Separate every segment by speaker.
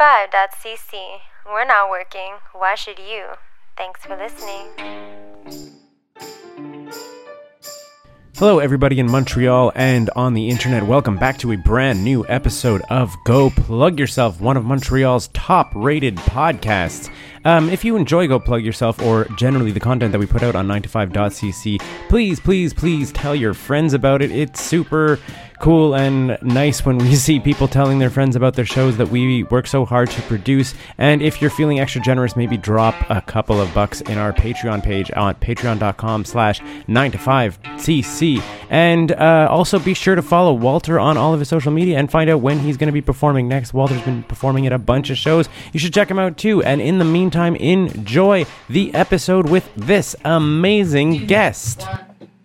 Speaker 1: 9to5.cc. We're not working. Why should you? Thanks for listening.
Speaker 2: Hello, everybody in Montreal and on the internet. Welcome back to a brand new episode of Go Plug Yourself, one of Montreal's top rated podcasts. Um, if you enjoy Go Plug Yourself or generally the content that we put out on 9to5.cc, please, please, please tell your friends about it. It's super cool and nice when we see people telling their friends about their shows that we work so hard to produce. And if you're feeling extra generous, maybe drop a couple of bucks in our Patreon page on patreon.com slash 9to5cc. And uh, also be sure to follow Walter on all of his social media and find out when he's going to be performing next. Walter's been performing at a bunch of shows. You should check him out too. And in the meantime, enjoy the episode with this amazing guest.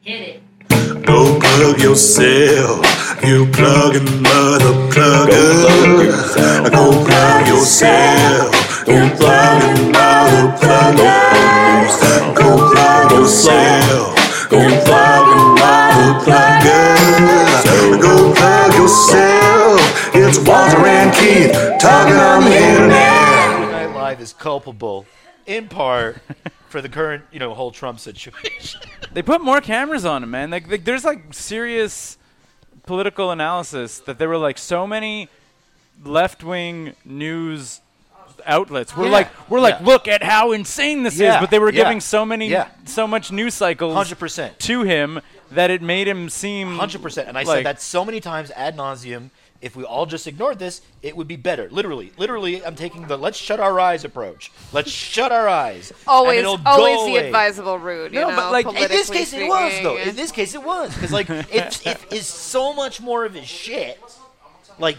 Speaker 3: Go plug yourself. You plug and mother plugger. Go plug yourself. You plug and mother plugger. Go plug yourself. You plug and mother plugger. Go plug yourself. It's Walter and Keith talking on the internet.
Speaker 4: Saturday Night Live is culpable, in part, for the current, you know, whole Trump situation.
Speaker 5: They put more cameras on him, man. Like, like there's like serious political analysis that there were like so many left-wing news outlets. We're
Speaker 4: Yeah.
Speaker 5: like we're like
Speaker 4: Yeah.
Speaker 5: look at how insane this is,
Speaker 4: Yeah.
Speaker 5: but they were
Speaker 4: Yeah.
Speaker 5: giving so many
Speaker 4: Yeah.
Speaker 5: so much news cycles
Speaker 4: 100%.
Speaker 5: to him that it made him seem
Speaker 4: 100%. And I
Speaker 5: like-
Speaker 4: said that so many times ad nauseum. If we all just ignored this, it would be better. Literally, literally, I'm taking the let's shut our eyes approach. Let's shut our eyes. and
Speaker 6: always
Speaker 4: it'll go
Speaker 6: always the
Speaker 4: away.
Speaker 6: advisable route. You
Speaker 5: No,
Speaker 6: know,
Speaker 5: but, like, in
Speaker 4: In this
Speaker 6: politically
Speaker 4: case, it was
Speaker 6: speaking.
Speaker 4: though. In this case, it was because like if if is so much more of his shit, like.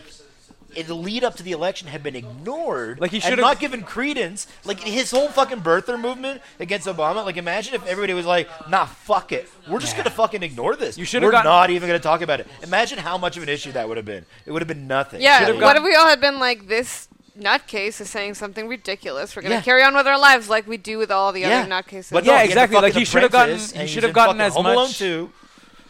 Speaker 4: In the lead up to the election had been ignored,
Speaker 5: Like, he
Speaker 4: and
Speaker 5: should've-
Speaker 4: not given credence. Like his whole fucking birther movement against Obama. Like imagine if everybody was like, "Nah, fuck it, we're just gonna fucking ignore this.
Speaker 5: You should've
Speaker 4: We're
Speaker 5: gotten-
Speaker 4: not even gonna talk about it." Imagine how much of an issue that would have been. It would have been nothing.
Speaker 6: yeah.
Speaker 4: Should've
Speaker 6: What
Speaker 4: gotten-
Speaker 6: if we all had been like this? Nutcase is saying something ridiculous. We're gonna
Speaker 4: Yeah.
Speaker 6: carry on with our lives like we do with all the other nutcases.
Speaker 4: But
Speaker 5: Yeah,
Speaker 4: no, he had the
Speaker 5: exactly. Like,
Speaker 4: fucking
Speaker 5: he should've gotten-
Speaker 4: Apprentice,
Speaker 5: he
Speaker 4: and he's
Speaker 5: should've
Speaker 4: in
Speaker 5: gotten
Speaker 4: fucking
Speaker 5: as
Speaker 4: Home Alone
Speaker 5: much-
Speaker 4: 2.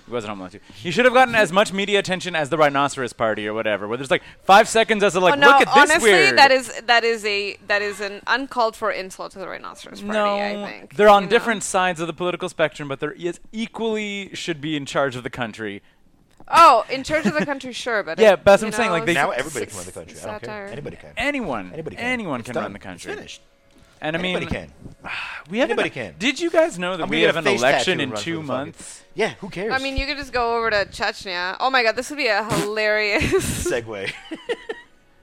Speaker 5: He wasn't Home Alone 2. He should have gotten as much media attention as the Rhinoceros Party or whatever, where there's like five seconds as to like,
Speaker 6: Oh, no,
Speaker 5: look at this
Speaker 6: honestly,
Speaker 5: weird.
Speaker 6: that is that is a that is an uncalled for insult to the rhinoceros party.
Speaker 5: no,
Speaker 6: I think
Speaker 5: they're on
Speaker 6: you know?
Speaker 5: different sides of the political spectrum, but they're yes, equally should be in charge of the country.
Speaker 6: Oh, in charge of the country, sure, but
Speaker 5: Yeah,
Speaker 6: it,
Speaker 5: but that's
Speaker 6: you
Speaker 5: what I'm saying,
Speaker 6: know,
Speaker 5: like, they-
Speaker 4: Now
Speaker 6: it's-
Speaker 4: everybody can
Speaker 6: it's
Speaker 4: run the country. I don't care.
Speaker 6: satire.
Speaker 4: Anybody can.
Speaker 5: Anyone,
Speaker 4: Anybody can.
Speaker 5: anyone
Speaker 4: It's
Speaker 5: can
Speaker 4: done.
Speaker 5: run the country.
Speaker 4: It's finished.
Speaker 5: And I mean,
Speaker 4: Anybody can.
Speaker 5: we have
Speaker 4: Anybody
Speaker 5: an,
Speaker 4: can.
Speaker 5: Did you guys know that
Speaker 4: I'm
Speaker 5: we
Speaker 4: gonna
Speaker 5: have
Speaker 4: get
Speaker 5: an
Speaker 4: a face
Speaker 5: election
Speaker 4: tattoo
Speaker 5: in
Speaker 4: and run for
Speaker 5: two
Speaker 4: the fucking-
Speaker 5: months?
Speaker 4: Yeah, who cares?
Speaker 6: I mean, you could just go over to Chechnya. Oh my God, this would be a hilarious.
Speaker 4: segue.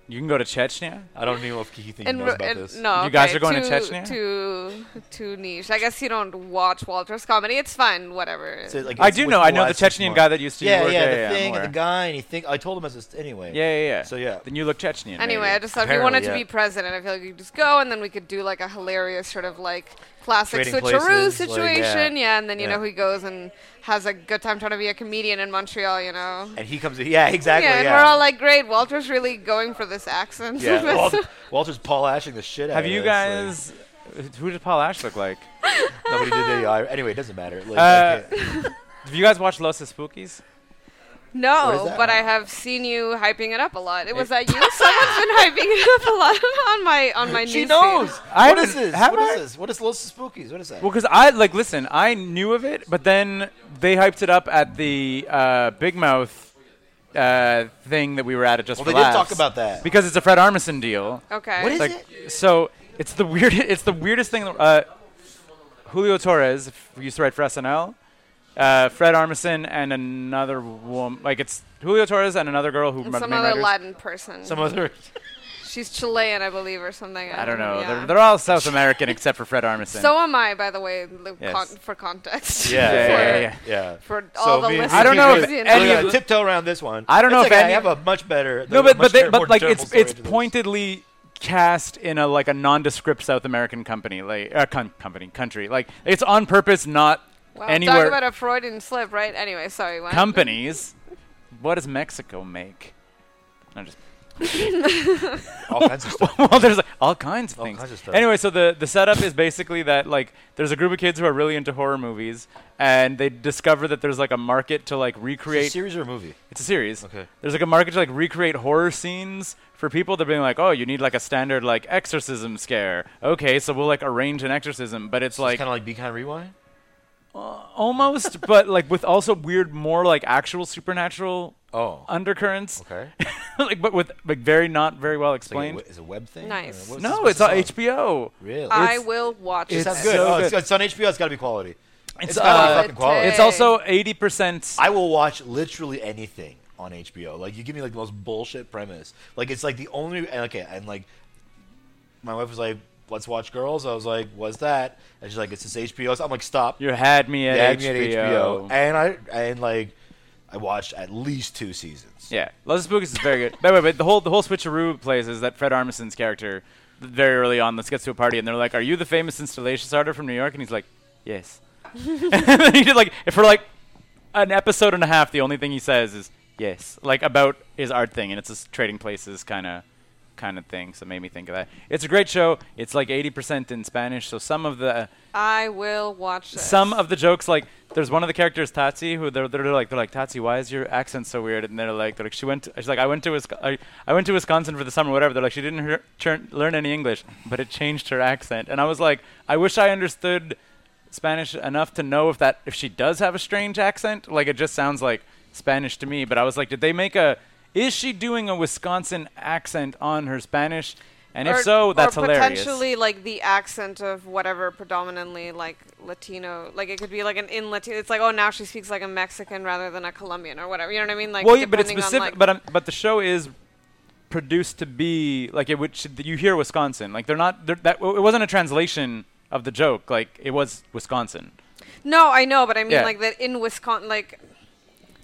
Speaker 5: You can go to Chechnya.
Speaker 4: I don't even know if Keith even
Speaker 6: And,
Speaker 4: knows
Speaker 6: we're-
Speaker 4: about
Speaker 6: and-
Speaker 4: this.
Speaker 6: no,
Speaker 5: You guys
Speaker 6: okay,
Speaker 5: are going to
Speaker 6: too,
Speaker 5: Chechnya?
Speaker 6: Too, too niche. I guess you don't watch Walter's comedy. It's fine, whatever.
Speaker 4: So, like,
Speaker 5: I
Speaker 4: it's
Speaker 5: do
Speaker 4: with
Speaker 5: know. I know the
Speaker 4: wives this
Speaker 5: Chechnyan
Speaker 4: month.
Speaker 5: guy that used to
Speaker 4: Yeah,
Speaker 5: work.
Speaker 4: yeah,
Speaker 5: yeah,
Speaker 4: the
Speaker 5: yeah, I'm
Speaker 4: thing and the
Speaker 5: aware.
Speaker 4: guy, and he think I told him as this anyway.
Speaker 5: Yeah, yeah, yeah.
Speaker 4: So, yeah.
Speaker 5: Then you look Chechnyan.
Speaker 6: anyway,
Speaker 5: maybe.
Speaker 6: I just thought if you wanted to
Speaker 4: Apparently,
Speaker 6: be president, I feel like you could just go, and then we could do like a hilarious sort of like classic
Speaker 4: Trading
Speaker 6: switcheroo
Speaker 4: places, like, yeah.
Speaker 6: situation. yeah. and then you
Speaker 4: Yeah.
Speaker 6: know he goes and has a good time trying to be a comedian in Montreal. You know.
Speaker 4: And he comes. Yeah, exactly.
Speaker 6: yeah,
Speaker 4: Yeah.
Speaker 6: and we're all like, great. Walter's really going for this accent.
Speaker 4: Yeah, Walt- Walter's Paul Ashing the shit out
Speaker 5: Have
Speaker 4: of
Speaker 5: you
Speaker 4: this, like-
Speaker 5: guys? Who did Paul Ash look like?
Speaker 4: Nobody did the IR. Anyway, it doesn't matter. Like,
Speaker 5: Uh,
Speaker 4: I can't-
Speaker 5: Have you guys watched Los Spookies?
Speaker 4: What is
Speaker 6: No,
Speaker 4: that?
Speaker 6: but I have seen you hyping it up a lot. It was that you? Someone's been hyping it up a lot on my on my
Speaker 4: she
Speaker 6: newsfeed.
Speaker 4: knows.
Speaker 5: I
Speaker 4: what is
Speaker 5: haven't-
Speaker 4: this?
Speaker 5: have
Speaker 4: What is
Speaker 5: I?
Speaker 4: this? What is Los Spookies? What is that?
Speaker 5: Well, because I like listen, I knew of it, but then they hyped it up at the uh, Big Mouth uh, thing that we were at at just
Speaker 4: Well,
Speaker 5: for
Speaker 4: they did
Speaker 5: Laughs.
Speaker 4: talk about that.
Speaker 5: because it's a Fred Armisen deal.
Speaker 6: Okay.
Speaker 4: What is
Speaker 5: like,
Speaker 4: it?
Speaker 5: So it's the weird. It's the weirdest thing. Uh, Julio Torres f- used to write for SNL. Uh, Fred Armisen and another woman. Like it's Julio Torres and another girl who.
Speaker 6: And
Speaker 5: ma-
Speaker 6: some
Speaker 5: main
Speaker 6: other
Speaker 5: writers.
Speaker 6: Latin person.
Speaker 4: Some other.
Speaker 6: She's Chilean, I believe, or something.
Speaker 5: I don't know.
Speaker 6: Yeah.
Speaker 5: They're, they're all South American except for Fred Armisen.
Speaker 6: so am I, by the way, li-
Speaker 5: Yes.
Speaker 6: con- for context.
Speaker 4: Yeah,
Speaker 5: yeah,
Speaker 6: for,
Speaker 5: yeah, yeah.
Speaker 4: Yeah.
Speaker 6: For
Speaker 4: So
Speaker 6: all the
Speaker 4: me and-
Speaker 6: listeners.
Speaker 5: I don't know if
Speaker 6: you
Speaker 5: any
Speaker 4: Yeah,
Speaker 5: of-
Speaker 4: tiptoe around this one.
Speaker 5: I don't know
Speaker 4: It's
Speaker 5: if
Speaker 4: okay,
Speaker 5: any-
Speaker 4: I have a much better.
Speaker 5: No,
Speaker 4: there's
Speaker 5: but
Speaker 4: a
Speaker 5: but
Speaker 4: much
Speaker 5: they,
Speaker 4: ter-
Speaker 5: but
Speaker 4: more
Speaker 5: like
Speaker 4: terrible
Speaker 5: it's
Speaker 4: story
Speaker 5: it's
Speaker 4: to this.
Speaker 5: pointedly cast in a like a nondescript South American company like uh, com- company country like it's on purpose not
Speaker 6: Well,
Speaker 5: anywhere
Speaker 6: Talk about a Freudian slip, right? Anyway, sorry. What?
Speaker 5: companies. What does Mexico make? I'm just
Speaker 4: All kinds of stuff.
Speaker 5: well, there's like, all kinds of
Speaker 4: All
Speaker 5: things.
Speaker 4: kinds of stuff.
Speaker 5: Anyway, so the the setup is basically that like there's a group of kids who are really into horror movies, and they discover that there's like a market to like
Speaker 4: A
Speaker 5: recreate.
Speaker 4: series or a movie?
Speaker 5: It's a series.
Speaker 4: Okay.
Speaker 5: There's like a market to like recreate horror scenes for people. They're being like, oh, you need like a standard like exorcism scare. Okay, so we'll like arrange an exorcism, but it's like
Speaker 4: kind of like Be Kind Rewind?
Speaker 5: almost, but like with also weird, more like actual supernatural
Speaker 4: Oh.
Speaker 5: undercurrents.
Speaker 4: Okay.
Speaker 5: like, but with like very not very well
Speaker 4: It's like a,
Speaker 5: explained.
Speaker 4: we- is it a web thing?
Speaker 6: Nice.
Speaker 4: Or what's
Speaker 5: no,
Speaker 4: this-
Speaker 5: it's on
Speaker 4: what's this
Speaker 5: HBO.
Speaker 4: Really?
Speaker 6: I will watch
Speaker 5: it's
Speaker 6: it.
Speaker 4: Sounds
Speaker 5: so
Speaker 4: good. Oh,
Speaker 5: good.
Speaker 4: It's, it's on HBO. It's got to be quality. It's,
Speaker 5: uh,
Speaker 4: got to be fucking quality.
Speaker 5: It's also 80%.
Speaker 4: I will watch literally anything on HBO. Like you give me like the most bullshit premise. Like it's like the only and okay and like my wife was like, "Let's watch Girls." I was like, "What's that?" And she's like, "It's this HBO." So I'm like, "Stop."
Speaker 5: you had me at
Speaker 4: Yeah,
Speaker 5: HBO.
Speaker 4: give me an uh, And I and like I watched at least two seasons.
Speaker 5: Yeah, Love Spookies is very good. By the way, but the whole the whole switcheroo plays is that Fred Armisen's character very early on. Let's get to a party, and they're like, "Are you the famous installations artist from New York?" And he's like, "Yes." and he did like for like an episode and a half. The only thing he says is "yes," like about his art thing, and it's this trading places kind of kind of thing. So it made me think of that. It's a great show. It's like eighty percent in Spanish, so some of the
Speaker 6: I will watch this.
Speaker 5: some of the jokes like there's one of the characters Tatsi who they're, they're like they're like Tatsi why is your accent so weird and they're like they're like she went to, she's like I went to Wisco- I, I went to Wisconsin for the summer whatever they're like she didn't hear, turn, learn any English but it changed her accent and I was like I wish I understood Spanish enough to know if that if she does have a strange accent like it just sounds like Spanish to me but I was like did they make a is she doing a Wisconsin accent on her Spanish and if
Speaker 6: Or-
Speaker 5: so
Speaker 6: or
Speaker 5: that's hilarious
Speaker 6: Potentially, like the accent of whatever predominantly like Latino, like it could be like an in Latino. It's like, oh, now she speaks like a Mexican rather than a Colombian or whatever. You know what I mean? Like,
Speaker 5: well, yeah, but it's
Speaker 6: depending on, like-
Speaker 5: specific. but um, but the show is produced to be like it would. Should, you hear Wisconsin? Like they're not. They're, that it wasn't a translation of the joke. Like it was Wisconsin.
Speaker 6: no, I know, but I mean
Speaker 5: Yeah.
Speaker 6: like that in Wisconsin, like.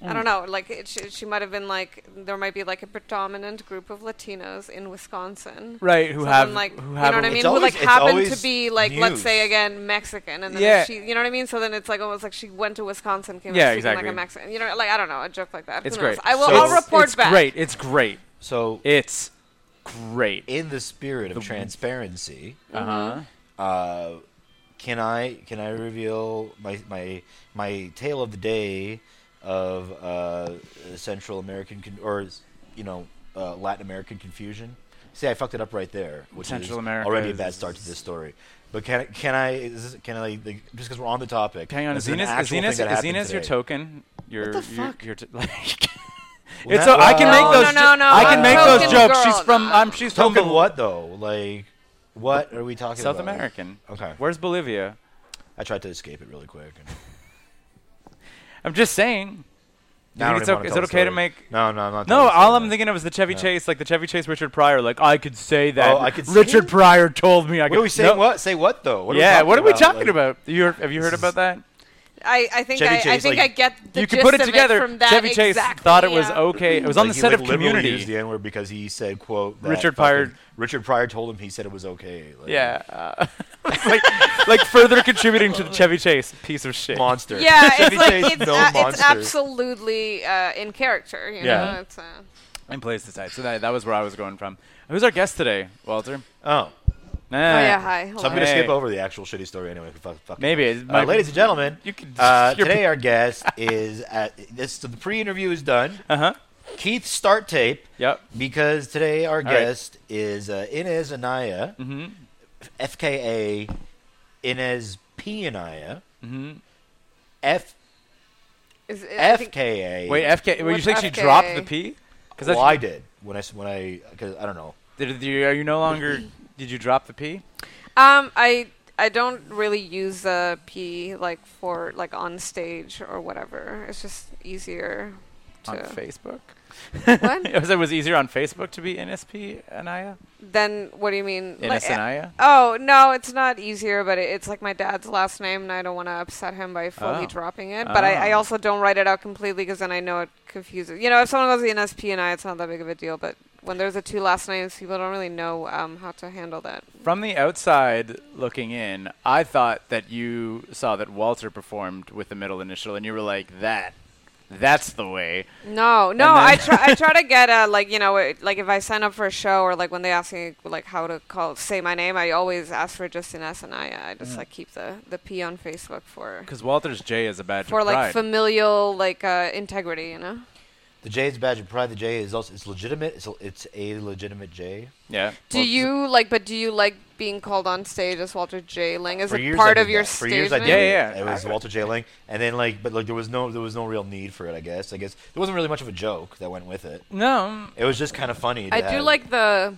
Speaker 6: I don't know. Like it, she, she might have been like there might be like a predominant group of Latinos in Wisconsin,
Speaker 5: Right, who
Speaker 6: So then,
Speaker 5: have-
Speaker 6: like
Speaker 5: who
Speaker 6: you
Speaker 5: have
Speaker 6: know what
Speaker 5: a-
Speaker 6: I mean?
Speaker 4: It's
Speaker 6: Who
Speaker 4: always-
Speaker 6: like
Speaker 4: it's
Speaker 6: happened to
Speaker 4: always
Speaker 6: be like let's say
Speaker 4: news.
Speaker 6: again Mexican, and then
Speaker 5: Yeah.
Speaker 6: if she, you know what I mean? So then it's like almost like she went to Wisconsin, came yeah,
Speaker 5: Yeah,
Speaker 6: exactly.
Speaker 5: exactly.
Speaker 6: like a Mexican. You know, like I don't know, a joke like that.
Speaker 5: It's
Speaker 6: Who
Speaker 5: great.
Speaker 6: Knows? I will.
Speaker 4: So-
Speaker 6: I'll
Speaker 5: It's-
Speaker 6: report
Speaker 5: it's
Speaker 6: back.
Speaker 5: Great. It's great.
Speaker 4: So
Speaker 5: It's great.
Speaker 4: in the spirit of transparency,
Speaker 5: Uh huh.
Speaker 4: uh, can I can I reveal my my my tale of the day of uh, Central American con- or you know uh, Latin American confusion? See, I fucked it up right there, which
Speaker 5: Central
Speaker 4: is
Speaker 5: America
Speaker 4: already a
Speaker 5: is-
Speaker 4: bad start to this story. But can I- can I is this, can I like, like, just because we're on the topic?
Speaker 5: Hang on.
Speaker 4: this
Speaker 5: Is
Speaker 4: an
Speaker 5: Zenas, is
Speaker 4: actual thing
Speaker 5: Zenas,
Speaker 4: that
Speaker 5: is
Speaker 4: happened
Speaker 5: Zenas your
Speaker 4: today.
Speaker 5: token? Your,
Speaker 4: the
Speaker 5: your-
Speaker 4: fuck?
Speaker 5: your t- like,
Speaker 4: Well, that-
Speaker 5: it's so I can
Speaker 4: No,
Speaker 5: make those.
Speaker 6: no,
Speaker 5: jo-
Speaker 6: no,
Speaker 5: I
Speaker 6: I'm
Speaker 5: can make
Speaker 4: token
Speaker 5: those jokes.
Speaker 6: girl,
Speaker 5: She's from.
Speaker 6: no.
Speaker 5: I'm. She's from
Speaker 4: Token
Speaker 5: Bol-
Speaker 4: what though? Like what are we talking
Speaker 5: South
Speaker 4: about?
Speaker 5: American.
Speaker 4: Okay.
Speaker 5: Where's Bolivia?
Speaker 4: I tried to escape it really quick. and-
Speaker 5: I'm just saying.
Speaker 4: I don't
Speaker 5: it's
Speaker 4: even
Speaker 5: o-
Speaker 4: wanna
Speaker 5: is
Speaker 4: tell the
Speaker 5: it okay to
Speaker 4: story.
Speaker 5: make-
Speaker 4: No, no, I'm not. telling
Speaker 5: No,
Speaker 4: the
Speaker 5: all
Speaker 4: story
Speaker 5: I'm
Speaker 4: now.
Speaker 5: thinking of is the Chevy
Speaker 4: No.
Speaker 5: Chase, like the Chevy Chase Richard Pryor. Like I could say that.
Speaker 4: Oh, I could say-
Speaker 5: Richard Pryor told me I
Speaker 4: What
Speaker 5: could.
Speaker 4: are we saying?
Speaker 5: No.
Speaker 4: What say what though? What
Speaker 5: yeah, what are we
Speaker 4: about?
Speaker 5: talking
Speaker 4: Like-
Speaker 5: about? You heard, have you heard
Speaker 4: This
Speaker 5: about that?
Speaker 6: I, I think
Speaker 4: Chevy
Speaker 6: I, I
Speaker 4: Chase,
Speaker 6: think
Speaker 4: like-
Speaker 6: I get the
Speaker 5: you could
Speaker 6: gist
Speaker 5: put it
Speaker 6: of
Speaker 5: together.
Speaker 6: from that
Speaker 5: Chevy Chase
Speaker 6: exactly,
Speaker 5: thought it was
Speaker 6: yeah.
Speaker 5: okay. It was on
Speaker 4: Like,
Speaker 5: the
Speaker 4: he,
Speaker 5: set
Speaker 4: like,
Speaker 5: of
Speaker 4: literally
Speaker 5: Community.
Speaker 4: Used the N word because he said, "quote that fucking-
Speaker 5: Richard Pryor-
Speaker 4: Richard Pryor told him he said it was okay. Like,
Speaker 5: yeah, uh, like like further contributing to the Chevy Chase piece of shit.
Speaker 4: monster.
Speaker 6: Yeah, it's
Speaker 4: Chevy
Speaker 6: like
Speaker 4: Chase,
Speaker 6: it's,
Speaker 4: no
Speaker 6: a- it's
Speaker 4: monster.
Speaker 6: absolutely uh, in character. You
Speaker 5: Yeah.
Speaker 6: know, it's, uh,
Speaker 5: And plays decide. So that, that was where I was going from. Who's our guest today, Walter?
Speaker 4: Oh,
Speaker 5: Nah.
Speaker 6: oh yeah, hi.
Speaker 4: so
Speaker 6: Hello.
Speaker 4: I'm gonna
Speaker 5: Hey.
Speaker 4: skip over the actual shitty story anyway. Fuck, fuck it.
Speaker 5: Maybe it's
Speaker 4: Uh,
Speaker 5: my-
Speaker 4: ladies and gentlemen,
Speaker 5: You can-
Speaker 4: uh,
Speaker 5: you're-
Speaker 4: today our guest is at this. So the pre-interview is done.
Speaker 5: Uh huh.
Speaker 4: Keith, start tape.
Speaker 5: Yep.
Speaker 4: Because today our
Speaker 5: right.
Speaker 4: guest is uh, Inez Anaya, FKA Inez P. Anaya, F-
Speaker 6: Is it- I think-
Speaker 4: FKA.
Speaker 5: Wait, FK. Wait, you
Speaker 6: With
Speaker 5: think she
Speaker 6: FK.
Speaker 5: dropped the P? Because
Speaker 4: well, I did when I s- when I because I don't know.
Speaker 5: did you, are you no longer? Did you drop the P?
Speaker 6: Um, I I don't really use the P like for like on stage or whatever. It's just easier to
Speaker 5: on Facebook.
Speaker 6: what?
Speaker 5: It was, it was easier on Facebook to be NSP Anaya.
Speaker 6: then what do you mean? Like,
Speaker 5: NS
Speaker 6: uh,
Speaker 5: Anaya.
Speaker 6: Oh no, it's not easier, but it, it's like my dad's last name, and I don't want to upset him by fully
Speaker 5: Oh.
Speaker 6: dropping it. But I, I
Speaker 5: Oh.
Speaker 6: also don't write it out completely because then I know it confuses. You know, if someone goes to NSP and I, it's not that big of a deal. But when there's the two last names, people don't really know um, how to handle that.
Speaker 5: From the outside looking in, I thought that you saw that Walter performed with the middle initial, and you were like, "That, that's the way.
Speaker 6: No, no.
Speaker 5: then-
Speaker 6: I try. I try to get a like you know it- like if I sign up for a show or like when they ask me like how to call say my name, I always ask for Justin S and I. I
Speaker 5: Mm.
Speaker 6: just like keep the the P on Facebook for
Speaker 5: Because Walter's J is a badge
Speaker 6: for
Speaker 5: of
Speaker 6: like
Speaker 5: pride.
Speaker 6: familial like uh, integrity. You know.
Speaker 4: The J is badge of pride. The J is also it's legitimate. It's a, it's a legitimate J.
Speaker 5: yeah.
Speaker 6: Do
Speaker 5: Well,
Speaker 6: you like? But do you like being called on stage as Walter J. Lang? Is
Speaker 4: For
Speaker 6: it
Speaker 4: years
Speaker 6: part
Speaker 4: I
Speaker 6: of
Speaker 4: did
Speaker 6: your
Speaker 4: that. For
Speaker 6: stage?
Speaker 4: years I did
Speaker 6: name?
Speaker 5: Yeah, yeah,
Speaker 4: it.
Speaker 5: yeah.
Speaker 4: It was Walter J. Lang, and then like, but like there was no there was no real need for it. I guess. I guess there wasn't really much of a joke that went with it.
Speaker 5: No.
Speaker 4: It was just kind of funny. to
Speaker 6: I do
Speaker 4: have
Speaker 6: like the,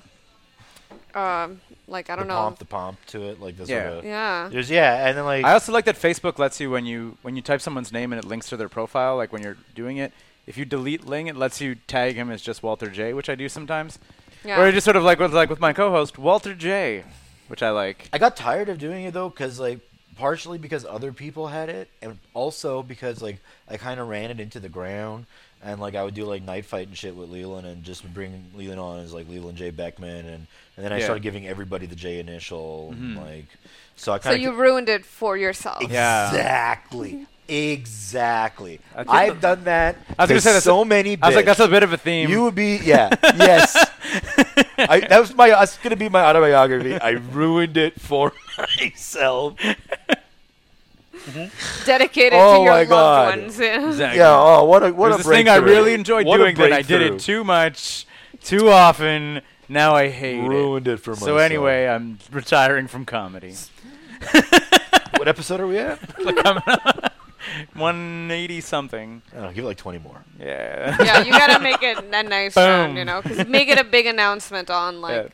Speaker 6: um, like I
Speaker 4: the
Speaker 6: don't know.
Speaker 4: pomp, the pomp to it, like this.
Speaker 5: Yeah.
Speaker 4: Sort of,
Speaker 6: yeah.
Speaker 4: There's yeah, and then like
Speaker 5: I also like that Facebook lets you when you when you type someone's name and it links to their profile. Like when you're doing it, if you delete Ling, it lets you tag him as just Walter J, which I do sometimes.
Speaker 6: Yeah.
Speaker 5: Or I just sort of like with like with my co-host Walter J, which I like.
Speaker 4: I got tired of doing it though, because like partially because other people had it, and also because like I kind of ran it into the ground, and like I would do like night fight and shit with Leland, and just would bring Leland on as like Leland J Beckman, and and then I
Speaker 5: Yeah.
Speaker 4: started giving everybody the J initial, and,
Speaker 5: Mm-hmm.
Speaker 4: like so I
Speaker 6: So
Speaker 4: kind of
Speaker 6: you ruined it for yourself.
Speaker 5: Yeah.
Speaker 4: exactly. Exactly.
Speaker 5: I think
Speaker 4: I've
Speaker 5: the-
Speaker 4: done that.
Speaker 5: I was gonna
Speaker 4: to
Speaker 5: say that's
Speaker 4: so
Speaker 5: a-
Speaker 4: many.
Speaker 5: I was like,
Speaker 4: bitch.
Speaker 5: that's a bit of a theme.
Speaker 4: You would be, yeah, yes. I, that was my. That's gonna be my autobiography. I ruined it for myself.
Speaker 6: Dedicated
Speaker 4: Oh
Speaker 6: to your
Speaker 4: my
Speaker 6: loved
Speaker 4: God.
Speaker 6: ones. yeah.
Speaker 5: Exactly.
Speaker 4: Yeah. Oh, what a what
Speaker 5: There's
Speaker 4: a
Speaker 5: this thing I
Speaker 4: breakthrough.
Speaker 5: really enjoyed
Speaker 4: What a
Speaker 5: doing, then I did
Speaker 4: breakthrough.
Speaker 5: it too much, too often. Now I hate
Speaker 4: Ruined it for
Speaker 5: it.
Speaker 4: myself.
Speaker 5: So anyway, I'm retiring from comedy.
Speaker 4: what episode are we at? I
Speaker 5: 180 something.
Speaker 4: don't know, give it like twenty more.
Speaker 5: Yeah.
Speaker 6: yeah, you gotta make it a nice
Speaker 5: Boom.
Speaker 6: sound, you know, 'cause make it a big announcement on like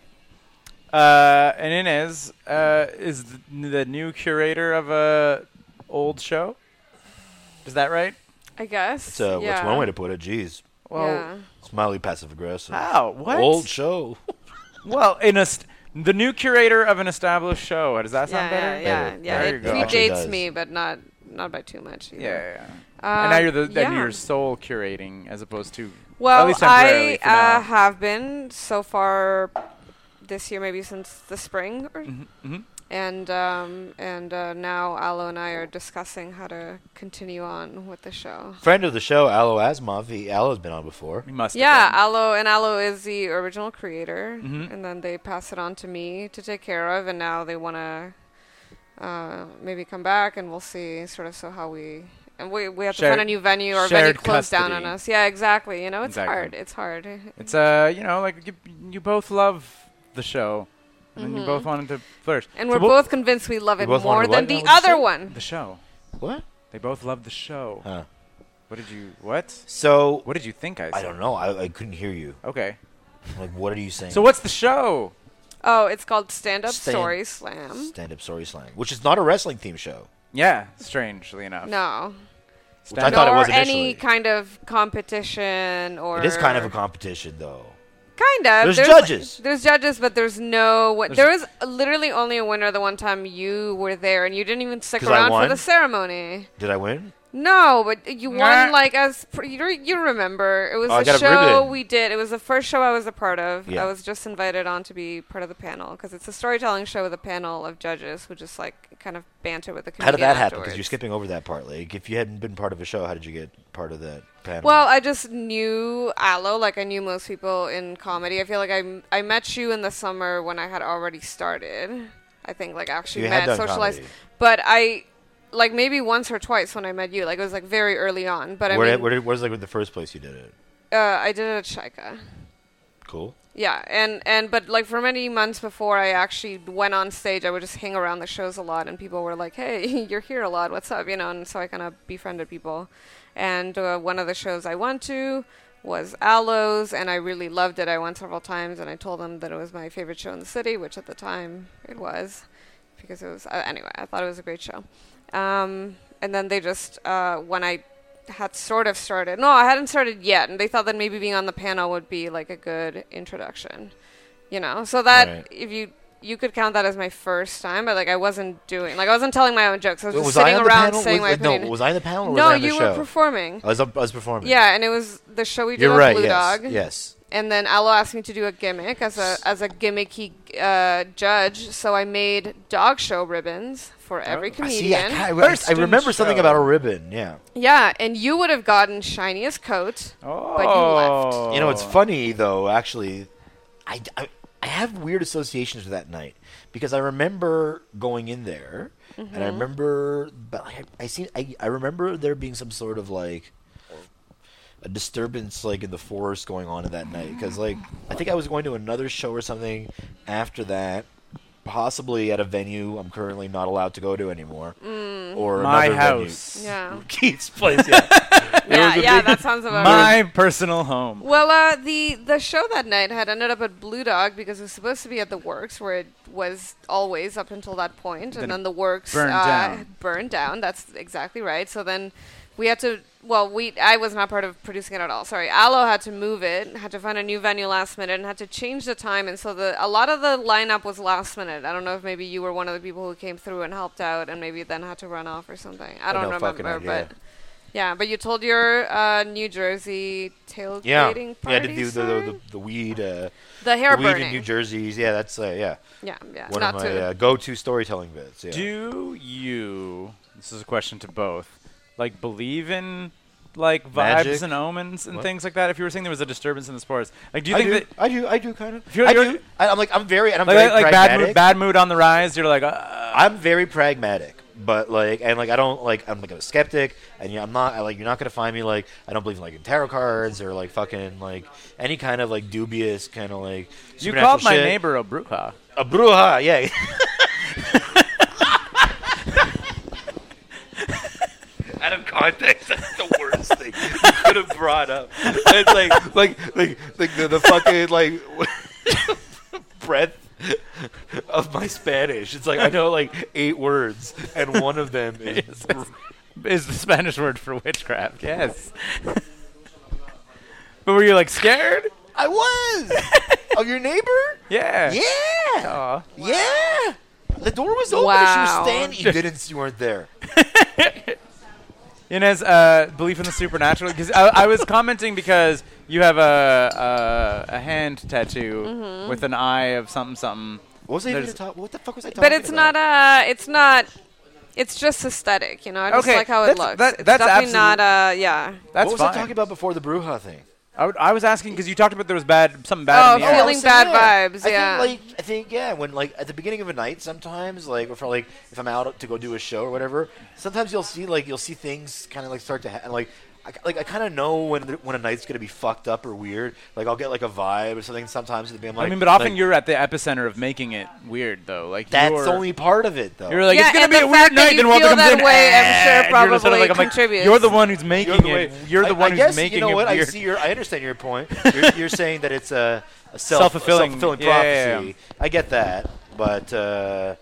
Speaker 5: Uh, and Inez uh, is th- the new curator of a old show. Is that right?
Speaker 6: I guess.
Speaker 4: So
Speaker 6: yeah.
Speaker 4: that's uh, one way to put it. Jeez,
Speaker 5: Well,
Speaker 6: yeah.
Speaker 4: smiley passive aggressive.
Speaker 6: Oh,
Speaker 5: Wow, what?
Speaker 4: Old show.
Speaker 5: Well, in a st- the new curator of an established show. Does that
Speaker 6: yeah,
Speaker 5: sound
Speaker 6: yeah,
Speaker 5: better?
Speaker 6: yeah,
Speaker 4: Better.
Speaker 6: yeah.
Speaker 5: There you
Speaker 6: It
Speaker 5: go.
Speaker 4: Actually
Speaker 6: predates
Speaker 4: does.
Speaker 6: me, but not not by too much. either.
Speaker 5: Yeah, yeah, yeah.
Speaker 6: Um,
Speaker 5: and now you're the then
Speaker 6: yeah.
Speaker 5: you're soul curating as opposed to at
Speaker 6: Well,
Speaker 5: least temporarily
Speaker 6: I
Speaker 5: for now.
Speaker 6: uh, have been so far this year, maybe since the spring, or,
Speaker 5: mhm.
Speaker 6: and um, and uh, now Alo and I are discussing how to continue on with the show.
Speaker 4: Friend of the show, Aloe Asmov. He Aloe's been on before.
Speaker 5: You must. have
Speaker 6: Yeah, uh,
Speaker 5: been.
Speaker 6: Aloe and Aloe is the original creator,
Speaker 5: Mm-hmm.
Speaker 6: and then they pass it on to me to take care of, and now they want to uh, maybe come back, and we'll see sort of so how we and we we have to
Speaker 5: Shared-
Speaker 6: find a new venue or a venue
Speaker 5: shared
Speaker 6: closed down on
Speaker 5: custody.
Speaker 6: us. Yeah, exactly. You know, it's
Speaker 5: Exactly.
Speaker 6: hard. It's hard.
Speaker 5: It's uh, you know, like you, you both love the show, and you both wanted to flourish.
Speaker 6: Mm-hmm. And
Speaker 5: So
Speaker 6: we're
Speaker 5: we'll-
Speaker 6: both convinced we love
Speaker 4: You
Speaker 6: it
Speaker 4: both
Speaker 6: more
Speaker 4: wanted what
Speaker 6: than
Speaker 4: now?
Speaker 6: the
Speaker 4: What'd you
Speaker 6: other
Speaker 4: say?
Speaker 6: one.
Speaker 5: the show.
Speaker 4: What?
Speaker 5: They both love the show.
Speaker 4: Huh.
Speaker 5: What did you what?
Speaker 4: So
Speaker 5: What did you think I said?
Speaker 4: I don't know. I, I couldn't hear you.
Speaker 5: Okay.
Speaker 4: Like, what are you saying?
Speaker 5: So what's the show?
Speaker 6: Oh, it's called Stand Up
Speaker 4: Stand-
Speaker 6: Story Slam.
Speaker 4: Stand up story slang, which is not a wrestling theme show.
Speaker 5: Yeah, strangely enough.
Speaker 6: No,
Speaker 4: Which I
Speaker 5: Stand-
Speaker 4: thought it
Speaker 6: nor
Speaker 4: was initially.
Speaker 6: any kind of competition or
Speaker 4: it is kind of a competition, though.
Speaker 6: Kind of.
Speaker 4: There's judges.
Speaker 6: There's judges, but there's no. Win-
Speaker 5: There's-
Speaker 6: there was literally only a winner the one time you were there, and you didn't even stick
Speaker 4: 'Cause I
Speaker 6: around for the
Speaker 4: won?
Speaker 6: ceremony.
Speaker 4: Did I win?
Speaker 6: No, but you
Speaker 5: Nah.
Speaker 6: won like as pr- you, re- you remember. It was
Speaker 4: Oh, I
Speaker 6: a
Speaker 4: got a
Speaker 6: show
Speaker 4: ribbon.
Speaker 6: we did. It was the first show I was a part of.
Speaker 4: Yeah.
Speaker 6: I was just invited on to be part of the panel because it's a storytelling show with a panel of judges who just like kind of banter with the comedian
Speaker 4: How did that happen? Because
Speaker 6: afterwards.
Speaker 4: you're skipping over that part. Like, if you hadn't been part of a show, how did you get part of that panel?
Speaker 6: Well, I just knew Aloe like I knew most people in comedy. I feel like I, m- I met you in the summer when I had already started. I think like actually
Speaker 4: You had
Speaker 6: met
Speaker 4: done
Speaker 6: socialized,
Speaker 4: comedy.
Speaker 6: but I like maybe once or twice when I met you. Like it was like very early on. But I
Speaker 4: where,
Speaker 6: mean,
Speaker 4: where, where was like the first place you did it?
Speaker 6: uh, I did it at Shaika.
Speaker 4: Cool.
Speaker 6: Yeah, and and but like for many months before I actually went on stage, I would just hang around the shows a lot, and people were like, "Hey, you're here a lot. What's up?" You know, and so I kind of befriended people. And uh, one of the shows I went to was Aloes, and I really loved it. I went several times, and I told them that it was my favorite show in the city, which at the time it was, because it was uh, anyway. I thought it was a great show. Um, and then they just uh, when I had sort of started. No, I hadn't started yet, and they thought that maybe being on the panel would be like a good introduction. You know, so that
Speaker 4: Right.
Speaker 6: if you you could count that as my first time, but like I wasn't doing like I wasn't telling my own jokes. I was
Speaker 4: Wait,
Speaker 6: just
Speaker 4: was I
Speaker 6: sitting
Speaker 4: on the
Speaker 6: around
Speaker 4: panel?
Speaker 6: saying
Speaker 4: Was-
Speaker 6: my
Speaker 4: no,
Speaker 6: opinion.
Speaker 4: was I on the panel or was
Speaker 6: no,
Speaker 4: I on the
Speaker 6: you
Speaker 4: show?
Speaker 6: were performing.
Speaker 4: I was, up, I was performing.
Speaker 6: Yeah, and it was the show we did
Speaker 4: You're
Speaker 6: on
Speaker 4: right.
Speaker 6: Blue
Speaker 4: yes.
Speaker 6: Dog.
Speaker 4: Yes.
Speaker 6: and then Aloe asked me to do a gimmick as a as a gimmicky uh, judge. So I made dog show ribbons for every
Speaker 4: Oh, I
Speaker 6: comedian.
Speaker 4: see. I, kinda- I- I remember something
Speaker 5: show.
Speaker 4: about a ribbon. Yeah.
Speaker 6: Yeah, and you would have gotten shiniest coat, but you left.
Speaker 5: Oh.
Speaker 4: You know, it's funny though. Actually, I, I I have weird associations with that night because I remember going in there, and I remember, but I, I see, I, I remember there being some sort of like a disturbance like in the forest going on at that night because like I think I was going to another show or something after that. Possibly at a venue I'm currently not allowed to go to anymore, or
Speaker 5: my
Speaker 4: another venue.
Speaker 5: house,
Speaker 6: Yeah,
Speaker 4: Keith's place. Yeah.
Speaker 6: yeah, yeah. That sounds about right.
Speaker 5: my personal home.
Speaker 6: Well, uh, the the show that night had ended up at Blue Dog because it was supposed to be at the Works, where it was always up until that point, and then the Works
Speaker 5: burned
Speaker 6: uh,
Speaker 5: down.
Speaker 6: burned down. That's exactly right. So then we had to. Well, we I was not part of producing it at all. Sorry, Aloe had to move it, had to find a new venue last minute, and had to change the time. And so the a lot of the lineup was last minute. I don't know if maybe you were one of the people who came through and helped out, and maybe then had to run off or something. I don't
Speaker 4: no fucking
Speaker 6: remember,
Speaker 4: idea.
Speaker 6: but. Yeah, but you told your uh, New Jersey tailgating
Speaker 4: Yeah,
Speaker 6: party.
Speaker 4: yeah, to do the, the,
Speaker 6: sorry?
Speaker 4: the, the weed, uh,
Speaker 6: The hair
Speaker 4: weed
Speaker 6: burning.
Speaker 4: in New Jersey's. Yeah, that's uh, yeah,
Speaker 6: yeah, yeah.
Speaker 4: one
Speaker 6: not
Speaker 4: of my
Speaker 6: to.
Speaker 4: uh, go-to storytelling bits. Yeah.
Speaker 5: Do you? This is a question to both. Like, believe in like vibes
Speaker 4: Magic?
Speaker 5: and omens and
Speaker 4: What?
Speaker 5: things like that. If you were saying there was a disturbance in the sports, like, do you
Speaker 4: I
Speaker 5: think
Speaker 4: do,
Speaker 5: that
Speaker 4: I do, I do, kind of.
Speaker 5: you're-
Speaker 4: I
Speaker 5: you're-
Speaker 4: do. I, I'm like, I'm very, and I'm
Speaker 5: like,
Speaker 4: very
Speaker 5: like, bad
Speaker 4: pragmatic.
Speaker 5: mood, bad mood on the rise? You're like, uh,
Speaker 4: I'm very pragmatic, but like, and like, I don't like, I'm like a skeptic, and yeah, I'm not, I, like, you're not gonna find me like, I don't believe in like in tarot cards or like fucking like any kind of like dubious kind of like.
Speaker 5: you
Speaker 4: supernatural
Speaker 5: called my
Speaker 4: shit.
Speaker 5: neighbor a bruja.
Speaker 4: a bruja, yeah.
Speaker 7: out of context. That's the worst thing you could have brought up. It's like
Speaker 4: like like like the, the fucking like breadth of my Spanish. It's like I know like eight words, and one of them is
Speaker 5: Is the Spanish word for witchcraft? Yes. but were you like scared?
Speaker 4: I was of your neighbor.
Speaker 5: Yeah.
Speaker 4: Oh, Yeah,
Speaker 5: Aw.
Speaker 4: yeah. The door was open.
Speaker 6: Wow.
Speaker 4: She was standing. You didn't. You weren't there.
Speaker 5: Inez, uh, belief in the supernatural. Because I, I was commenting because you have a a, a hand tattoo
Speaker 6: Mm-hmm.
Speaker 5: with an eye of something something.
Speaker 4: What was I even
Speaker 5: There's-
Speaker 4: talk- What the fuck was I talking
Speaker 6: But it's
Speaker 4: about?
Speaker 6: not. Uh, it's not. It's just aesthetic, you know. I just
Speaker 5: Okay,
Speaker 6: like how it
Speaker 5: that's-
Speaker 6: looks.
Speaker 5: that-
Speaker 6: It's
Speaker 5: that's
Speaker 6: definitely
Speaker 5: absolute-
Speaker 6: not. Uh, yeah.
Speaker 5: That's
Speaker 4: what was
Speaker 5: fine.
Speaker 4: I talking about before the bruja thing?
Speaker 5: I, would- I was asking because you talked about there was bad something bad.
Speaker 6: Oh,
Speaker 5: in the air.
Speaker 6: feeling
Speaker 4: so
Speaker 6: bad
Speaker 4: yeah.
Speaker 6: vibes, yeah.
Speaker 4: I think, like I think yeah, when like at the beginning of a night, sometimes like if I like if I'm out to go do a show or whatever, sometimes you'll see like you'll see things kind of like start to ha- like. I, like I kind of know when the- when a night's gonna be fucked up or weird. Like I'll get like a vibe or something. Sometimes it'll be I'm like.
Speaker 5: I mean, but often
Speaker 4: like,
Speaker 5: you're at the epicenter of making it weird, though. Like
Speaker 4: That's
Speaker 5: you're,
Speaker 4: only part of it, though.
Speaker 5: You're like
Speaker 6: Yeah,
Speaker 5: it's gonna
Speaker 6: and
Speaker 5: be
Speaker 6: the
Speaker 5: a weird
Speaker 6: fact that
Speaker 5: night.
Speaker 6: you
Speaker 5: Then Walter
Speaker 6: feel
Speaker 5: comes
Speaker 6: that
Speaker 5: in.
Speaker 6: way, I'm
Speaker 5: "Eh,"
Speaker 6: sure
Speaker 5: and you're just sort of like,
Speaker 6: probably
Speaker 5: I'm like,
Speaker 6: contributes.
Speaker 5: You're the one who's making
Speaker 4: You're the
Speaker 5: it.
Speaker 4: way-
Speaker 5: You're the
Speaker 4: I-
Speaker 5: one
Speaker 4: I
Speaker 5: who's
Speaker 4: guess,
Speaker 5: making
Speaker 4: you know
Speaker 5: it
Speaker 4: what?
Speaker 5: weird.
Speaker 4: I see your. I understand your point. You're, you're saying that it's a, a self,
Speaker 5: Self-fulfilling,
Speaker 4: self-fulfilling
Speaker 5: yeah, yeah,
Speaker 4: prophecy. I get that, but uh,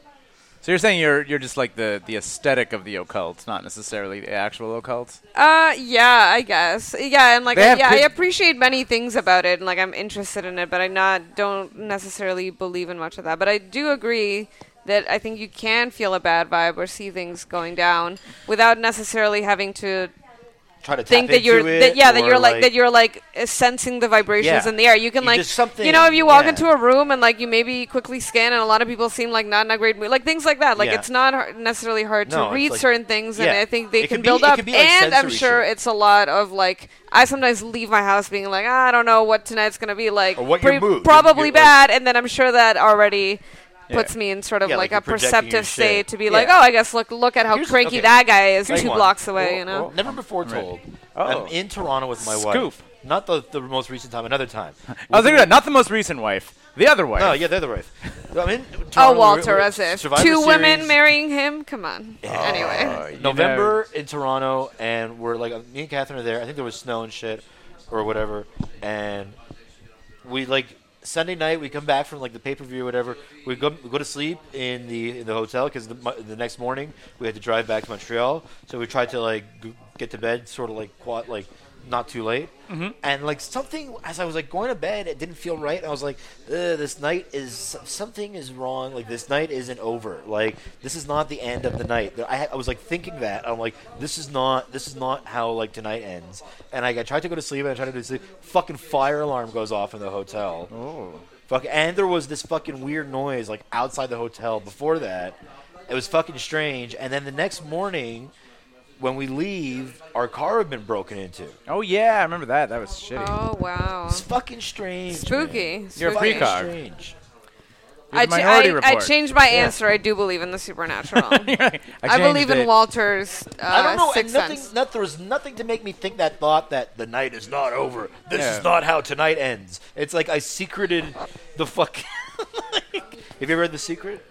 Speaker 5: So you're saying you're you're just like the the aesthetic of the occult, not necessarily the actual occult.
Speaker 6: Uh, yeah, I guess. Yeah, and like,
Speaker 5: They
Speaker 6: I,
Speaker 5: have
Speaker 6: yeah,
Speaker 5: pre-
Speaker 6: I appreciate many things about it, and like, I'm interested in it, but I not don't necessarily believe in much of that. But I do agree that I think you can feel a bad vibe or see things going down without necessarily having to
Speaker 4: try to
Speaker 6: think
Speaker 4: tap
Speaker 6: that you're
Speaker 4: into it,
Speaker 6: that, yeah that
Speaker 4: or,
Speaker 6: you're like, that you're like uh, sensing the vibrations
Speaker 4: Yeah.
Speaker 6: in the air you can
Speaker 4: You
Speaker 6: like
Speaker 4: just something-
Speaker 6: you know if you walk
Speaker 4: yeah.
Speaker 6: into a room and like you maybe quickly scan and a lot of people seem like not in a great mood like things like that like
Speaker 4: Yeah.
Speaker 6: it's not hard, necessarily hard
Speaker 4: No,
Speaker 6: to
Speaker 4: it's
Speaker 6: read
Speaker 4: like-
Speaker 6: certain things and
Speaker 4: yeah.
Speaker 6: i think they
Speaker 4: It
Speaker 6: can
Speaker 4: could be-
Speaker 6: build
Speaker 4: it
Speaker 6: up
Speaker 4: could be, like,
Speaker 6: and i'm
Speaker 4: sensory
Speaker 6: sure
Speaker 4: shit.
Speaker 6: it's a lot of like i sometimes leave my house being like "Ah, i don't know what tonight's gonna be like
Speaker 4: Or what your mood. You're-
Speaker 6: probably
Speaker 4: you're, like-
Speaker 6: bad and then i'm sure that already puts me in sort of
Speaker 4: Yeah, like
Speaker 6: like,
Speaker 4: you're
Speaker 6: a
Speaker 4: projecting your
Speaker 6: perceptive
Speaker 4: shit.
Speaker 6: state to be
Speaker 4: Yeah.
Speaker 6: like oh i guess look look at how
Speaker 4: Here's-
Speaker 6: cranky
Speaker 4: okay.
Speaker 6: that guy is
Speaker 4: Take
Speaker 6: two
Speaker 4: one.
Speaker 6: blocks away
Speaker 4: Oh,
Speaker 6: you know
Speaker 4: oh, never before told.
Speaker 5: Oh.
Speaker 4: I'm in Toronto with my
Speaker 5: Scoop.
Speaker 4: wife. Not the, the most recent time, another time.
Speaker 5: I was thinking about not the most recent wife, the other wife.
Speaker 4: No, yeah, they're the right. I'm in Toronto,
Speaker 6: Oh,
Speaker 4: we're-
Speaker 6: Walter,
Speaker 4: we're-
Speaker 6: as if
Speaker 4: Survivor
Speaker 6: two women
Speaker 4: Series, Oh,
Speaker 6: marrying him. Come on. anyway,
Speaker 5: You
Speaker 4: November in Toronto, and we're like, me and Catherine are there. I think there was snow and shit or whatever. And we like, Sunday night, we come back from like the pay per view or whatever. We go, we go to sleep in the in the hotel because the, mo- the next morning we had to drive back to Montreal. So we tried to like g- get to bed, sort of like quad, like not too late. And like something, as I was like going to bed, it didn't feel right. I was like, "Ugh, this night is something is wrong. Like this night isn't over. Like this is not the end of the night. I, had- I was like thinking that I'm like, this is not this is not how like tonight ends. And like, I tried to go to sleep and I tried to do sleep. Fucking fire alarm goes off in the hotel. Fuck, and there was this fucking weird noise like outside the hotel before that. It was fucking strange. And then the next morning, when we leave, our car had been broken into.
Speaker 5: Oh yeah, I remember that. That was shitty.
Speaker 6: Oh wow.
Speaker 4: It's fucking strange.
Speaker 6: Spooky.
Speaker 5: You're a
Speaker 6: spooky.
Speaker 5: freak out.
Speaker 4: Strange.
Speaker 6: I,
Speaker 5: You're the Minority
Speaker 6: I- I
Speaker 5: Report.
Speaker 6: changed my answer. I do believe in the supernatural.
Speaker 5: I,
Speaker 6: I believe
Speaker 5: changed
Speaker 6: in
Speaker 5: it.
Speaker 6: Walter's uh,
Speaker 4: I don't know, and
Speaker 6: sixth
Speaker 4: nothing.
Speaker 6: sense.
Speaker 4: Not, there was nothing to make me think that thought that the night is not over. This
Speaker 5: Yeah.
Speaker 4: is not how tonight ends. It's like I secreted the fuck. have you ever read The Secret?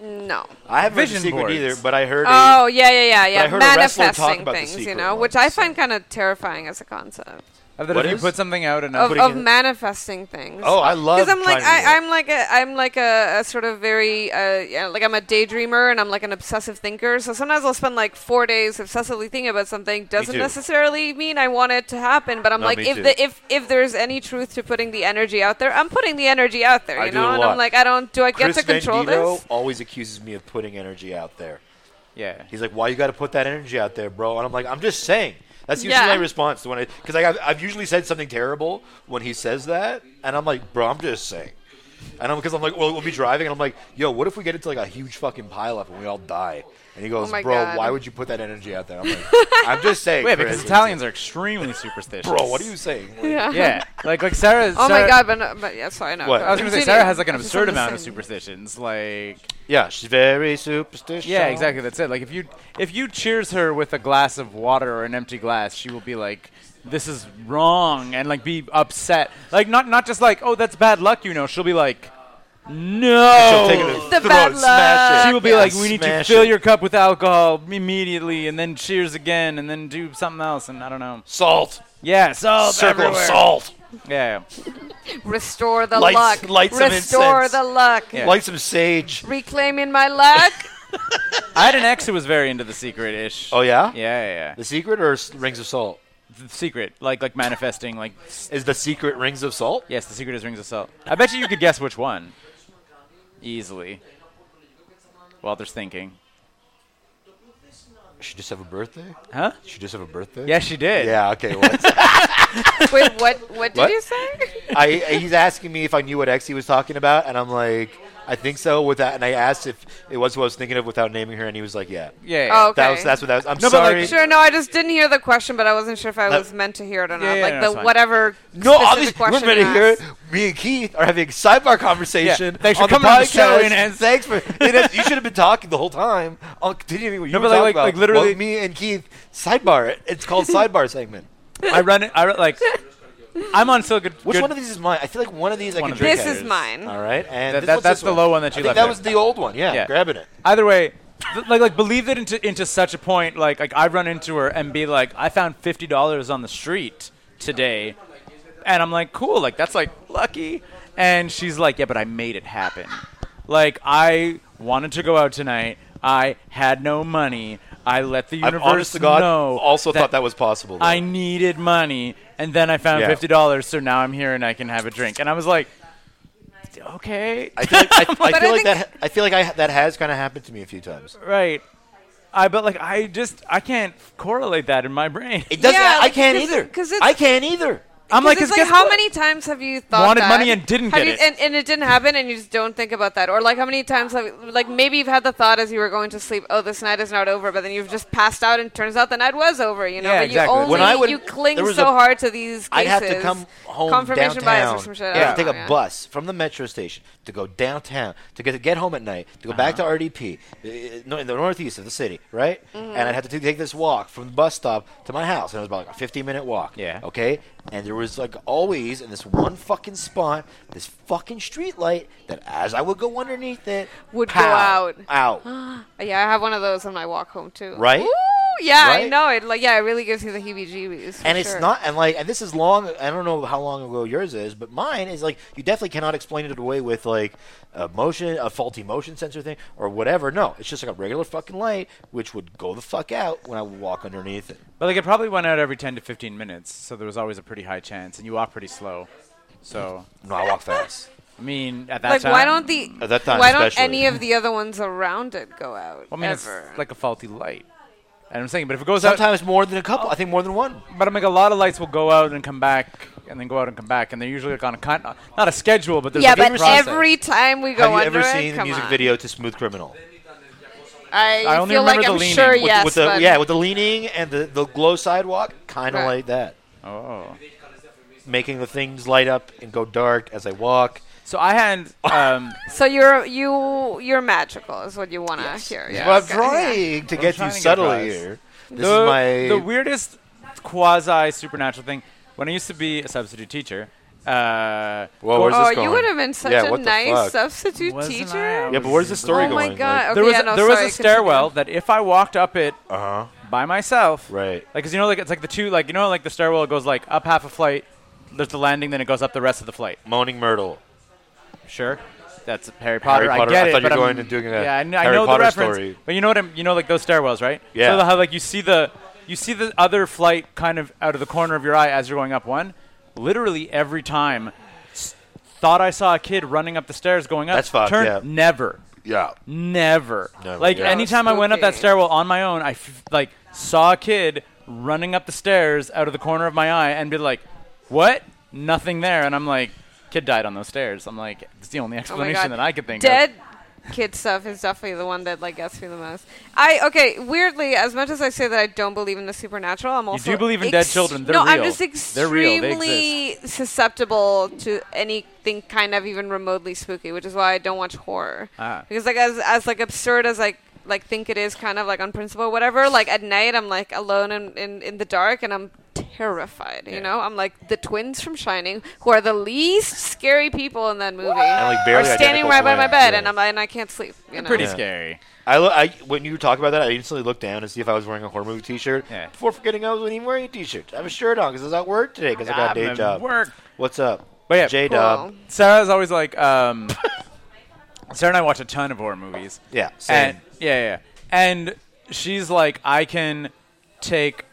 Speaker 6: No.
Speaker 4: I haven't read
Speaker 5: Vision
Speaker 4: The Secret
Speaker 5: boards.
Speaker 4: either, but I heard. a-
Speaker 6: Oh yeah, yeah, yeah, yeah.
Speaker 4: I heard a wrestler talk
Speaker 6: Manifesting
Speaker 4: about the
Speaker 6: things, you
Speaker 4: secret
Speaker 6: know,
Speaker 4: once,
Speaker 6: which I find kind of terrifying as a concept
Speaker 5: I thought
Speaker 4: What
Speaker 5: if you
Speaker 4: is?
Speaker 5: put something out and
Speaker 6: of,
Speaker 5: putting
Speaker 6: of
Speaker 5: it-
Speaker 6: manifesting things.
Speaker 4: Oh, I love.
Speaker 6: Because I'm like
Speaker 4: trying to do
Speaker 6: I,
Speaker 4: that.
Speaker 6: I'm like a I'm like a, a sort of very uh, yeah, like I'm a daydreamer and I'm like an obsessive thinker. So sometimes I'll spend like four days obsessively thinking about something. Doesn't
Speaker 4: too.
Speaker 6: necessarily mean I want it to happen, but I'm
Speaker 4: No,
Speaker 6: like
Speaker 4: me
Speaker 6: if
Speaker 4: too.
Speaker 6: the if if there's any truth to putting the energy out there, I'm putting the energy out there.
Speaker 4: I
Speaker 6: you
Speaker 4: do
Speaker 6: know,
Speaker 4: it a
Speaker 6: and
Speaker 4: lot.
Speaker 6: I'm like I don't do I get
Speaker 4: Chris
Speaker 6: to control
Speaker 4: Vendito
Speaker 6: this?
Speaker 4: always accuses me of putting energy out there.
Speaker 5: yeah.
Speaker 4: He's like, "Why you got to put that energy out there, bro?" And I'm like, "I'm just saying." That's usually
Speaker 6: Yeah.
Speaker 4: my response to when I, because I've, I've usually said something terrible when he says that, and I'm like, "Bro, I'm just saying." And I'm because I'm like, well, we'll be driving, and I'm like, "Yo, what if we get into like a huge fucking pileup and we all die?" And he goes,
Speaker 6: Oh my
Speaker 4: "Bro,
Speaker 6: God.
Speaker 4: why would you put that energy out there?" I'm like, "I'm just saying."
Speaker 5: Wait,
Speaker 4: Chris."
Speaker 5: because Italians are extremely superstitious.
Speaker 4: Bro, what are you saying? Like,
Speaker 6: Yeah.
Speaker 5: Yeah, like like Sarah.
Speaker 6: Oh
Speaker 5: Sarah-
Speaker 6: my god, but no, but yeah, sorry, no.
Speaker 4: What?
Speaker 5: I was gonna say
Speaker 6: Continue.
Speaker 5: Sarah has like an
Speaker 6: I just
Speaker 5: absurd
Speaker 6: wanted to
Speaker 5: amount of
Speaker 6: say-
Speaker 5: superstitions. Like
Speaker 4: yeah, she's very superstitious.
Speaker 5: yeah, exactly. That's it. Like if you if you cheers her with a glass of water or an empty glass, she will be like, "This is wrong," and like be upset. Like not not just like, "Oh, that's bad luck," you know. She'll be like, "No."
Speaker 4: She'll take it and
Speaker 6: Oh, The
Speaker 4: throw
Speaker 6: bad
Speaker 4: it, smash it.
Speaker 5: she will be
Speaker 6: Yeah,
Speaker 5: like, "We need to
Speaker 4: Uh, smash
Speaker 5: fill
Speaker 4: it.
Speaker 5: your cup with alcohol immediately, and then cheers again, and then do something else." And I don't know.
Speaker 4: salt,
Speaker 5: Yeah, salt
Speaker 4: circle of
Speaker 5: everywhere.
Speaker 4: salt.
Speaker 5: Yeah,
Speaker 6: Restore the
Speaker 4: Light-
Speaker 6: luck.
Speaker 4: light some
Speaker 6: Restore
Speaker 4: incense.
Speaker 6: the luck.
Speaker 5: Yeah.
Speaker 4: Light some sage.
Speaker 6: Reclaiming my luck.
Speaker 5: I had an ex who was very into the secret ish.
Speaker 4: Oh yeah,
Speaker 5: Yeah, yeah, yeah.
Speaker 4: The secret or s- rings of salt?
Speaker 5: The secret, like like manifesting, like s-
Speaker 4: Is the secret rings of salt?
Speaker 5: yes, the secret is rings of salt. I bet you you could guess which one easily. Walter's thinking,
Speaker 4: She just have a birthday?
Speaker 5: huh?
Speaker 4: She just have a birthday?
Speaker 5: Yeah, she did.
Speaker 4: Yeah. Okay. Well, it's-
Speaker 6: Wait, what? What did
Speaker 4: What?
Speaker 6: you say?
Speaker 4: I he's asking me if I knew what X he was talking about, and I'm like, I think so. With that, and I asked if it was what I was thinking of without naming her, and he was like, Yeah.
Speaker 5: yeah.
Speaker 6: Oh,
Speaker 4: That
Speaker 6: Okay.
Speaker 4: was that's what that was. I'm
Speaker 5: No, but, like,
Speaker 4: sorry.
Speaker 6: Sure, no, I just didn't hear the question, but I wasn't sure if I
Speaker 4: No.
Speaker 6: was meant to hear it or not.
Speaker 5: Yeah, yeah,
Speaker 6: like
Speaker 5: no,
Speaker 6: the
Speaker 5: it's fine.
Speaker 6: whatever.
Speaker 4: no,
Speaker 6: specific
Speaker 4: obviously, we're
Speaker 6: question
Speaker 4: ready
Speaker 6: you
Speaker 4: to hear it.
Speaker 6: asked.
Speaker 4: Me and Keith are having a sidebar conversation.
Speaker 5: Yeah, thanks for
Speaker 4: on the
Speaker 5: coming on the show,
Speaker 4: podcast.
Speaker 5: Inez.
Speaker 4: Thanks for Inez, you should have been talking the whole time. I'll continue what you
Speaker 5: No,
Speaker 4: were
Speaker 5: but, like-
Speaker 4: talking
Speaker 5: like-
Speaker 4: about.
Speaker 5: like, literally-
Speaker 4: Well, me and Keith sidebar it. It's called sidebar segment.
Speaker 5: I run it. I run, like. I'm on still good.
Speaker 4: Which
Speaker 5: good-
Speaker 4: one of these is mine? I feel like one of these I
Speaker 5: One
Speaker 4: can
Speaker 5: of
Speaker 4: drink
Speaker 6: This
Speaker 4: at.
Speaker 6: is mine.
Speaker 4: All right, and
Speaker 5: That-
Speaker 4: this-
Speaker 5: that-
Speaker 4: what's
Speaker 5: that's
Speaker 4: this
Speaker 5: the
Speaker 4: one?
Speaker 5: low one that you
Speaker 4: I think
Speaker 5: left
Speaker 4: that
Speaker 5: there.
Speaker 4: was the old one. Yeah,
Speaker 5: Yeah.
Speaker 4: grabbing it.
Speaker 5: Either way, th- like like believe it into into such a point. Like like I run into her and be like, I found fifty dollars on the street today, and I'm like, cool, like that's like lucky. And she's like, yeah, but I made it happen. Like I wanted to go out tonight. I had no money. I let the
Speaker 4: I'm
Speaker 5: universe
Speaker 4: honest to God.
Speaker 5: know.
Speaker 4: also thought that was possible. though.
Speaker 5: I needed money, and then I found
Speaker 4: Yeah.
Speaker 5: fifty dollars. So now I'm here and I can have a drink. And I was like, okay,
Speaker 4: I feel like, I, I
Speaker 6: But
Speaker 4: feel
Speaker 6: I
Speaker 4: like
Speaker 6: think-
Speaker 4: that. I feel like I, that has kind of happened to me a few times.
Speaker 5: Right. I but like I just I can't correlate that in my brain.
Speaker 4: It doesn't.
Speaker 6: Yeah,
Speaker 4: I can't
Speaker 6: 'cause-
Speaker 4: either.
Speaker 6: 'cause it's-
Speaker 4: I can't either.
Speaker 5: I'm like,
Speaker 6: it's
Speaker 5: 'cause
Speaker 6: like
Speaker 5: guess
Speaker 6: how
Speaker 5: what?
Speaker 6: many times have you thought
Speaker 5: Wanted
Speaker 6: that?
Speaker 5: money and didn't
Speaker 6: Have
Speaker 5: get
Speaker 6: you-
Speaker 5: it.
Speaker 6: and, and it didn't happen, and you just don't think about that, or like how many times have like maybe you've had the thought as you were going to sleep, oh, this night is not over, but then you've just passed out, and turns out the night was over, you know.
Speaker 5: Yeah,
Speaker 6: but
Speaker 5: exactly.
Speaker 6: you only
Speaker 4: When I would-
Speaker 6: you cling
Speaker 4: there was
Speaker 6: so
Speaker 4: a-
Speaker 6: hard to these cases.
Speaker 4: I'd have to come home
Speaker 6: confirmation
Speaker 4: downtown.
Speaker 6: bias or some shit. I
Speaker 4: I'd
Speaker 6: don't
Speaker 4: have to
Speaker 6: know,
Speaker 4: take a
Speaker 6: yeah.
Speaker 4: bus from the metro station to go downtown to get to get home at night to go back to RDP uh, no- in the northeast of the city, right?
Speaker 6: Mm-hmm.
Speaker 4: And I'd have to t- take this walk from the bus stop to my house, and it was about like a 15 minute walk.
Speaker 5: Yeah.
Speaker 4: Okay. And there was like always in this one fucking spot, this fucking street light that as I would go underneath it
Speaker 6: Would go
Speaker 4: pow,
Speaker 6: out.
Speaker 4: out,
Speaker 6: Uh, Yeah, I have one of those on my walk home too.
Speaker 4: right?
Speaker 6: yeah, I
Speaker 4: Right?
Speaker 6: know it. Like, yeah, it really gives you the heebie-jeebies. for
Speaker 4: and it's
Speaker 6: sure.
Speaker 4: not and like and this is long i don't know how long ago yours is but mine is like you definitely cannot explain it away with like a motion a faulty motion sensor thing or whatever no it's just like a regular fucking light which would go the fuck out when i would walk underneath it
Speaker 5: But like it probably went out every 10 to 15 minutes, so there was always a pretty high chance, and you walk pretty slow. So,
Speaker 4: no i walk fast
Speaker 5: I mean, at that
Speaker 6: Like,
Speaker 5: time.
Speaker 6: why don't the
Speaker 4: At that time
Speaker 6: why don't
Speaker 4: especially.
Speaker 6: any of the other ones around it go out
Speaker 5: I mean, it's
Speaker 6: ever?
Speaker 5: like a faulty light. And I'm saying, but if it goes out,
Speaker 4: sometimes more than a couple i think more than one
Speaker 5: but I'm like a lot of lights will go out and come back, and then go out and come back, and they're usually like on a con- not a schedule, but there's
Speaker 6: yeah,
Speaker 5: like a
Speaker 6: but
Speaker 5: process.
Speaker 6: every time we go
Speaker 4: have you
Speaker 6: under
Speaker 4: ever
Speaker 6: it,
Speaker 4: seen the
Speaker 6: come
Speaker 4: music
Speaker 6: on.
Speaker 4: video to smooth criminal
Speaker 6: I,
Speaker 5: I only
Speaker 6: feel like
Speaker 5: remember the
Speaker 6: I'm
Speaker 5: leaning.
Speaker 6: sure
Speaker 5: With- with
Speaker 6: yes,
Speaker 4: with the
Speaker 6: but
Speaker 4: yeah with the leaning and the, the glow sidewalk kind of
Speaker 6: Right.
Speaker 4: like that
Speaker 5: Oh,
Speaker 4: making the things light up and go dark as i walk
Speaker 5: so I had um,
Speaker 6: so you're you you're magical is what you want to hear. Yeah.
Speaker 4: Well, I'm
Speaker 6: okay.
Speaker 4: trying to get
Speaker 5: trying
Speaker 4: you
Speaker 5: to get
Speaker 4: subtly
Speaker 5: us.
Speaker 4: here. This
Speaker 5: the,
Speaker 4: is my
Speaker 5: the weirdest quasi supernatural thing. When I used to be a substitute teacher, uh,
Speaker 4: Whoa,
Speaker 5: go-
Speaker 4: where's
Speaker 6: Oh,
Speaker 4: this
Speaker 6: you
Speaker 4: going?
Speaker 6: would have been such
Speaker 4: Yeah,
Speaker 6: a
Speaker 4: what the
Speaker 6: nice
Speaker 4: fuck?
Speaker 6: substitute
Speaker 5: Wasn't I?
Speaker 6: teacher.
Speaker 4: yeah, but where's the story
Speaker 6: oh
Speaker 4: going?
Speaker 6: my god! okay,
Speaker 5: there was
Speaker 6: yeah,
Speaker 5: a,
Speaker 6: no,
Speaker 5: there was
Speaker 6: sorry,
Speaker 5: a stairwell that if I walked up it
Speaker 4: uh huh.
Speaker 5: by myself,
Speaker 4: Right.
Speaker 5: Like, cause you know, like it's like the two, like you know, like the stairwell goes like up half a flight. There's the landing, then it goes up the rest of the flight.
Speaker 4: Moaning Myrtle.
Speaker 5: Sure, that's Harry Potter.
Speaker 4: Potter,
Speaker 5: I get
Speaker 4: I
Speaker 5: it.
Speaker 4: thought you
Speaker 5: but
Speaker 4: were
Speaker 5: I'm-
Speaker 4: going and doing a
Speaker 5: yeah, I kn- I know,
Speaker 4: Harry Potter
Speaker 5: the reference,
Speaker 4: story.
Speaker 5: but you know what I'm, you know, like those stairwells, right?
Speaker 4: Yeah.
Speaker 5: So how like you see the, you see the other flight kind of out of the corner of your eye as you're going up one. Literally every time, s- thought I saw a kid running up the stairs going up.
Speaker 4: That's fucked,
Speaker 5: Turn
Speaker 4: yeah.
Speaker 5: never.
Speaker 4: Yeah.
Speaker 5: Never.
Speaker 4: Never,
Speaker 5: Like
Speaker 4: yeah.
Speaker 5: anytime I went up that
Speaker 6: Spooky.
Speaker 5: stairwell on my own, I f- like saw a kid running up the stairs out of the corner of my eye and be like, "What? Nothing there." And I'm like, "Kid died on those stairs." I'm like, "It's the
Speaker 6: Oh
Speaker 5: only
Speaker 6: my
Speaker 5: explanation
Speaker 6: God.
Speaker 5: that I could think
Speaker 6: Dead
Speaker 5: of."
Speaker 6: kid stuff is definitely the one that like gets me the most. I okay, weirdly, as much as I say that I don't believe in the supernatural, I'm also
Speaker 5: do believe in dead children. They're
Speaker 6: no, I'm
Speaker 5: real.
Speaker 6: just
Speaker 5: They're real. They
Speaker 6: extremely susceptible to anything kind of even remotely spooky, which is why I don't watch horror.
Speaker 5: Ah.
Speaker 6: Because like as as like absurd as like like think it is kind of like on principle whatever like at night i'm like alone in, in, in the dark and i'm terrified you know i'm like the twins from shining who are the least scary people in that movie
Speaker 4: And, like, barely
Speaker 6: are standing
Speaker 4: identical
Speaker 6: right by my
Speaker 4: twins,
Speaker 6: bed
Speaker 4: yeah.
Speaker 6: and I'm and I can't sleep. You know?
Speaker 5: Pretty
Speaker 4: Yeah.
Speaker 5: scary.
Speaker 4: I, lo- I when you talk about that, I instantly looked down to see if I was wearing a horror movie T-shirt.
Speaker 5: Yeah.
Speaker 4: Before forgetting I was even wearing a T-shirt. I have a shirt on because I was at work today because I got a day
Speaker 5: I'm at
Speaker 4: job.
Speaker 5: work.
Speaker 4: What's up?
Speaker 5: But yeah,
Speaker 4: J
Speaker 6: Cool.
Speaker 4: Dub.
Speaker 5: Sarah's always like, um, Sarah and I watch a ton of horror movies.
Speaker 4: Yeah, same.
Speaker 5: And, yeah, yeah. And she's like, I can take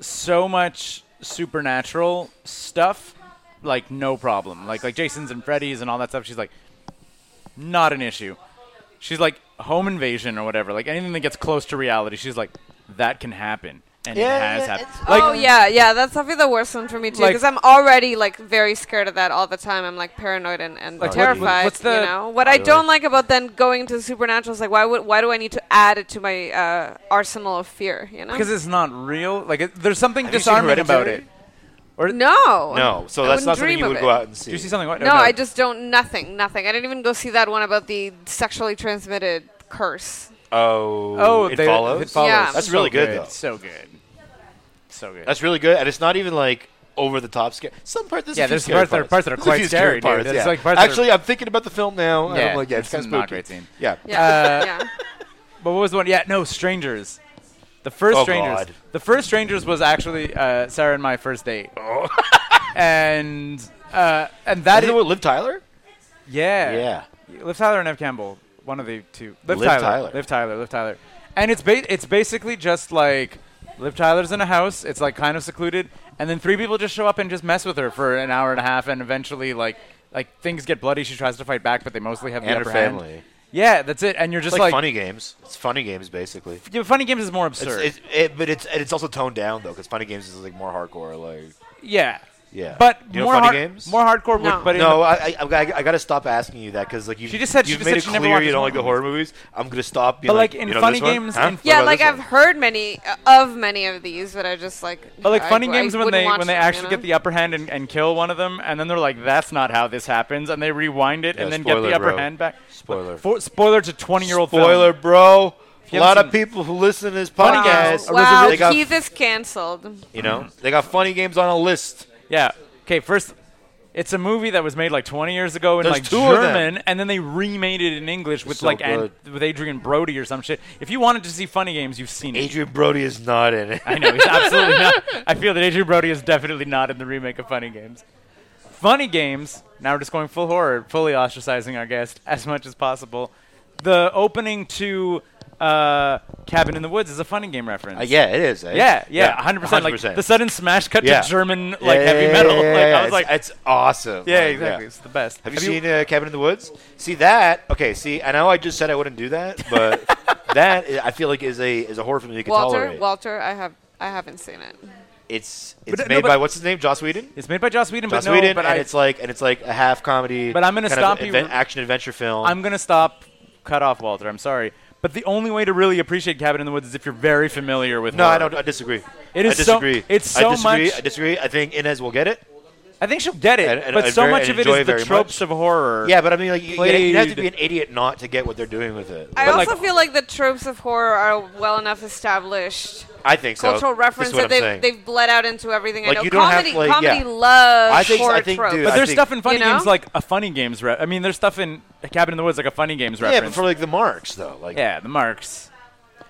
Speaker 5: so much supernatural stuff, like no problem. Like like Jason's and Freddy's and all that stuff. She's like, not an issue. She's like home invasion or whatever. Like anything that gets close to reality, she's like, that can happen, and
Speaker 4: Yeah,
Speaker 5: it has
Speaker 4: yeah,
Speaker 5: happened. Like,
Speaker 6: oh yeah, yeah. That's probably the worst one for me too,
Speaker 5: Like-
Speaker 6: because I'm already like very scared of that all the time. I'm like paranoid and, and
Speaker 5: Like, what-
Speaker 6: terrified.
Speaker 5: what's the-
Speaker 6: you know what I don't like about then going to the supernatural is like why would why do I need to add it to my uh, arsenal of fear? You know?
Speaker 5: because it's not real. Like it, there's something
Speaker 4: you seen
Speaker 5: disarming about
Speaker 4: Hereditary?
Speaker 5: it.
Speaker 6: no,
Speaker 4: No, so
Speaker 6: I
Speaker 4: that's
Speaker 6: wouldn't
Speaker 4: not something
Speaker 6: dream
Speaker 4: you
Speaker 6: of
Speaker 4: would
Speaker 6: it.
Speaker 4: go out and see.
Speaker 5: Do you see something? What?
Speaker 6: no, I just don't. Nothing, nothing. I didn't even go see that one about the sexually transmitted curse.
Speaker 4: Oh,
Speaker 5: Oh,
Speaker 4: it
Speaker 5: they-
Speaker 4: follows.
Speaker 5: It follows.
Speaker 6: Yeah.
Speaker 4: That's really
Speaker 5: so
Speaker 4: good, though.
Speaker 5: So good. So good.
Speaker 4: That's really good, and it's not even like over the top scary. Some part, there's a
Speaker 5: Yeah,
Speaker 4: few
Speaker 5: there's
Speaker 4: scary
Speaker 5: parts that are- parts that are
Speaker 4: There's a
Speaker 5: quite
Speaker 4: few
Speaker 5: scary, dude.
Speaker 4: parts,
Speaker 5: There's,
Speaker 4: yeah.
Speaker 5: like, parts that are-
Speaker 4: Actually, I'm thinking about the film now. and
Speaker 5: Yeah,
Speaker 4: I'm like, yeah, it's
Speaker 5: this
Speaker 4: kind
Speaker 5: is
Speaker 4: of
Speaker 5: not a great scene.
Speaker 4: Yeah,
Speaker 5: Uh,
Speaker 6: Yeah, yeah.
Speaker 5: but what was the one? Yeah, no, Strangers. The first
Speaker 4: Oh,
Speaker 5: Strangers.
Speaker 4: God.
Speaker 5: The first Strangers was actually uh, Sarah and my first date. and uh, and that
Speaker 4: Oh. Isn't it
Speaker 5: is-
Speaker 4: with Liv Tyler?
Speaker 5: yeah
Speaker 4: Yeah.
Speaker 5: Liv Tyler and Ev Campbell, one of the two. Liv,
Speaker 4: Liv
Speaker 5: Tyler,
Speaker 4: Tyler.
Speaker 5: Liv Tyler. Liv Tyler. And it's ba- it's basically just like Liv Tyler's in a house. It's like kind of secluded, and then three people just show up and just mess with her for an hour and a half, and eventually like like things get bloody. She tries to fight back, but they mostly have the
Speaker 4: And her
Speaker 5: upper hand.
Speaker 4: family.
Speaker 5: Yeah, that's it. And you're
Speaker 4: It's
Speaker 5: just
Speaker 4: like,
Speaker 5: like,
Speaker 4: funny games. It's funny games, basically.
Speaker 5: Yeah, funny games is more
Speaker 4: It's,
Speaker 5: absurd.
Speaker 4: it's, it, but it's it's also toned down though, because funny games is like more hardcore. Like,
Speaker 5: yeah.
Speaker 4: yeah.
Speaker 5: But
Speaker 4: Do you know
Speaker 5: more
Speaker 4: funny
Speaker 5: hard-
Speaker 4: games?
Speaker 5: more hardcore.
Speaker 6: No.
Speaker 5: Would, but in
Speaker 4: No,
Speaker 5: the-
Speaker 4: I I, I, I got to stop asking you that because like you.
Speaker 5: She just said- she
Speaker 4: you've
Speaker 5: just
Speaker 4: made it
Speaker 5: said she never
Speaker 4: clear you
Speaker 5: watches
Speaker 4: don't like the
Speaker 5: horror
Speaker 4: horror movies. I'm gonna stop. Being
Speaker 5: But,
Speaker 4: like,
Speaker 5: like, in
Speaker 4: you know
Speaker 5: funny
Speaker 4: this one?
Speaker 5: games-
Speaker 4: Huh?
Speaker 5: in-
Speaker 4: What
Speaker 6: Yeah,
Speaker 4: about
Speaker 6: like
Speaker 4: this
Speaker 6: I've
Speaker 4: one?
Speaker 6: heard many uh, of many of these, but I just like.
Speaker 5: But Oh, like
Speaker 6: I-
Speaker 5: funny
Speaker 6: I
Speaker 5: games when
Speaker 6: wouldn't
Speaker 5: they
Speaker 6: watch
Speaker 5: when they
Speaker 6: them, you
Speaker 5: actually
Speaker 6: know?
Speaker 5: get the upper hand and, and kill one of them, and then they're like, "That's not how this happens," and they rewind it
Speaker 4: Yeah,
Speaker 5: and then get
Speaker 4: spoiler,
Speaker 5: the upper
Speaker 4: bro.
Speaker 5: hand back.
Speaker 4: Spoiler.
Speaker 5: For, spoiler to twenty-year-old.
Speaker 4: Spoiler, bro. A
Speaker 5: you haven't
Speaker 4: lot of
Speaker 5: seen-
Speaker 4: people who listen to this
Speaker 5: Funny
Speaker 6: Wow,
Speaker 5: games.
Speaker 4: podcast,
Speaker 6: wow,
Speaker 4: "Oh, they got,
Speaker 6: Keith is canceled.
Speaker 4: you know, they got funny games on a list.
Speaker 5: Yeah. Okay. First, It's a movie that was made like 20 years ago in
Speaker 4: There's
Speaker 5: like
Speaker 4: two of them.
Speaker 5: German, and then they remade it in English with
Speaker 4: so
Speaker 5: like Ad-
Speaker 4: good.
Speaker 5: with Adrian Brody or some shit. If you wanted to see Funny Games, you've seen it.
Speaker 4: Adrian Brody is not in it.
Speaker 5: I know he's absolutely not. I feel that Adrian Brody is definitely not in the remake of Funny Games. Funny Games. Now we're just going full horror, fully ostracizing our guest as much as possible. The opening to uh, Cabin in the Woods is a Funny Game reference.
Speaker 4: Uh, yeah, it is. eh?
Speaker 5: Yeah, yeah, hundred percent. Like the sudden smash cut
Speaker 4: Yeah.
Speaker 5: to German like
Speaker 4: Yeah, yeah,
Speaker 5: heavy
Speaker 4: yeah,
Speaker 5: metal.
Speaker 4: yeah, yeah, yeah,
Speaker 5: like I was
Speaker 4: it's-
Speaker 5: like,
Speaker 4: it's awesome.
Speaker 5: yeah,
Speaker 4: Like,
Speaker 5: exactly. It's the best.
Speaker 4: Have you seen uh, Cabin in the Woods? See that? Okay. See, I know I just said I wouldn't do that, but that I I feel like is a is a horror film you can
Speaker 6: Walter,
Speaker 4: tolerate.
Speaker 6: Walter, I have I haven't seen it.
Speaker 4: it's it's
Speaker 5: But, uh,
Speaker 4: made
Speaker 5: no, but-
Speaker 4: by what's his name? Joss Whedon.
Speaker 5: It's made by Joss Whedon,
Speaker 4: Joss
Speaker 5: but no,
Speaker 4: Whedon,
Speaker 5: but
Speaker 4: and
Speaker 5: I,
Speaker 4: it's like and it's like a half comedy.
Speaker 5: But I'm gonna
Speaker 4: kind of
Speaker 5: stop you-
Speaker 4: advent- Action adventure film.
Speaker 5: I'm gonna stop, cut off Walter. I'm sorry, but the only way to really appreciate Cabin in the Woods is if you're very familiar with.
Speaker 4: no,
Speaker 5: horror.
Speaker 4: I don't. I disagree.
Speaker 5: It is
Speaker 4: I
Speaker 5: so-
Speaker 4: disagree.
Speaker 5: it's
Speaker 4: I
Speaker 5: so
Speaker 4: disagree,
Speaker 5: much-
Speaker 4: I disagree. I think Inez will get it.
Speaker 5: I think she'll get it,
Speaker 4: And- and
Speaker 5: but
Speaker 4: I
Speaker 5: so
Speaker 4: very-
Speaker 5: much
Speaker 4: and
Speaker 5: of it
Speaker 4: enjoy
Speaker 5: is the
Speaker 4: very
Speaker 5: tropes
Speaker 4: much.
Speaker 5: of horror.
Speaker 4: Yeah, but I mean, like, you, you have to
Speaker 5: Played.
Speaker 4: be an idiot not to get what they're doing with it.
Speaker 6: I
Speaker 4: Like,
Speaker 5: like-
Speaker 6: also feel like the tropes of horror are well enough established.
Speaker 4: I think so.
Speaker 6: Cultural
Speaker 4: This is
Speaker 6: reference
Speaker 4: what
Speaker 6: that
Speaker 4: I'm
Speaker 6: they've,
Speaker 4: saying.
Speaker 6: they've bled out into everything.
Speaker 4: Like,
Speaker 6: I know
Speaker 4: you don't have
Speaker 6: comedy,
Speaker 4: to, like,
Speaker 6: comedy
Speaker 4: yeah.
Speaker 6: loves
Speaker 4: I think- I
Speaker 6: horror
Speaker 4: think,
Speaker 6: tropes.
Speaker 4: dude,
Speaker 5: but
Speaker 4: I
Speaker 5: there's
Speaker 4: think-
Speaker 5: stuff in funny
Speaker 6: You know?
Speaker 5: games like a funny games. Re- I mean, there's stuff in Cabin in the Woods like a funny games
Speaker 4: Yeah, but
Speaker 5: reference.
Speaker 4: for like the marks though, like
Speaker 5: yeah, the marks.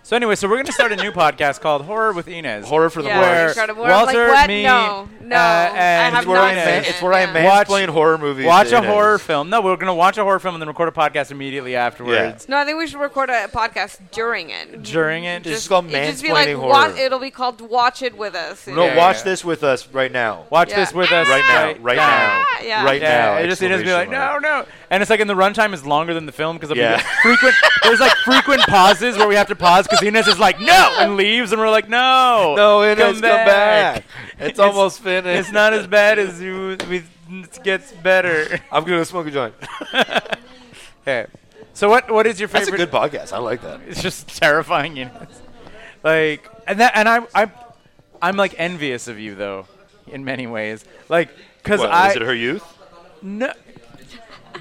Speaker 5: So anyway, so we're gonna start a new podcast called Horror with Inez.
Speaker 4: horror for the
Speaker 6: Yeah,
Speaker 5: where
Speaker 4: marks.
Speaker 6: Incredible World. I'm like,
Speaker 5: Walter,
Speaker 6: what?
Speaker 5: me,
Speaker 6: No, no,
Speaker 5: uh,
Speaker 6: I
Speaker 5: and
Speaker 6: have
Speaker 4: It's where I
Speaker 6: not
Speaker 5: Inez.
Speaker 6: seen
Speaker 4: man,
Speaker 6: it.
Speaker 4: it's where I
Speaker 6: yeah.
Speaker 5: Watch-
Speaker 4: mansplain horror movies.
Speaker 5: Watch
Speaker 4: to
Speaker 5: a
Speaker 4: Inez.
Speaker 5: horror film. No, we're gonna watch a horror film and then record a podcast immediately afterwards.
Speaker 6: No, I think we should record a podcast during it.
Speaker 5: During it,
Speaker 4: It's just called
Speaker 6: It'd just be
Speaker 4: mansplaining
Speaker 6: like,
Speaker 4: horror.
Speaker 6: wa- it'll be called "Watch It with Us." you
Speaker 4: no,
Speaker 6: know?
Speaker 4: watch
Speaker 5: yeah.
Speaker 4: this with us right now.
Speaker 5: watch
Speaker 6: Yeah.
Speaker 5: this with us
Speaker 4: Right now, right now,
Speaker 6: Yeah.
Speaker 4: right
Speaker 5: Yeah,
Speaker 4: now.
Speaker 5: it just it just be like
Speaker 4: exclamation
Speaker 5: no,
Speaker 4: mark.
Speaker 5: no, and it's like, and the runtime is longer than the film because
Speaker 4: Yeah.
Speaker 5: frequent. There's like frequent pauses where we have to pause because Inez is like no and leaves, and we're like no,
Speaker 4: No, Inez, come back. It's almost finished.
Speaker 5: It's not as bad as you. We, it gets better.
Speaker 4: I'm gonna smoke a joint.
Speaker 5: Okay. So what what is your favorite?
Speaker 4: That's a good podcast. I like that.
Speaker 5: it's just terrifying you know? like and that and I I I'm like envious of you though in many ways like because
Speaker 4: What,
Speaker 5: I
Speaker 4: is it her youth?
Speaker 5: no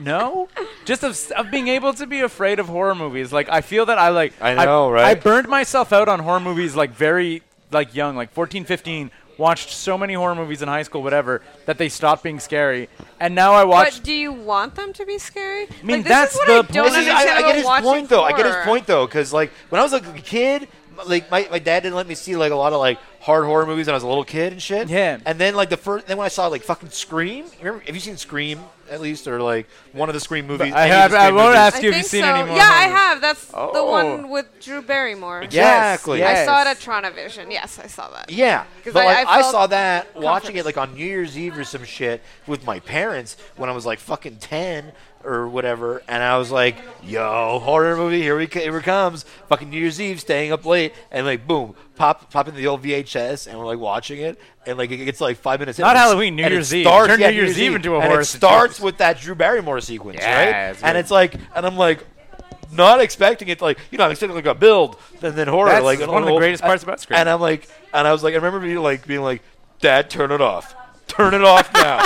Speaker 5: no just of, s- of being able to be afraid of horror movies like I feel that I like
Speaker 4: I know, right?
Speaker 5: I burned myself out on horror movies like very like young like 14 15 watched so many horror movies in high school whatever that they stopped being scary and now I watch
Speaker 6: But do you want them to be scary? I
Speaker 5: mean,
Speaker 6: like, this
Speaker 5: that's
Speaker 6: is what
Speaker 5: the
Speaker 6: I
Speaker 5: point.
Speaker 6: don't
Speaker 5: This
Speaker 4: This is-
Speaker 5: I
Speaker 4: I,
Speaker 6: understand
Speaker 4: I
Speaker 6: about
Speaker 4: get his
Speaker 6: watching
Speaker 4: point though. I get his
Speaker 6: horror.
Speaker 4: point though, because like when I was like, a kid, m- like my, my dad didn't let me see like a lot of like hard horror movies when I was a little kid and shit.
Speaker 5: Yeah.
Speaker 4: And then like the first, then when I saw like fucking Scream, remember, have you seen Scream at least or like one of the Scream movies?
Speaker 5: I
Speaker 4: any of the
Speaker 5: have- I
Speaker 4: Scream
Speaker 5: won't
Speaker 4: movies?
Speaker 5: ask-
Speaker 6: I
Speaker 5: you if
Speaker 6: think
Speaker 5: you've seen
Speaker 6: so.
Speaker 5: any more
Speaker 6: Yeah, I
Speaker 5: movies.
Speaker 6: have. That's the
Speaker 5: Oh.
Speaker 6: one with Drew Barrymore.
Speaker 4: Exactly.
Speaker 5: Yes,
Speaker 6: I saw it
Speaker 5: yes.
Speaker 6: at Tronavision. Yes, I saw that.
Speaker 4: Yeah,
Speaker 6: 'Cause
Speaker 4: but like,
Speaker 6: I-
Speaker 4: I,
Speaker 6: I felt
Speaker 4: saw that watching
Speaker 6: comfort.
Speaker 4: it like on New Year's Eve or some shit with my parents when I was like fucking ten or whatever, and I was like, "Yo, horror movie, here we co- here it comes!" Fucking New Year's Eve, staying up late, and like boom, pop pop into the old VHS, and we're like watching it, and like it gets like five minutes. in,
Speaker 5: Not
Speaker 4: and it's-
Speaker 5: Halloween, New
Speaker 4: and it
Speaker 5: Year's Eve.
Speaker 4: starts-
Speaker 5: Turn
Speaker 4: yeah,
Speaker 5: New Year's Eve into a
Speaker 4: and
Speaker 5: horror
Speaker 4: It starts
Speaker 5: situation.
Speaker 4: with that Drew Barrymore sequence,
Speaker 5: Yeah,
Speaker 4: right?
Speaker 5: it's
Speaker 4: and
Speaker 5: good.
Speaker 4: it's like, and I'm like. Not expecting it, like you know, I'm expecting like a build, and then horror.
Speaker 5: That's
Speaker 4: like
Speaker 5: one of the greatest parts about Scream.
Speaker 4: And I'm like, and I was like, I remember being like, being like, Dad, turn it off, turn it off now,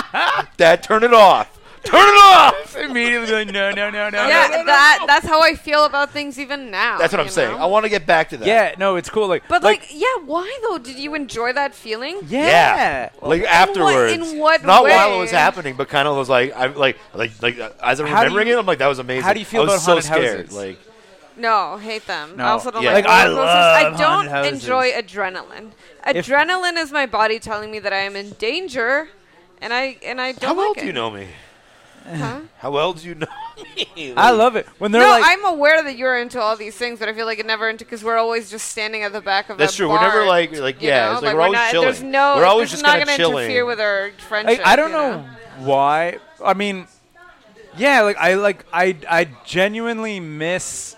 Speaker 4: Dad, turn it off, turn it off.
Speaker 5: immediately going no no no no
Speaker 6: Yeah, that that's how I feel about things even now.
Speaker 4: That's what I'm
Speaker 6: you
Speaker 4: saying.
Speaker 6: know?
Speaker 4: I want to get back to that.
Speaker 5: yeah no it's cool like
Speaker 6: but like, yeah, why though? Did you enjoy that feeling?
Speaker 4: Yeah. Like afterwards.
Speaker 6: in what
Speaker 4: Not while it was
Speaker 6: way?
Speaker 4: happening, but kind of was like, I like, like, like uh, as I'm
Speaker 5: How do
Speaker 4: remembering
Speaker 5: you-
Speaker 4: it, I'm like, that was amazing.
Speaker 5: how do you feel
Speaker 4: I was
Speaker 5: about
Speaker 4: so
Speaker 5: haunted
Speaker 4: scared.
Speaker 5: houses?
Speaker 4: Like,
Speaker 6: No, hate them.
Speaker 5: No.
Speaker 6: I also don't
Speaker 4: Yeah.
Speaker 6: like.
Speaker 4: Like, I
Speaker 6: roller coasters.
Speaker 5: love
Speaker 6: I don't
Speaker 5: haunted houses.
Speaker 6: enjoy adrenaline. Adrenaline is my body telling me that I am in danger, and I and I
Speaker 4: how
Speaker 6: don't
Speaker 4: well
Speaker 6: like
Speaker 4: do you
Speaker 6: it.
Speaker 4: know me?
Speaker 5: Uh-huh.
Speaker 4: How well do you know me?
Speaker 5: I love it when they're
Speaker 6: no,
Speaker 5: like
Speaker 6: I'm aware that you're into all these things, but I feel like it never into because we're always just standing at the back of.
Speaker 4: That's
Speaker 6: a
Speaker 4: true.
Speaker 6: Bar,
Speaker 4: We're never like, like,
Speaker 6: you
Speaker 4: yeah,
Speaker 6: know?
Speaker 4: it's like, we're always
Speaker 6: not,
Speaker 4: chilling.
Speaker 6: There's no.
Speaker 4: we're always
Speaker 6: this is
Speaker 4: just
Speaker 6: not
Speaker 4: kind of
Speaker 6: gonna
Speaker 4: chilling.
Speaker 6: interfere with our friendship.
Speaker 5: I, I don't
Speaker 6: you
Speaker 5: know, why. I mean, yeah, like I like I I genuinely miss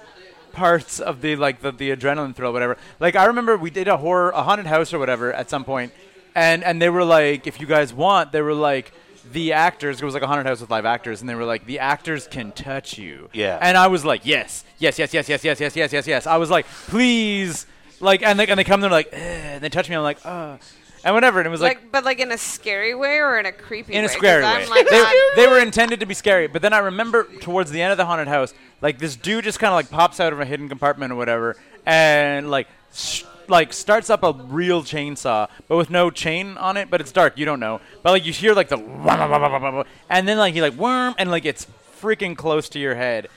Speaker 5: parts of the like the, the adrenaline thrill, whatever. Like I remember we did a horror, a haunted house or whatever at some point, and and they were like, if you guys want, they were like. The actors, it was like a haunted house with live actors, and they were like, the actors can touch you.
Speaker 4: Yeah.
Speaker 5: And I was like, yes, yes, yes, yes, yes, yes, yes, yes, yes, yes. I was like, please, like, and they and they come, they're like, "Ugh," and they touch me, I'm like, uh, and whatever. And it was like,
Speaker 6: Like, but like in a scary way or in a creepy
Speaker 5: in
Speaker 6: way?
Speaker 5: a scary
Speaker 6: 'Cause
Speaker 5: way.
Speaker 6: I'm like,
Speaker 5: they,
Speaker 6: I'm-
Speaker 5: they were intended to be scary, but then I remember towards the end of the haunted house, like this dude just kind of like pops out of a hidden compartment or whatever, and like sh- like starts up a real chainsaw, but with no chain on it. But it's dark. You don't know. But like you hear like the and then like he like worm and like it's freaking close to your head.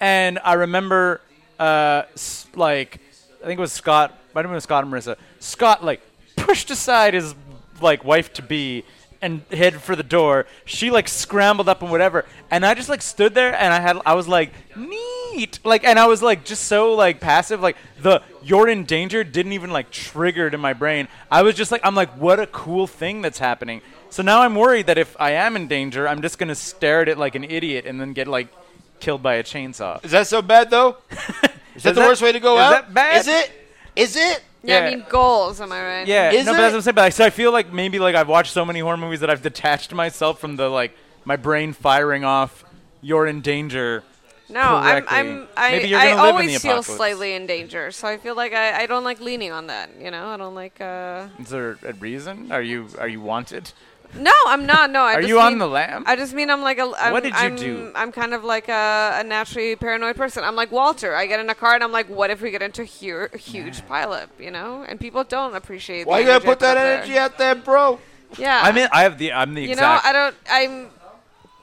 Speaker 5: And I remember uh s- like I think it was Scott. Might have been Scott and Marissa. Scott like pushed aside his like wife to be and head for the door. She like scrambled up and whatever, and I just like stood there and I had I was like neat, like and I was like just so like passive, like the you're in danger didn't even like trigger to my brain. I was just like I'm like what a cool thing that's happening. So now I'm worried that if I am in danger, I'm just gonna stare at it like an idiot and then get like killed by a chainsaw.
Speaker 4: Is that so bad though? Is that the
Speaker 5: that-
Speaker 4: worst way to go
Speaker 5: is
Speaker 4: out?
Speaker 5: that bad?
Speaker 4: Is it? Is it?
Speaker 6: Yeah,
Speaker 5: Yeah.
Speaker 6: I mean goals. Am I right?
Speaker 5: Yeah,
Speaker 4: Is
Speaker 5: no, but that's
Speaker 4: it?
Speaker 5: what I'm saying. But like, so I feel like maybe like I've watched so many horror movies that I've detached myself from the like my brain firing off. You're in danger.
Speaker 6: No, I'm.
Speaker 5: correctly.
Speaker 6: I'm. I,
Speaker 5: Maybe you're
Speaker 6: I
Speaker 5: gonna live in
Speaker 6: always
Speaker 5: the
Speaker 6: feel
Speaker 5: apocalypse.
Speaker 6: slightly in danger, so I feel like I, I don't like leaning on that. You know, I don't like. Uh,
Speaker 5: Is there a reason? Are you are you wanted?
Speaker 6: no, I'm not. No, I
Speaker 5: Are
Speaker 6: just
Speaker 5: you on
Speaker 6: mean-
Speaker 5: the lam?
Speaker 6: I just mean I'm like a. I'm,
Speaker 5: did you
Speaker 6: I'm,
Speaker 5: do?
Speaker 6: I'm kind of like a, a naturally paranoid person. I'm like Walter. I get in a car and I'm like, what if we get into a hu- huge pileup? You know, and people don't appreciate.
Speaker 4: Why
Speaker 6: the
Speaker 4: you gotta put that
Speaker 6: out there.
Speaker 4: energy out there, bro?
Speaker 6: Yeah,
Speaker 5: I mean, I have the I'm the
Speaker 6: you know,
Speaker 5: exact.
Speaker 6: I don't. I'm.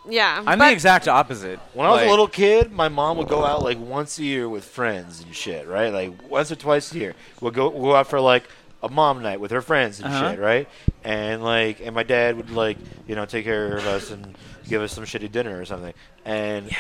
Speaker 6: Yeah,
Speaker 5: I'm the
Speaker 6: but-
Speaker 5: exact opposite.
Speaker 4: When I was
Speaker 5: Like,
Speaker 4: a little kid, my mom would go out like once a year with friends and shit, right? Like once or twice a year. We'll go we'll go out for like a mom night with her friends and
Speaker 5: Uh-huh.
Speaker 4: shit, right? And like and my dad would like, you know, take care of us and give us some shitty dinner or something. And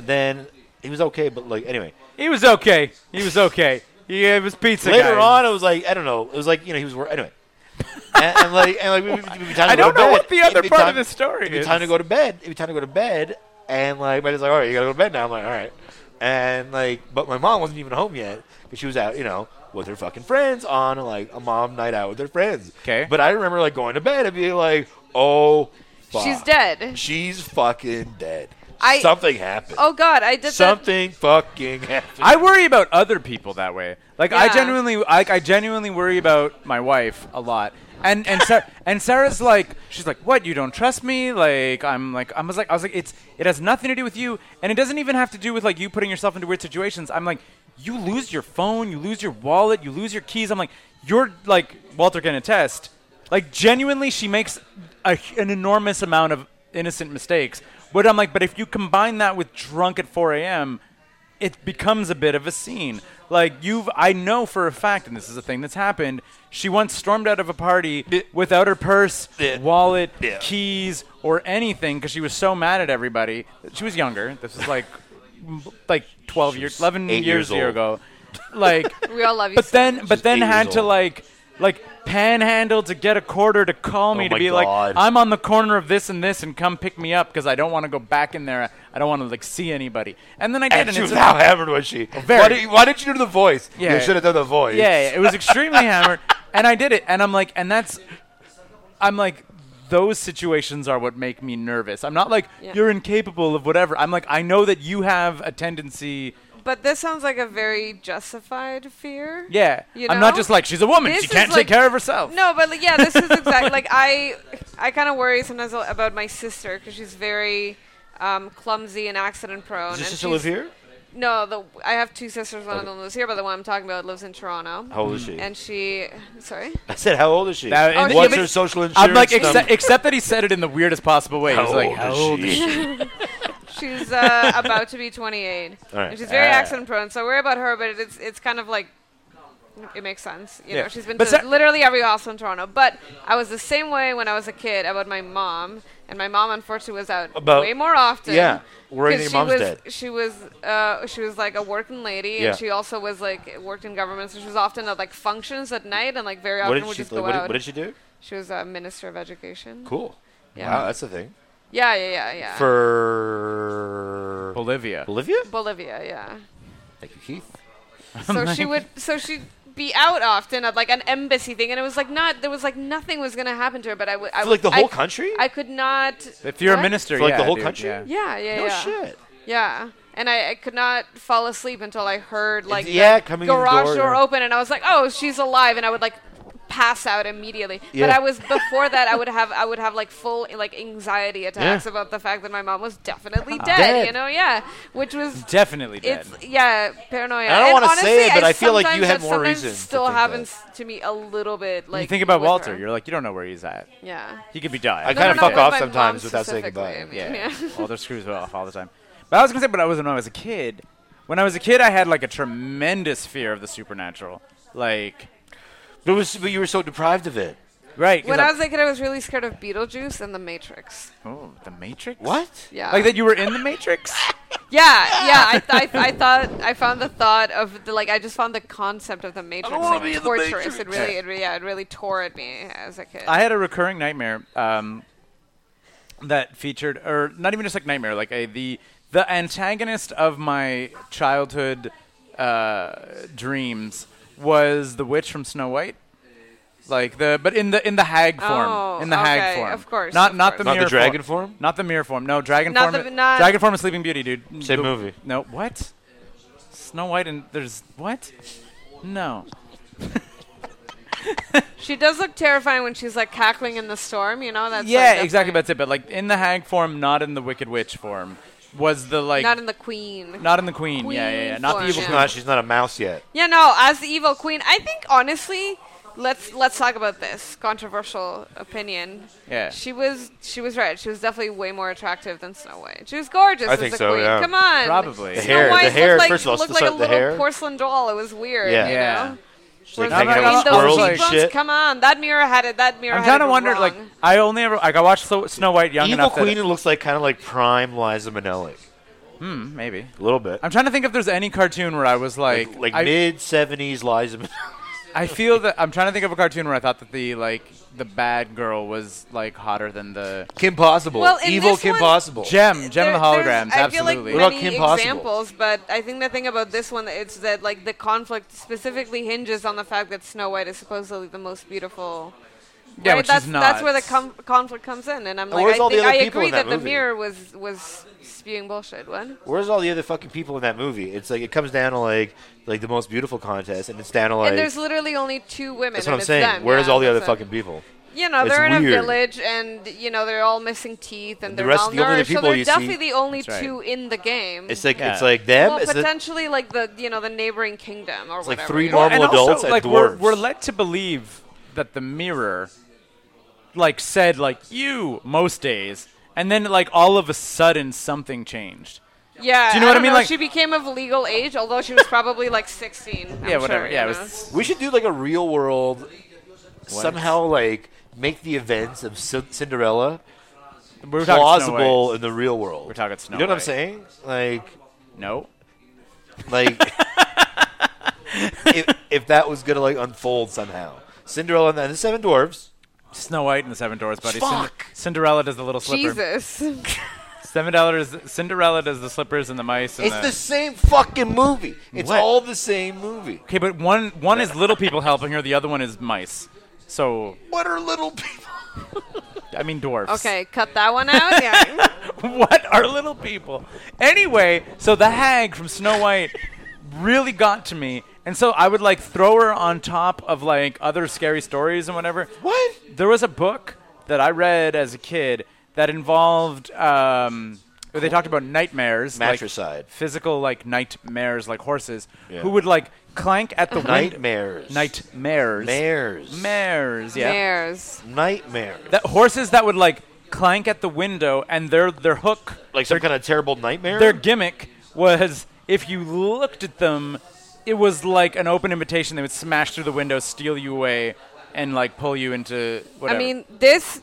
Speaker 4: then he was okay, but like anyway.
Speaker 5: he was okay. He was okay. Yeah, it was pizza.
Speaker 4: Later
Speaker 5: guys.
Speaker 4: on, it was like I don't know. It was like you know he was wor- anyway. and, and like and like we would be time to
Speaker 5: I
Speaker 4: go
Speaker 5: don't
Speaker 4: to
Speaker 5: know
Speaker 4: bed.
Speaker 5: what the
Speaker 4: It'd
Speaker 5: other
Speaker 4: be
Speaker 5: part
Speaker 4: time-
Speaker 5: of the story
Speaker 4: it'd be
Speaker 5: is.
Speaker 4: time to go to bed. It'd be time to go to bed. And like my dad's like, all right, you gotta go to bed now. I'm like, all right. And like, but my mom wasn't even home yet because she was out, you know, with her fucking friends on like a mom night out with her friends.
Speaker 5: 'Kay.
Speaker 4: But I remember like going to bed and being like, oh, fuck.
Speaker 6: She's dead.
Speaker 4: She's fucking dead.
Speaker 6: I-
Speaker 4: Something happened.
Speaker 6: Oh God, I did that.
Speaker 4: Something fucking happened.
Speaker 5: I worry about other people that way. Like I
Speaker 6: Yeah.
Speaker 5: genuinely, I, I genuinely worry about my wife a lot. And and Sarah, and Sarah's like, she's like, what? You don't trust me? Like I'm like I was like I was like it's it has nothing to do with you, and it doesn't even have to do with like you putting yourself into weird situations. I'm like, you lose your phone, you lose your wallet, you lose your keys. I'm like, you're like Walter can attest. Like genuinely, she makes a, an enormous amount of innocent mistakes. But I'm like, but if you combine that with drunk at 4 a.m., it becomes a bit of a scene. Like you've, I know for a fact, and this is a thing that's happened. She once stormed out of a party without her purse, wallet, keys, or anything because she was so mad at everybody. She was younger. This was like, m- like twelve years, eleven
Speaker 4: eight
Speaker 5: years,
Speaker 4: years old.
Speaker 5: ago. Like,
Speaker 6: We all love you.
Speaker 5: but
Speaker 6: so
Speaker 5: then,
Speaker 4: She's
Speaker 5: but then
Speaker 4: eight years
Speaker 5: had to
Speaker 4: old.
Speaker 5: like, like panhandle to get a quarter to call me
Speaker 4: Oh
Speaker 5: to
Speaker 4: my
Speaker 5: be
Speaker 4: God.
Speaker 5: like, I'm on the corner of this and this, and come pick me up because I don't want to go back in there. I don't want to like see anybody. And then I did,
Speaker 4: And
Speaker 5: and
Speaker 4: she
Speaker 5: it's Oh,
Speaker 4: was how hammered was she?
Speaker 5: very.
Speaker 4: Why, did, why didn't you do the voice?
Speaker 5: Yeah.
Speaker 4: You should have done the voice.
Speaker 5: Yeah, yeah, it was extremely hammered, and I did it, and I'm like, and that's, I'm like, those situations are what make me nervous. I'm not like
Speaker 6: Yeah.
Speaker 5: you're incapable of whatever. I'm like, I know that you have a tendency.
Speaker 6: But this sounds like a very justified fear.
Speaker 5: Yeah,
Speaker 6: You
Speaker 5: I'm not
Speaker 6: know?
Speaker 5: just like she's a woman.
Speaker 6: This
Speaker 5: she
Speaker 6: is
Speaker 5: can't
Speaker 6: like-
Speaker 5: take care of herself.
Speaker 6: No, but like, yeah, this is exactly like I. I kind of worry sometimes a- about my sister because she's very um, clumsy and accident prone.
Speaker 4: Does your
Speaker 6: and
Speaker 4: sister live
Speaker 6: she's-
Speaker 4: here?
Speaker 6: No, the I have two sisters. One of them lives here, but the one I'm talking about lives in Toronto.
Speaker 5: Oh.
Speaker 4: How old is she?
Speaker 6: And she, sorry,
Speaker 4: I said, how old is she?
Speaker 5: Now, and-
Speaker 6: Oh,
Speaker 4: What's
Speaker 6: she-
Speaker 4: her social insurance
Speaker 5: I'm like,
Speaker 4: number?
Speaker 5: except, except that he said it in the weirdest possible way. He's like, how old is she?
Speaker 6: she's uh, about to be 28,
Speaker 4: Alright.
Speaker 6: and she's very
Speaker 4: Ah.
Speaker 6: accident prone. So I worry about her, but it's it's kind of like it makes sense. You
Speaker 5: Yeah.
Speaker 6: know, she's been
Speaker 5: But
Speaker 6: to
Speaker 5: Sa-
Speaker 6: literally every hospital in Toronto. But I was the same way when I was a kid about my mom, and my mom unfortunately was out
Speaker 4: About-
Speaker 6: way more often.
Speaker 4: Yeah. Worried
Speaker 6: 'cause
Speaker 4: that your
Speaker 6: she
Speaker 4: mom's
Speaker 6: was,
Speaker 4: dead.
Speaker 6: She was, uh, she was like a working lady,
Speaker 4: Yeah.
Speaker 6: and she also was like worked in government, so she was often at like functions at night, and like very
Speaker 4: What
Speaker 6: often
Speaker 4: did
Speaker 6: would
Speaker 4: she?
Speaker 6: just
Speaker 4: Like,
Speaker 6: go
Speaker 4: what, did,
Speaker 6: out.
Speaker 4: what did she do?
Speaker 6: She was a minister of education.
Speaker 4: Cool.
Speaker 6: Yeah. Uh,
Speaker 4: Wow, that's the thing.
Speaker 6: Yeah, yeah, yeah, yeah.
Speaker 4: For
Speaker 5: Bolivia.
Speaker 4: Bolivia.
Speaker 6: Bolivia, yeah.
Speaker 4: Thank you, Keith.
Speaker 6: so she would so she'd be out often at like an embassy thing and it was like not there was like nothing was gonna happen to her but i would I
Speaker 4: For, like,
Speaker 6: would-
Speaker 4: the whole
Speaker 6: I-
Speaker 4: country?
Speaker 6: i could not
Speaker 5: If you're a
Speaker 6: What?
Speaker 5: minister,
Speaker 4: For, like, the
Speaker 5: yeah,
Speaker 4: whole
Speaker 5: dude,
Speaker 4: country?
Speaker 5: yeah.
Speaker 6: yeah yeah
Speaker 4: No
Speaker 6: yeah
Speaker 4: shit.
Speaker 6: yeah and I, I could not fall asleep until i heard like
Speaker 4: yeah,
Speaker 6: the
Speaker 4: coming in the
Speaker 6: garage
Speaker 4: door,
Speaker 6: door
Speaker 4: yeah.
Speaker 6: open and i was like oh she's alive and i would like pass out immediately. But
Speaker 4: Yeah.
Speaker 6: I was before that. I would have I would have like full like anxiety attacks
Speaker 4: Yeah.
Speaker 6: about the fact that my mom was definitely dead,
Speaker 4: Dead.
Speaker 6: You know, yeah, which was
Speaker 5: Definitely dead.
Speaker 6: it's yeah paranoia.
Speaker 4: I don't
Speaker 6: want
Speaker 4: wanna
Speaker 6: to
Speaker 4: say it, but I feel like you had more
Speaker 6: sometimes
Speaker 4: reason to
Speaker 6: Still
Speaker 4: think that.
Speaker 6: happens to me a little bit. Like
Speaker 5: you think about
Speaker 6: with
Speaker 5: Walter,
Speaker 6: her.
Speaker 5: you're like, you don't know where he's at.
Speaker 6: yeah.
Speaker 5: He could be dying.
Speaker 4: I
Speaker 6: No,
Speaker 4: kinda
Speaker 6: no, no,
Speaker 4: fuck
Speaker 6: with
Speaker 4: off
Speaker 6: my
Speaker 4: sometimes
Speaker 6: mom
Speaker 4: without saying
Speaker 6: specifically,
Speaker 4: goodbye.
Speaker 6: I mean,
Speaker 5: Yeah.
Speaker 6: yeah.
Speaker 5: all their screws are off all the time. But I was gonna say, but I was when I was a kid, when I was a kid, I had like a tremendous fear of the supernatural. Like,
Speaker 4: But, it was, but you were so deprived of it.
Speaker 5: right? 'cause
Speaker 6: When I
Speaker 5: I'm-
Speaker 6: was a kid, I was really scared of Beetlejuice and The Matrix.
Speaker 5: oh, the Matrix.
Speaker 4: What?
Speaker 6: Yeah.
Speaker 5: Like that you were in the Matrix.
Speaker 6: Yeah, yeah. I, th- I, I thought I found the thought of the like I just found the concept of the Matrix
Speaker 7: wanna
Speaker 6: like
Speaker 7: be in the
Speaker 6: torturous.
Speaker 7: Matrix.
Speaker 6: It really, it, re- yeah, it really tore at me as a kid.
Speaker 5: I had a recurring nightmare um, that featured, or not even just like nightmare, like a, the the antagonist of my childhood uh, dreams was the witch from Snow White. Like the, but in the in the hag form,
Speaker 6: Oh,
Speaker 5: in the hag
Speaker 6: okay,
Speaker 5: form,
Speaker 6: of course,
Speaker 5: not
Speaker 6: of
Speaker 5: not
Speaker 6: course.
Speaker 5: the
Speaker 4: Not the
Speaker 5: mirror
Speaker 4: dragon form?
Speaker 5: not the mirror form. No, dragon
Speaker 6: Not
Speaker 5: form.
Speaker 6: the- not-
Speaker 5: dragon form is Sleeping Beauty, dude.
Speaker 4: Same movie.
Speaker 5: No, what? Snow White and there's what? No.
Speaker 6: she does look terrifying when she's like cackling in the storm. You know, that's like,
Speaker 5: yeah,
Speaker 6: definitely-
Speaker 5: exactly. That's it. But like in the hag form, not in the wicked witch form, was the like
Speaker 6: Not in the Queen.
Speaker 5: not in the queen. yeah, yeah,
Speaker 6: Queen
Speaker 5: yeah. Not the
Speaker 6: form,
Speaker 5: evil
Speaker 6: yeah.
Speaker 5: queen.
Speaker 4: Not, she's not a mouse yet.
Speaker 6: Yeah, no, as the evil queen, I think honestly, let's let's talk about this controversial opinion.
Speaker 5: Yeah.
Speaker 6: she was she was right. She was definitely way more attractive than Snow White. She was gorgeous
Speaker 4: I
Speaker 6: as
Speaker 4: think
Speaker 6: the
Speaker 4: so,
Speaker 6: queen.
Speaker 4: yeah.
Speaker 6: Come on,
Speaker 5: Probably. The
Speaker 6: Snow
Speaker 4: hair- the
Speaker 6: White looked
Speaker 4: hair,
Speaker 6: like,
Speaker 4: first of all,
Speaker 6: looked
Speaker 4: so-
Speaker 6: like a
Speaker 4: the
Speaker 6: little
Speaker 4: hair.
Speaker 6: porcelain doll. It was weird.
Speaker 4: Yeah.
Speaker 6: you
Speaker 5: Yeah.
Speaker 6: know?
Speaker 4: She's like
Speaker 5: I'm
Speaker 4: hanging out
Speaker 5: not
Speaker 4: with
Speaker 5: gonna-
Speaker 4: squirrels
Speaker 5: those
Speaker 4: and
Speaker 6: cheekbones,
Speaker 4: shit.
Speaker 6: Come on, that mirror had it. That mirror.
Speaker 5: I'm
Speaker 6: had
Speaker 5: trying
Speaker 6: it
Speaker 5: to wonder.
Speaker 6: wrong.
Speaker 5: Like I only ever like I watched so, Snow White young
Speaker 4: Evil
Speaker 5: enough. that-
Speaker 4: Queen looks like kind of like prime Liza Minnelli.
Speaker 5: Hmm, maybe.
Speaker 4: A little bit.
Speaker 5: I'm trying to think if there's any cartoon where I was like,
Speaker 4: like like
Speaker 5: I,
Speaker 4: mid 70s Liza Minnelli.
Speaker 5: I feel that I'm trying to think of a cartoon where I thought that the like the bad girl was like hotter than the
Speaker 4: Kim Possible.
Speaker 6: Well, in
Speaker 4: Evil
Speaker 6: this
Speaker 4: Kim
Speaker 6: one-
Speaker 4: Possible.
Speaker 5: gem gem of the
Speaker 6: There- there's-
Speaker 5: holograms.
Speaker 6: I feel
Speaker 5: absolutely.
Speaker 4: What
Speaker 6: like
Speaker 4: about
Speaker 6: many
Speaker 4: Kim Possible?
Speaker 6: examples, but I think the thing about this one is that like the conflict specifically hinges on the fact that Snow White is supposedly the most beautiful.
Speaker 5: yeah,
Speaker 6: right?
Speaker 5: which
Speaker 6: that's
Speaker 5: is not.
Speaker 6: that's where the com- conflict comes in, and I'm
Speaker 4: And
Speaker 6: like,
Speaker 4: where's
Speaker 6: I,
Speaker 4: all the
Speaker 6: think, I
Speaker 4: other people
Speaker 6: agree
Speaker 4: in
Speaker 6: that,
Speaker 4: that
Speaker 6: the
Speaker 4: movie?
Speaker 6: mirror was was spewing bullshit. What?
Speaker 4: Where's all the other fucking people in that movie? It's like it comes down to like like the most beautiful contest, and it's down to like.
Speaker 6: and there's literally only two women.
Speaker 4: that's
Speaker 6: and
Speaker 4: what I'm
Speaker 6: it's
Speaker 4: saying.
Speaker 6: Them.
Speaker 4: Where's
Speaker 6: yeah,
Speaker 4: all the other
Speaker 6: that's it.
Speaker 4: fucking people?
Speaker 6: You know,
Speaker 4: It's
Speaker 6: they're in a
Speaker 4: weird.
Speaker 6: village, and you know they're all missing teeth, and,
Speaker 4: And the
Speaker 6: they're
Speaker 4: rest of the only
Speaker 6: malnourished. so
Speaker 4: people
Speaker 6: they're
Speaker 4: you see-
Speaker 6: definitely the only
Speaker 5: That's right.
Speaker 6: two in the game.
Speaker 4: It's like it's
Speaker 5: Yeah.
Speaker 4: like them.
Speaker 6: well,
Speaker 4: it's the-
Speaker 6: potentially like the you know the neighboring kingdom or
Speaker 4: like
Speaker 6: whatever.
Speaker 4: three
Speaker 6: you know?
Speaker 4: normal-
Speaker 5: and
Speaker 4: adults
Speaker 5: also,
Speaker 4: and
Speaker 5: like we're,
Speaker 4: dwarves.
Speaker 5: we're led to believe that the mirror like said like you most days and then like all of a sudden something changed
Speaker 6: Yeah,
Speaker 5: Do you know what I
Speaker 6: don't
Speaker 5: mean? Like-
Speaker 6: she became of legal age, although she was probably like 16. I'm
Speaker 5: yeah whatever
Speaker 6: sure,
Speaker 5: yeah it
Speaker 6: you
Speaker 5: was
Speaker 4: we should do like a real world. Somehow, like make the events of C- Cinderella
Speaker 5: we were talking Snow
Speaker 4: plausible
Speaker 5: White.
Speaker 4: in the real world.
Speaker 5: We're talking Snow
Speaker 4: You know what I'm saying?
Speaker 5: White.
Speaker 4: Like
Speaker 5: no
Speaker 4: like if, if that was gonna like unfold somehow. Cinderella and the Seven Dwarfs.
Speaker 5: Snow White and the Seven Dwarfs, buddy.
Speaker 4: Fuck.
Speaker 5: Cinderella does the little
Speaker 6: know?
Speaker 5: slipper.
Speaker 6: Jesus.
Speaker 5: Seven dollars. Cinderella does the slippers and the mice. And
Speaker 4: It's the same fucking movie. It's
Speaker 5: What?
Speaker 4: all the same movie.
Speaker 5: okay, but one one is little people helping her. The other one is mice. So
Speaker 4: What are little people?
Speaker 5: I mean dwarfs.
Speaker 6: okay, cut that one out. Yeah.
Speaker 5: what are little people? Anyway, so the hag from Snow White really got to me. And so I would like throw her on top of like other scary stories and whatever.
Speaker 4: What?
Speaker 5: There was a book that I read as a kid that involved um they talked about nightmares, like
Speaker 4: Matricide.
Speaker 5: physical like nightmares like horses
Speaker 4: Yeah.
Speaker 5: who would like clank at the window.
Speaker 4: Nightmares.
Speaker 5: Nightmares.
Speaker 4: Mares.
Speaker 5: Mares, yeah
Speaker 6: Bears.
Speaker 4: Nightmares.
Speaker 5: that horses that would like clank at the window and their their hook
Speaker 4: like some kind of terrible nightmare?
Speaker 5: their gimmick was if you looked at them it was like an open invitation they would smash through the window steal you away and like pull you into whatever
Speaker 6: I mean, this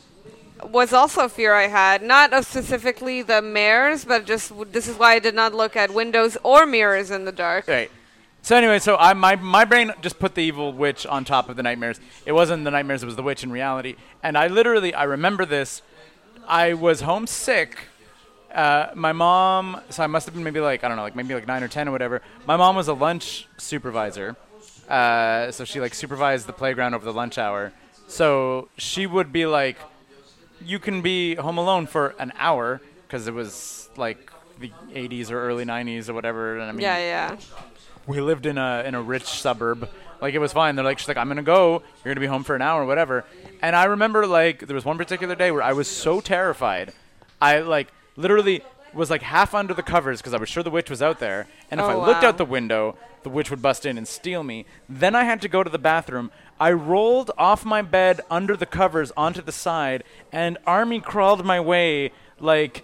Speaker 6: was also a fear I had, not of specifically the mares, but just w- this is why I did not look at windows or mirrors in the dark.
Speaker 5: right so anyway so i my, my brain just put the evil witch on top of the nightmares it wasn't the nightmares it was the witch in reality and i literally i remember this i was homesick uh, my mom so i must have been maybe like i don't know like maybe like nine or ten or whatever my mom was a lunch supervisor uh, so she like supervised the playground over the lunch hour so she would be like you can be home alone for an hour because it was like the 80s or early 90s or whatever and i mean
Speaker 6: Yeah, yeah.
Speaker 5: we lived in a in a rich suburb Like it was fine. They're like, she's like, I'm gonna go. You're gonna be home for an hour, whatever. And I remember like there was one particular day where I was so terrified, I like literally was like half under the covers because I was sure the witch was out there. And if
Speaker 6: Oh,
Speaker 5: I looked
Speaker 6: wow.
Speaker 5: out the window, the witch would bust in and steal me. Then I had to go to the bathroom. I rolled off my bed under the covers onto the side, and army crawled my way like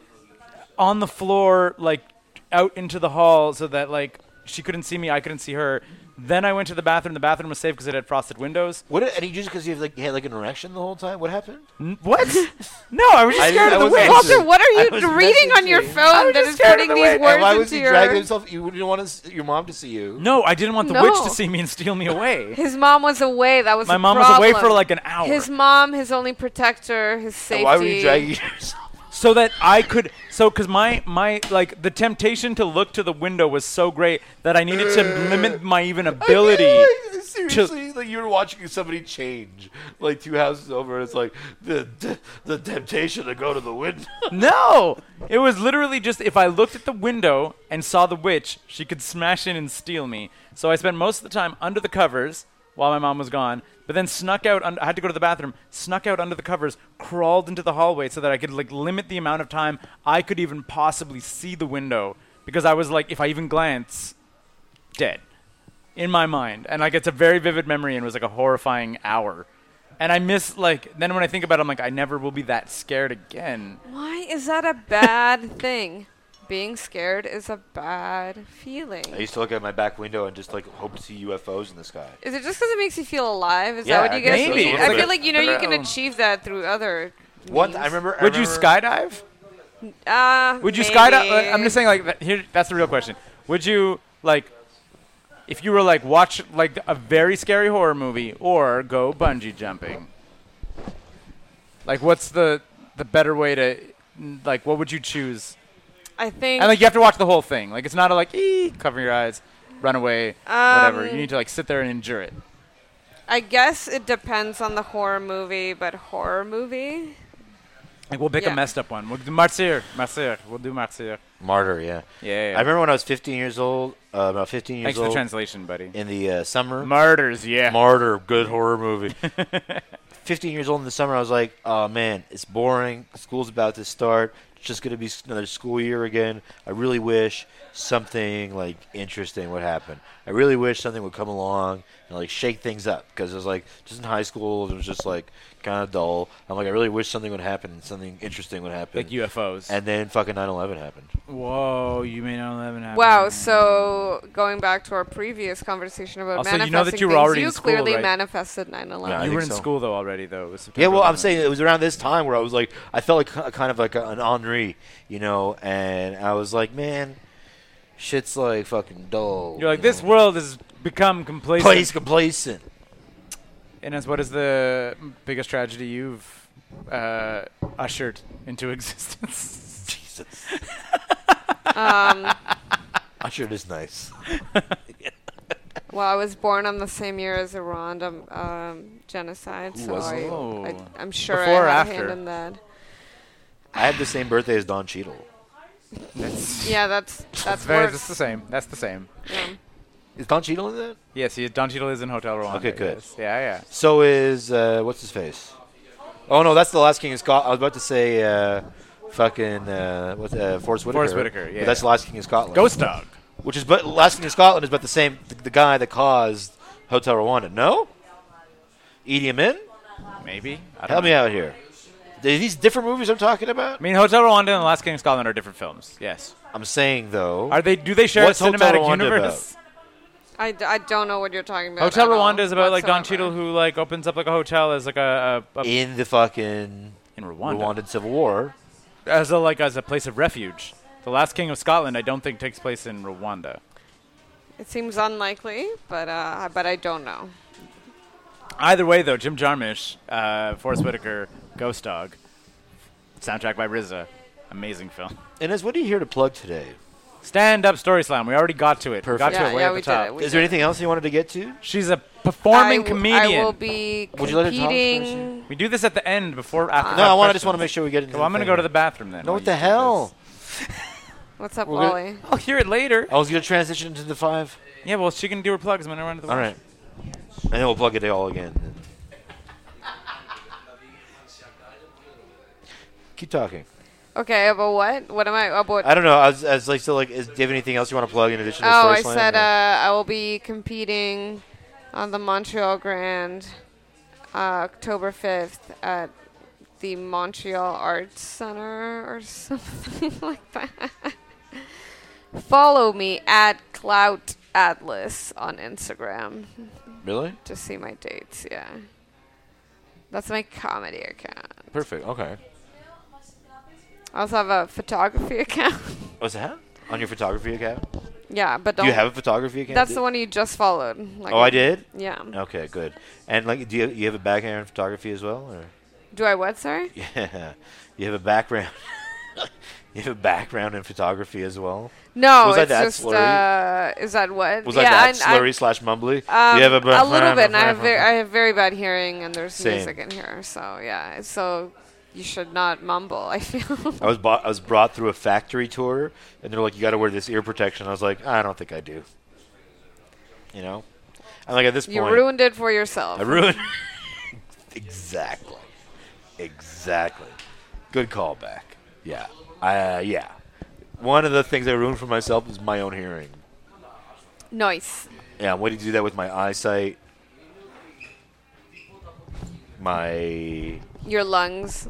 Speaker 5: on the floor, like out into the hall, so that like she couldn't see me, I couldn't see her. Then I went to the bathroom. The bathroom was safe because it had frosted windows.
Speaker 4: What? And he just because he had like, he had like an erection the whole time. What happened?
Speaker 5: N- What? no, I was just
Speaker 4: I-
Speaker 5: scared
Speaker 4: I
Speaker 5: of the
Speaker 4: was
Speaker 5: witch.
Speaker 4: also-
Speaker 6: Walter, what
Speaker 4: I
Speaker 6: are
Speaker 4: was
Speaker 6: you reading on your
Speaker 4: messaging.
Speaker 6: phone that is putting these
Speaker 4: And why
Speaker 6: words
Speaker 4: was
Speaker 6: into
Speaker 4: he
Speaker 6: your?
Speaker 4: dragging himself? You didn't want his, your mom to see you.
Speaker 5: no, I didn't want the
Speaker 6: No.
Speaker 5: witch to see me and steal me away.
Speaker 6: His mom was away. That was
Speaker 5: My
Speaker 6: the
Speaker 5: mom was away
Speaker 6: problem.
Speaker 5: for like an hour.
Speaker 6: His mom, his only protector, his safety.
Speaker 4: And why were you dragging yourself?
Speaker 5: so that I could so because my my like the temptation to look to the window was so great that I needed to limit my even ability.
Speaker 4: Like, seriously, like you were watching somebody change, like two houses over, and it's like the the, the temptation to go to the window.
Speaker 5: No, it was literally just if I looked at the window and saw the witch, she could smash in and steal me. So I spent most of the time under the covers while my mom was gone, but then snuck out. Un- I had to go to the bathroom, snuck out under the covers, crawled into the hallway so that I could like limit the amount of time I could even possibly see the window because I was like, if I even glance, dead in my mind, and like it's a very vivid memory and was like a horrifying hour. And I miss like then when I think about it, I'm like I never will be that scared again.
Speaker 6: Why is that a bad thing? Being scared is a bad feeling.
Speaker 4: used to look out my back window and just like hope to see UFOs in the sky.
Speaker 6: Is it just because it makes you feel alive? Is
Speaker 4: Yeah,
Speaker 6: that what
Speaker 4: I
Speaker 6: you guys
Speaker 5: guess
Speaker 6: need?
Speaker 5: so.
Speaker 6: I
Speaker 5: Maybe.
Speaker 6: feel like you know you can
Speaker 5: Um,
Speaker 6: achieve that through other.
Speaker 4: What
Speaker 6: means.
Speaker 4: I remember, I
Speaker 5: Would you
Speaker 4: remember-
Speaker 5: skydive?
Speaker 6: Uh,
Speaker 5: Would you
Speaker 6: maybe.
Speaker 5: skydive? I'm just saying, like, that- here, that's the real question. Would you like, if you were like watch like a very scary horror movie or go bungee jumping? Like, what's the the better way to like? What would you choose?
Speaker 6: I think.
Speaker 5: And like, you have to watch the whole thing. Like, it's not a like, ee, cover your eyes, run away, whatever. You
Speaker 6: Um,
Speaker 5: need to like sit there and endure it.
Speaker 6: I guess it depends on the horror movie, but horror movie.
Speaker 5: Like, we'll pick
Speaker 6: yeah.
Speaker 5: a messed up one. We'll do Martyr, Martyr. We'll do Martyr.
Speaker 4: Martyr, yeah.
Speaker 5: Yeah.
Speaker 4: I remember when I was 15 years old, uh, about 15 years
Speaker 5: Thanks for
Speaker 4: old,
Speaker 5: the translation, buddy.
Speaker 4: in the uh, summer.
Speaker 5: Martyrs, yeah.
Speaker 4: Martyr, good horror movie. 15 years old in the summer, I was like, oh man, it's boring. School's about to start. It's just going to be s- another school year again. I really wish something like interesting would happen. I really wish something would come along and like shake things up because it was like just in high school, it was just like kind of dull. I'm like, I really wish something would happen and something interesting would happen.
Speaker 5: like UFOs.
Speaker 4: and then fucking 9 11 happened.
Speaker 5: Whoa, you may not have an app.
Speaker 6: Wow. So going back to our previous conversation about
Speaker 5: Also, you know
Speaker 6: manifesting
Speaker 5: that you were
Speaker 6: things,
Speaker 5: already
Speaker 6: you
Speaker 5: in school,
Speaker 6: clearly
Speaker 5: right?
Speaker 6: manifested 9/11.
Speaker 4: Yeah, I
Speaker 5: you
Speaker 4: think
Speaker 5: were in
Speaker 4: so.
Speaker 5: school though already though. It was
Speaker 4: Yeah, well, I'm
Speaker 5: September,
Speaker 4: saying it was around this time where I was like, I felt like a, kind of like a, an Henri, you know, and I was like, man, shit's like fucking dull.
Speaker 5: You're like
Speaker 4: you
Speaker 5: this
Speaker 4: know?
Speaker 5: world has become complacent.
Speaker 4: place complacent.
Speaker 5: And as what is the biggest tragedy you've uh, ushered into existence?
Speaker 4: Jesus,
Speaker 6: Um,
Speaker 4: Usher is nice.
Speaker 6: well, I was born on the same year as the Rwanda um, genocide, so
Speaker 4: was it?
Speaker 5: Oh.
Speaker 6: I, I, I'm sure
Speaker 5: Before or
Speaker 6: I had a
Speaker 5: after?
Speaker 6: hand in that.
Speaker 4: I have the same birthday as Don Cheadle.
Speaker 5: That's
Speaker 6: Yeah, that's that's
Speaker 5: very.
Speaker 6: worse.
Speaker 5: That's the same. That's the same.
Speaker 6: Yeah.
Speaker 4: Is Don Cheadle in that?
Speaker 5: Yes, he, Don Cheadle is in Hotel Rwanda.
Speaker 4: Okay, good.
Speaker 5: yes. Yeah,
Speaker 4: So is uh, what's his face? Oh no, that's the Last King of Scotland. I was about to say. Uh, Fucking uh, what's uh, Forrest Whitaker?
Speaker 5: Forrest Whitaker,
Speaker 4: but
Speaker 5: yeah.
Speaker 4: that's Last King of Scotland.
Speaker 5: yeah. Ghost Dog.
Speaker 4: which is but Last King of Scotland is about the same. The, the guy that caused Hotel Rwanda. No, Idi Amin.
Speaker 5: Maybe. I don't
Speaker 4: Help
Speaker 5: know.
Speaker 4: me out here. Are these different movies I'm talking about?
Speaker 5: I mean, Hotel Rwanda and The Last King of Scotland are different films. Yes.
Speaker 4: I'm saying though.
Speaker 5: Are they? Do they share
Speaker 4: What's
Speaker 5: a
Speaker 4: Hotel
Speaker 5: cinematic
Speaker 4: Rwanda about?
Speaker 5: universe?
Speaker 6: I, d- I don't know what you're talking about.
Speaker 5: Hotel
Speaker 6: at all
Speaker 5: Rwanda is about like Don
Speaker 6: whatsoever.
Speaker 5: Cheadle who like opens up like a hotel as like a, a, a
Speaker 4: in the fucking
Speaker 5: in Rwanda.
Speaker 4: Rwandan Civil War?
Speaker 5: as a like as a place of refuge. The Last King of Scotland, I don't think takes place in Rwanda.
Speaker 6: It seems unlikely, but uh, but I don't know.
Speaker 5: Either way, though, Jim Jarmusch, uh, Forrest Whitaker, Ghost Dog, soundtrack by RZA, amazing film.
Speaker 4: Inez, what are you here to plug today?
Speaker 5: Stand up story slam. We already got to it.
Speaker 4: Perfect.
Speaker 5: Got to
Speaker 6: Yeah,
Speaker 5: it way
Speaker 6: yeah,
Speaker 5: at
Speaker 6: we
Speaker 5: the
Speaker 6: did
Speaker 5: top.
Speaker 6: it. We
Speaker 4: Is there
Speaker 6: did
Speaker 4: anything else you wanted to get to?
Speaker 5: She's a
Speaker 6: I
Speaker 5: performing
Speaker 6: w-
Speaker 5: comedian.
Speaker 6: I will be
Speaker 4: Would you like to talk
Speaker 6: competing.
Speaker 5: we do this at the end before after.
Speaker 4: No, I want. I just want to make sure we get into.
Speaker 5: Well, I'm gonna
Speaker 4: thing.
Speaker 5: go to the bathroom then.
Speaker 4: No,
Speaker 5: while
Speaker 4: what
Speaker 5: you
Speaker 4: the
Speaker 5: do
Speaker 4: hell?
Speaker 6: What's up,
Speaker 4: We're gonna-
Speaker 6: Wally?
Speaker 5: this. I'll hear it later.
Speaker 4: I was gonna transition into the five.
Speaker 5: Yeah, well, she can do her plugs. I'm gonna run to the.
Speaker 4: All
Speaker 5: wash.
Speaker 4: right. and then we'll plug it all again. Keep talking.
Speaker 6: Okay, about what? What am I oh, about?
Speaker 4: I don't know. I was, I was like, still like, is, do you have anything else you want to plug in addition to
Speaker 6: oh, I
Speaker 4: Story Slam,
Speaker 6: said
Speaker 4: or-
Speaker 6: uh, I will be competing on the Montreal Grand uh, October 5th at the Montreal Arts Center or something like that. Follow me at Clout Atlas on Instagram
Speaker 4: really?
Speaker 6: to see my dates. Yeah. That's my comedy account.
Speaker 4: Perfect. Okay.
Speaker 6: I also have a photography account.
Speaker 4: What's that? On your photography account?
Speaker 6: yeah, but
Speaker 4: Do
Speaker 6: don't.
Speaker 4: you have a photography account?
Speaker 6: that's
Speaker 4: Did-
Speaker 6: the one you just followed. Like,
Speaker 4: Oh, I did. Oh.
Speaker 6: Yeah.
Speaker 4: Okay, good. And like, do you you have a background in photography as well, or
Speaker 6: Do I what, sorry?
Speaker 4: yeah, you have a background? you have a background in photography as well.
Speaker 6: No,
Speaker 4: Was that
Speaker 6: it's
Speaker 4: that
Speaker 6: just
Speaker 4: slurry?
Speaker 6: uh, is that what?
Speaker 4: Was
Speaker 6: yeah,
Speaker 4: that, that
Speaker 6: I,
Speaker 4: slurry slash mumbly?
Speaker 6: I, um,
Speaker 4: you have a,
Speaker 6: a little bit. And I have very, I have very bad hearing, and there's
Speaker 4: Same.
Speaker 6: music in here, so yeah. So you should not mumble. I feel.
Speaker 4: I was bought, I was brought through a factory tour, and they're like, "You got to wear this ear protection." I was like, "I don't think I do." You know, and like at this
Speaker 6: You
Speaker 4: point,
Speaker 6: ruined it for yourself.
Speaker 4: I ruined. exactly, exactly. Good callback. Yeah, uh, yeah. One of the things I ruined for myself is my own hearing.
Speaker 6: Nice.
Speaker 4: Yeah, I'm waiting to do that with my eyesight, my
Speaker 6: Your lungs,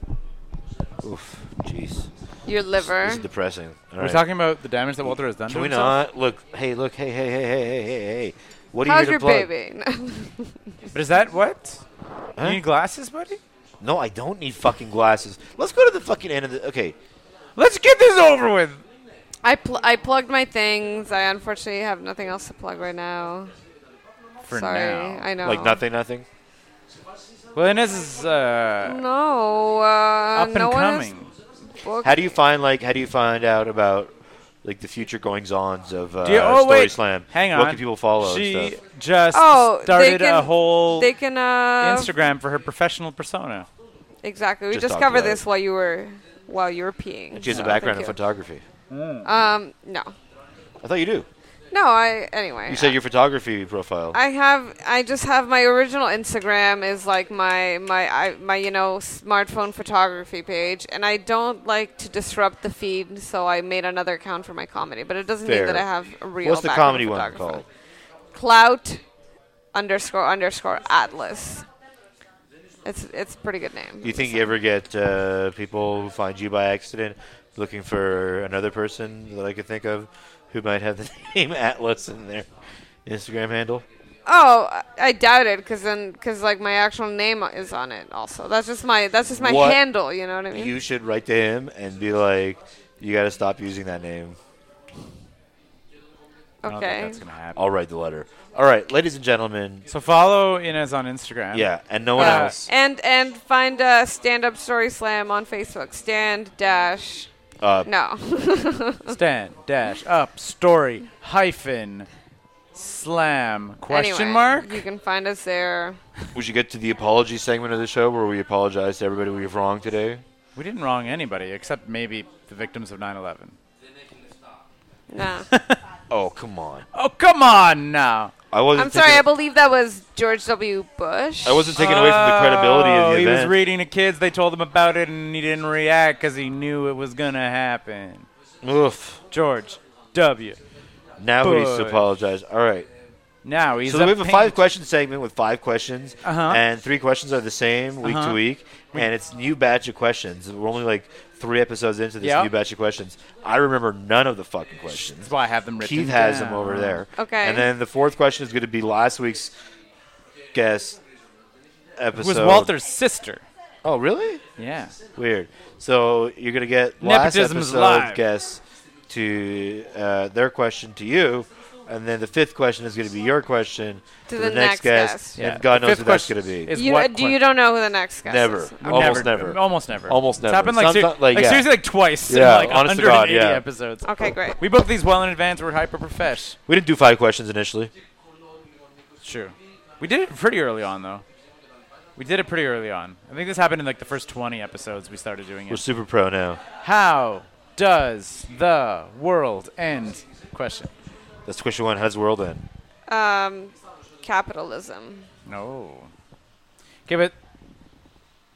Speaker 4: oof, jeez,
Speaker 6: your
Speaker 4: this
Speaker 6: liver.
Speaker 4: is depressing. All
Speaker 5: We're
Speaker 4: right.
Speaker 5: talking about the damage that Walter has done
Speaker 4: Can
Speaker 5: to
Speaker 4: we
Speaker 5: himself.
Speaker 4: not look? Hey, look! Hey, hey, hey, hey, hey, hey, hey! What are
Speaker 6: How's
Speaker 4: you
Speaker 6: your
Speaker 4: here to plug?
Speaker 6: baby?
Speaker 5: But is that what?
Speaker 4: Huh?
Speaker 5: You need glasses, buddy?
Speaker 4: No, I don't need fucking glasses. Let's go to the fucking end of the. Okay,
Speaker 5: Let's get this over with.
Speaker 6: I pl- I plugged my things. I unfortunately have nothing else to plug right now.
Speaker 5: For
Speaker 6: sorry,
Speaker 5: now.
Speaker 6: I know.
Speaker 4: like nothing, nothing.
Speaker 5: Well, Inez is uh,
Speaker 6: No, uh,
Speaker 5: up and
Speaker 6: no one has
Speaker 5: coming.
Speaker 4: Uh,
Speaker 6: booked
Speaker 4: How do you find like? How do you find out about like the future goings ons of uh,
Speaker 5: Do you- oh,
Speaker 4: Story
Speaker 5: wait.
Speaker 4: Slam?
Speaker 5: Hang on.
Speaker 4: What can people follow? and
Speaker 5: She
Speaker 4: stuff?
Speaker 5: just
Speaker 6: Oh, they
Speaker 5: started a
Speaker 6: can-
Speaker 5: whole
Speaker 6: They can uh,
Speaker 5: Instagram for her professional persona.
Speaker 6: Exactly. We
Speaker 4: Just
Speaker 6: just
Speaker 4: talk
Speaker 6: covered
Speaker 4: about
Speaker 6: this
Speaker 4: it.
Speaker 6: while you were while you were peeing.
Speaker 4: She has a
Speaker 6: so
Speaker 4: background in
Speaker 6: thank
Speaker 4: photography.
Speaker 6: you. Um, no,
Speaker 4: I thought you do.
Speaker 6: no. I anyway.
Speaker 4: You said your photography profile.
Speaker 6: I have. I just have my original Instagram is like my my I, my you know smartphone photography page, and I don't like to disrupt the feed, so I made another account for my comedy. But it doesn't
Speaker 4: Fair.
Speaker 6: mean that I have a real.
Speaker 4: What's the
Speaker 6: background
Speaker 4: comedy one
Speaker 6: photographer.
Speaker 4: called?
Speaker 6: Clout underscore underscore Atlas. It's it's a pretty good name.
Speaker 4: Do you think you ever get uh, people who find you by accident looking for another person that I could think of who might have the name Atlas in their Instagram handle?
Speaker 6: Oh, I- I doubt it, cause then, cause like my actual name is on it. Also, that's just my that's just my
Speaker 4: What
Speaker 6: handle. You know what I mean?
Speaker 4: You should write to him and be like, "You got to stop using that name." Oh,
Speaker 5: I don't think
Speaker 6: okay.
Speaker 5: that's gonna happen.
Speaker 4: I'll write the letter. All right, ladies and gentlemen.
Speaker 5: So follow Inez on Instagram.
Speaker 4: Yeah, and no one
Speaker 5: Uh,
Speaker 4: else.
Speaker 6: And and find uh, stand up story slam on Facebook. Stand dash.
Speaker 4: Uh,
Speaker 6: No.
Speaker 5: Stand dash up story hyphen slam question
Speaker 6: Anyway,
Speaker 5: mark.
Speaker 6: You can find us there.
Speaker 4: We should get to the apology segment of the show where we apologize to everybody we've wronged today.
Speaker 5: We didn't wrong anybody except maybe the victims of 9/11.
Speaker 6: Nah.
Speaker 4: Oh, come on.
Speaker 5: Oh come on now.
Speaker 4: I wasn't.
Speaker 6: I'm sorry. I
Speaker 4: taking-
Speaker 6: believe that was George W. Bush.
Speaker 4: I wasn't taken away from the credibility
Speaker 5: Oh,
Speaker 4: of the
Speaker 5: he was
Speaker 4: event.
Speaker 5: reading to kids. They told him about it, and he didn't react because he knew it was gonna happen.
Speaker 4: Oof.
Speaker 5: George W.
Speaker 4: Now who needs to
Speaker 5: Bush.
Speaker 4: apologize? All right.
Speaker 5: Now he's
Speaker 4: so we have a
Speaker 5: pain-
Speaker 4: five question segment with five questions,
Speaker 5: Uh-huh.
Speaker 4: and three questions are the same week to
Speaker 5: Uh-huh.
Speaker 4: week, and it's new batch of questions. We're only like three episodes into this
Speaker 5: Yeah.
Speaker 4: new batch of questions. I remember none of the fucking questions.
Speaker 5: That's why I have them written.
Speaker 4: Keith has
Speaker 5: down.
Speaker 4: them over there.
Speaker 6: Okay.
Speaker 4: And then the fourth question is going to be last week's guest
Speaker 5: It
Speaker 4: episode.
Speaker 5: was Walter's sister.
Speaker 4: Oh, really?
Speaker 5: Yeah.
Speaker 4: Weird. So you're gonna get last
Speaker 5: Nepotism's
Speaker 4: episode
Speaker 5: live.
Speaker 4: guests to uh, their question to you, and then the fifth question is gonna be your question
Speaker 6: To the next guest.
Speaker 5: Yeah.
Speaker 4: and God
Speaker 5: The
Speaker 4: knows
Speaker 5: fifth
Speaker 4: who that's gonna
Speaker 5: question
Speaker 4: be.
Speaker 5: is
Speaker 6: You,
Speaker 5: what
Speaker 6: do you don't know who the next guest
Speaker 4: Never.
Speaker 6: is?
Speaker 4: Almost never.
Speaker 5: Almost never.
Speaker 4: Almost
Speaker 5: It's
Speaker 4: never.
Speaker 5: happened like, ser-
Speaker 4: Sometime- like,
Speaker 5: like,
Speaker 4: yeah.
Speaker 5: seriously like twice
Speaker 4: Yeah,
Speaker 5: in like
Speaker 4: honest to
Speaker 5: 180
Speaker 4: God, yeah.
Speaker 5: episodes.
Speaker 6: Okay,
Speaker 4: Oh,
Speaker 6: great.
Speaker 5: We booked these well in advance. We're hyper profesh.
Speaker 4: We didn't do five questions initially.
Speaker 5: It's true. We did it pretty early on though. We did it pretty early on. I think this happened in like the first 20 episodes we started doing
Speaker 4: We're
Speaker 5: it.
Speaker 4: super pro now.
Speaker 5: How does the world end? Question.
Speaker 4: That's question one. How does the world end?
Speaker 6: Um, capitalism.
Speaker 5: No. Okay, but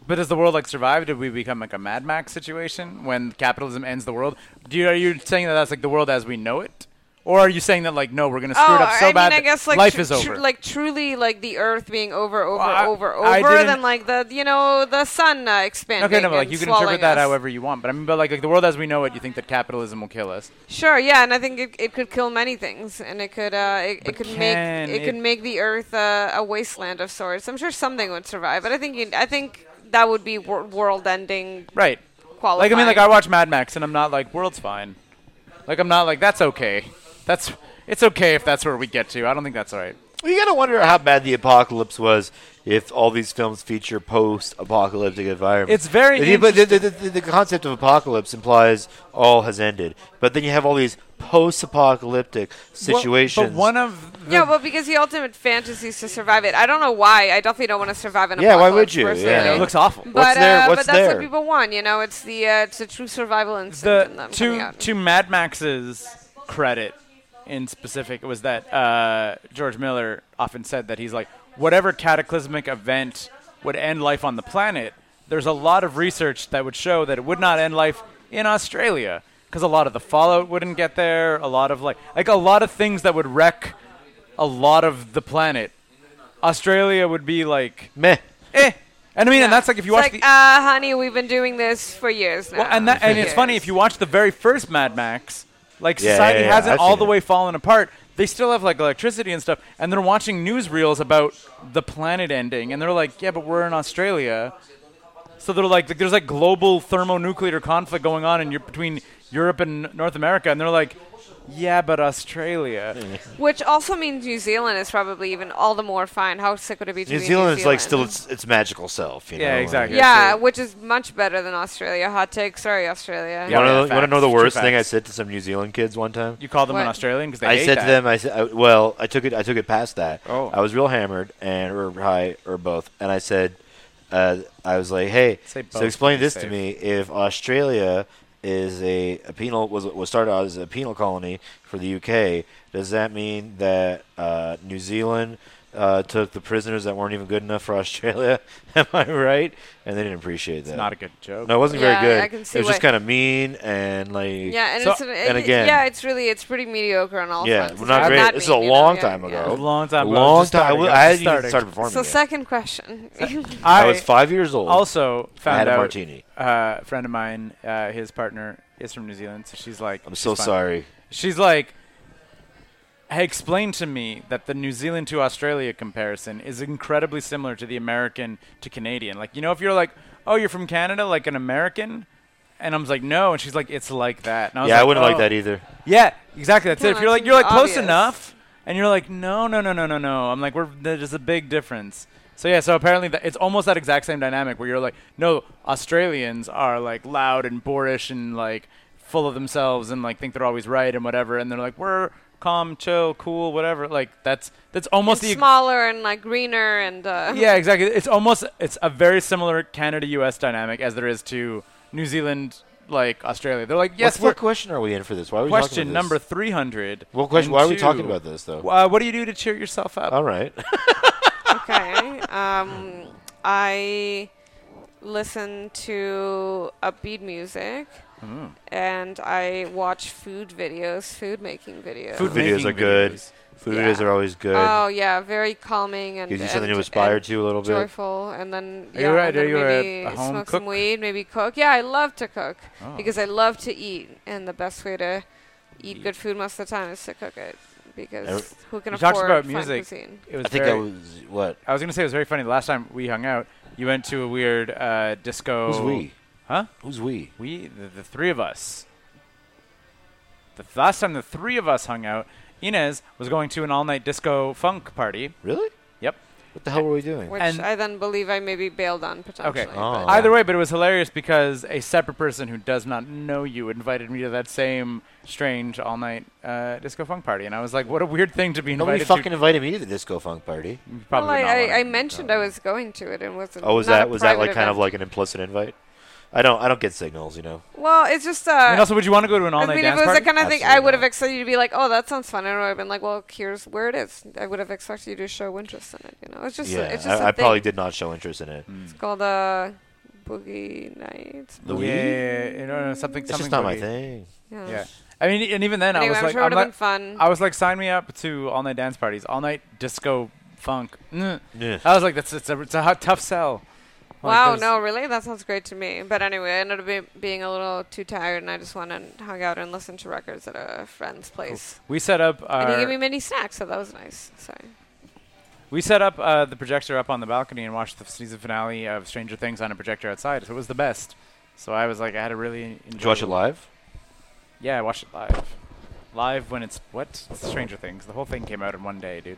Speaker 5: but does the world like survive? Did we become like a Mad Max situation when capitalism ends the world? Do you, are you saying that that's like the world as we know it, or are you saying that like no, we're gonna screw it up so
Speaker 6: Oh, I
Speaker 5: bad
Speaker 6: mean, I
Speaker 5: that
Speaker 6: guess like
Speaker 5: life
Speaker 6: tru-
Speaker 5: is
Speaker 6: tru-
Speaker 5: over?
Speaker 6: like truly, like the Earth being over, over,
Speaker 5: I-
Speaker 6: over,
Speaker 5: I
Speaker 6: over,
Speaker 5: didn't-
Speaker 6: then like the you know the sun uh, expanding.
Speaker 5: okay, no, but like
Speaker 6: and
Speaker 5: you can
Speaker 6: swallowing
Speaker 5: interpret that
Speaker 6: us.
Speaker 5: however you want. But I mean, but like, like the world as we know it, you think that capitalism will kill us?
Speaker 6: Sure, yeah, and I think it, it could kill many things, and it could uh, it,
Speaker 5: But
Speaker 6: it could
Speaker 5: can
Speaker 6: make it,
Speaker 5: it-
Speaker 6: could make the Earth uh, a wasteland of sorts. I'm sure something would survive, but I think you'd, I think that would be wor- world-ending.
Speaker 5: Right.
Speaker 6: Qualifying.
Speaker 5: Like I mean, like I watch Mad Max and I'm not like world's fine. Like I'm not like that's okay. That's it's okay if that's where we get to. I don't think that's all right.
Speaker 4: Well, you gotta wonder how bad the apocalypse was if all these films feature post-apocalyptic environments.
Speaker 5: It's very
Speaker 4: But you- But the, the, the, the concept of apocalypse implies all has ended, but then you have all these post-apocalyptic situations.
Speaker 5: But one of the
Speaker 6: yeah, well, because the ultimate fantasy is to survive it. I don't know why. I definitely don't want to survive an
Speaker 4: Yeah, why would
Speaker 6: apocalypse
Speaker 4: you? Yeah.
Speaker 6: personally.
Speaker 5: it looks awful.
Speaker 6: But,
Speaker 4: there?
Speaker 6: uh,
Speaker 4: What's
Speaker 6: but that's
Speaker 4: there?
Speaker 6: what people want, you know. It's the uh, it's a true survival instinct. in
Speaker 5: the
Speaker 6: them coming
Speaker 5: to
Speaker 6: out.
Speaker 5: to Mad Max's credit in specific was that uh, George Miller often said that he's like whatever cataclysmic event would end life on the planet. There's a lot of research that would show that it would not end life in Australia because a lot of the fallout wouldn't get there. A lot of like like a lot of things that would wreck a lot of the planet. Australia would be like
Speaker 4: meh.
Speaker 5: eh. And I mean, and that's like if you
Speaker 6: it's
Speaker 5: watch
Speaker 6: like,
Speaker 5: the
Speaker 6: uh, honey, we've been doing this for years now.
Speaker 5: well, and that, and it's
Speaker 6: Years.
Speaker 5: funny if you watch the very first Mad Max, like
Speaker 4: Yeah,
Speaker 5: society
Speaker 4: yeah, yeah,
Speaker 5: hasn't
Speaker 4: I've
Speaker 5: all
Speaker 4: seen
Speaker 5: the
Speaker 4: it.
Speaker 5: way fallen apart. They still have like electricity and stuff, and they're watching newsreels about the planet ending, and they're like, "Yeah, but we're in Australia." So they're like, like, "There's like global thermonuclear conflict going on in Eu- between Europe and North America," and they're like, "Yeah, but Australia."
Speaker 6: Which also means New Zealand is probably even all the more fine. How sick would it be to
Speaker 4: New
Speaker 6: be in
Speaker 4: Zealand
Speaker 6: New
Speaker 4: is like still
Speaker 6: Zealand?
Speaker 4: its, its magical self. You
Speaker 5: Yeah,
Speaker 4: know?
Speaker 5: exactly.
Speaker 6: yeah,
Speaker 5: Absolutely.
Speaker 6: which is much better than Australia. Hot take, sorry, Australia.
Speaker 5: Yeah.
Speaker 4: want to
Speaker 5: facts.
Speaker 4: know the
Speaker 5: True
Speaker 4: worst thing I
Speaker 5: facts.
Speaker 4: said to some New Zealand kids one time?
Speaker 5: You call them an
Speaker 6: What?
Speaker 5: Australian because they
Speaker 4: I
Speaker 5: hate
Speaker 4: said
Speaker 5: that.
Speaker 4: to them, I said, I, well, I took it, I took it past that.
Speaker 5: Oh.
Speaker 4: I was real hammered and or high or both, and I said, uh, I was like, hey,
Speaker 5: Say both
Speaker 4: so explain
Speaker 5: to be
Speaker 4: this to
Speaker 5: safe.
Speaker 4: me: if Australia is a, a penal was was started out as a penal colony for the UK, does that mean that uh, New Zealand? Uh, took the prisoners that weren't even good enough for Australia. Am I right? And they didn't appreciate that.
Speaker 5: It's not a good joke.
Speaker 4: no, it wasn't
Speaker 6: Yeah,
Speaker 4: very good.
Speaker 6: I can see
Speaker 4: it was just
Speaker 6: why-
Speaker 4: kind of mean and like
Speaker 6: Yeah, and
Speaker 5: So-
Speaker 6: it's
Speaker 4: and
Speaker 6: it-
Speaker 4: again-
Speaker 6: yeah, it's really it's pretty mediocre on all
Speaker 4: Yeah,
Speaker 6: fronts.
Speaker 4: well,
Speaker 6: It's
Speaker 4: not
Speaker 6: not
Speaker 4: great.
Speaker 6: that
Speaker 4: This is
Speaker 6: mean,
Speaker 4: a
Speaker 6: you know,
Speaker 4: long
Speaker 6: yeah,
Speaker 4: time
Speaker 6: yeah.
Speaker 4: ago.
Speaker 5: A long time.
Speaker 4: A
Speaker 5: ago. I was
Speaker 4: long
Speaker 5: just
Speaker 4: time. I
Speaker 5: starting.
Speaker 4: w- I
Speaker 5: was just
Speaker 4: hadn't even
Speaker 5: starting.
Speaker 4: started performing.
Speaker 6: So
Speaker 4: yet.
Speaker 6: second question.
Speaker 5: I,
Speaker 4: I was five years old.
Speaker 5: also found
Speaker 4: I had
Speaker 5: out
Speaker 4: a martini.
Speaker 5: uh, a friend of mine, uh, his partner is from New Zealand, so she's like,
Speaker 4: I'm
Speaker 5: she's
Speaker 4: so
Speaker 5: fine.
Speaker 4: sorry.
Speaker 5: She's like, hey, explain to me that the New Zealand to Australia comparison is incredibly similar to the American to Canadian. Like, you know, if you're like, oh, you're from Canada, like an American. And I was like, no. And she's like, it's like that. And I was
Speaker 4: yeah, I wouldn't like
Speaker 5: "Oh."
Speaker 4: that either.
Speaker 5: Yeah, exactly. That's
Speaker 6: Yeah,
Speaker 5: it. If you're
Speaker 6: that
Speaker 5: like, you're like
Speaker 6: seems
Speaker 5: close
Speaker 6: obvious.
Speaker 5: enough, and you're like, no, no, no, no, no, no. I'm like, we're there's a big difference. So yeah, so apparently that, it's almost that exact same dynamic where you're like, no, Australians are like loud and boorish and like full of themselves and like think they're always right and whatever, and they're like, we're calm, chill, cool, whatever. Like that's that's almost the
Speaker 6: smaller and like greener and uh,
Speaker 5: yeah, exactly. It's almost it's a very similar Canada U.S. dynamic as there is to New Zealand, like Australia. They're like, yes,
Speaker 4: Yes,
Speaker 5: we're
Speaker 4: what question are we in for this? Why are we
Speaker 5: question
Speaker 4: talking about
Speaker 5: number
Speaker 4: this?
Speaker 5: 300
Speaker 4: Well, question-
Speaker 5: and
Speaker 4: why are we
Speaker 5: two,
Speaker 4: talking about this, though?
Speaker 5: uh, what do you do to cheer yourself up
Speaker 4: All right.
Speaker 6: okay. Um, I listen to upbeat music.
Speaker 5: Mm.
Speaker 6: And I watch food videos, food making videos.
Speaker 5: Food
Speaker 4: videos
Speaker 5: making
Speaker 4: are good.
Speaker 5: videos.
Speaker 4: Food
Speaker 6: Yeah.
Speaker 4: videos are always good.
Speaker 6: Oh yeah, very calming and
Speaker 4: Gives you
Speaker 6: and-
Speaker 4: something to aspire
Speaker 6: and
Speaker 4: to a little bit.
Speaker 6: Joyful, and then
Speaker 5: Are
Speaker 6: yeah,
Speaker 5: you right?
Speaker 6: and
Speaker 5: Are
Speaker 6: then
Speaker 5: you a-
Speaker 6: maybe
Speaker 5: a home
Speaker 6: smoke some
Speaker 5: cook? Oh.
Speaker 6: weed, maybe cook. Yeah, I love to cook because I love to eat, and the best way to eat good food most of the time is to cook it because
Speaker 4: Every-
Speaker 6: who can
Speaker 5: you
Speaker 6: afford
Speaker 5: talked about
Speaker 6: fine
Speaker 5: music
Speaker 6: cuisine?
Speaker 5: it was
Speaker 4: I think
Speaker 5: very,
Speaker 4: that was what?
Speaker 5: I was gonna say it was very funny the last time we hung out you went to a weird uh, disco
Speaker 4: Who's we?
Speaker 5: huh
Speaker 4: Who's we?
Speaker 5: we the, the three of us the th- last time the three of us hung out Inez was going to an all-night disco funk party
Speaker 4: Really?
Speaker 5: yep
Speaker 4: What the hell were we doing?
Speaker 6: Which
Speaker 5: and-
Speaker 6: I then believe I maybe bailed on potentially.
Speaker 5: Okay.
Speaker 4: Oh.
Speaker 5: Either way, but it was hilarious because a separate person who does not know you invited me to that same strange all night uh, disco funk party, and I was like, "What a weird thing to be
Speaker 4: Nobody
Speaker 5: invited
Speaker 4: fucking
Speaker 5: to."
Speaker 4: invited me to the disco funk party.
Speaker 5: You
Speaker 6: Well,
Speaker 5: probably
Speaker 6: I,
Speaker 5: would not
Speaker 6: I,
Speaker 5: wanna-
Speaker 6: I mentioned I was going to it and wasn't.
Speaker 4: Oh, was
Speaker 6: not a
Speaker 4: that was that
Speaker 6: private
Speaker 4: like kind of
Speaker 6: event.
Speaker 4: like an implicit invite? I don't. I don't get signals. You know.
Speaker 6: Well, it's just. Uh,
Speaker 5: I mean, also, would you want to go to an all
Speaker 6: I
Speaker 5: night
Speaker 6: mean, if it
Speaker 5: dance
Speaker 6: was
Speaker 5: party?
Speaker 6: the kind of thing I
Speaker 4: Absolutely
Speaker 6: would have
Speaker 4: not.
Speaker 6: expected you to be like, "Oh, that sounds fun," I would have been like, "Well, here's where it is." I would have expected you to show interest in it. You know, it's just
Speaker 4: yeah.
Speaker 6: it's just a
Speaker 4: I, I
Speaker 6: thing.
Speaker 4: probably did not show interest in it.
Speaker 5: Mm.
Speaker 6: It's called uh, boogie nights.
Speaker 4: The
Speaker 5: yeah,
Speaker 4: weed.
Speaker 5: yeah, yeah, you know, something.
Speaker 4: It's
Speaker 5: something
Speaker 4: just not my
Speaker 5: boogie.
Speaker 4: thing.
Speaker 6: Yeah.
Speaker 5: Yeah. I mean, and even then,
Speaker 6: Anyway,
Speaker 5: I was
Speaker 6: I'm
Speaker 5: like,
Speaker 6: sure it would
Speaker 5: I'm
Speaker 6: have been fun.
Speaker 5: not- I was like, sign me up to all night dance parties, all night disco funk. Mm.
Speaker 4: Yeah.
Speaker 5: I was like, that's it's a it's a hot, tough sell. Like,
Speaker 6: wow,
Speaker 5: there's-
Speaker 6: no, really? That sounds great to me. But anyway, I ended up be- being a little too tired, and I just went and hung out and listened to records at a friend's place.
Speaker 5: We set up
Speaker 6: And he
Speaker 5: our
Speaker 6: gave me mini snacks, so that was nice. Sorry.
Speaker 5: we set up uh, the projector up on the balcony and watched the season finale of Stranger Things on a projector outside. So it was the best. So I was like, I had a really.
Speaker 4: Did you watch it live?
Speaker 5: Yeah, I watched it live. Live when it's what? It's Stranger Things. The whole thing came out in one day, dude.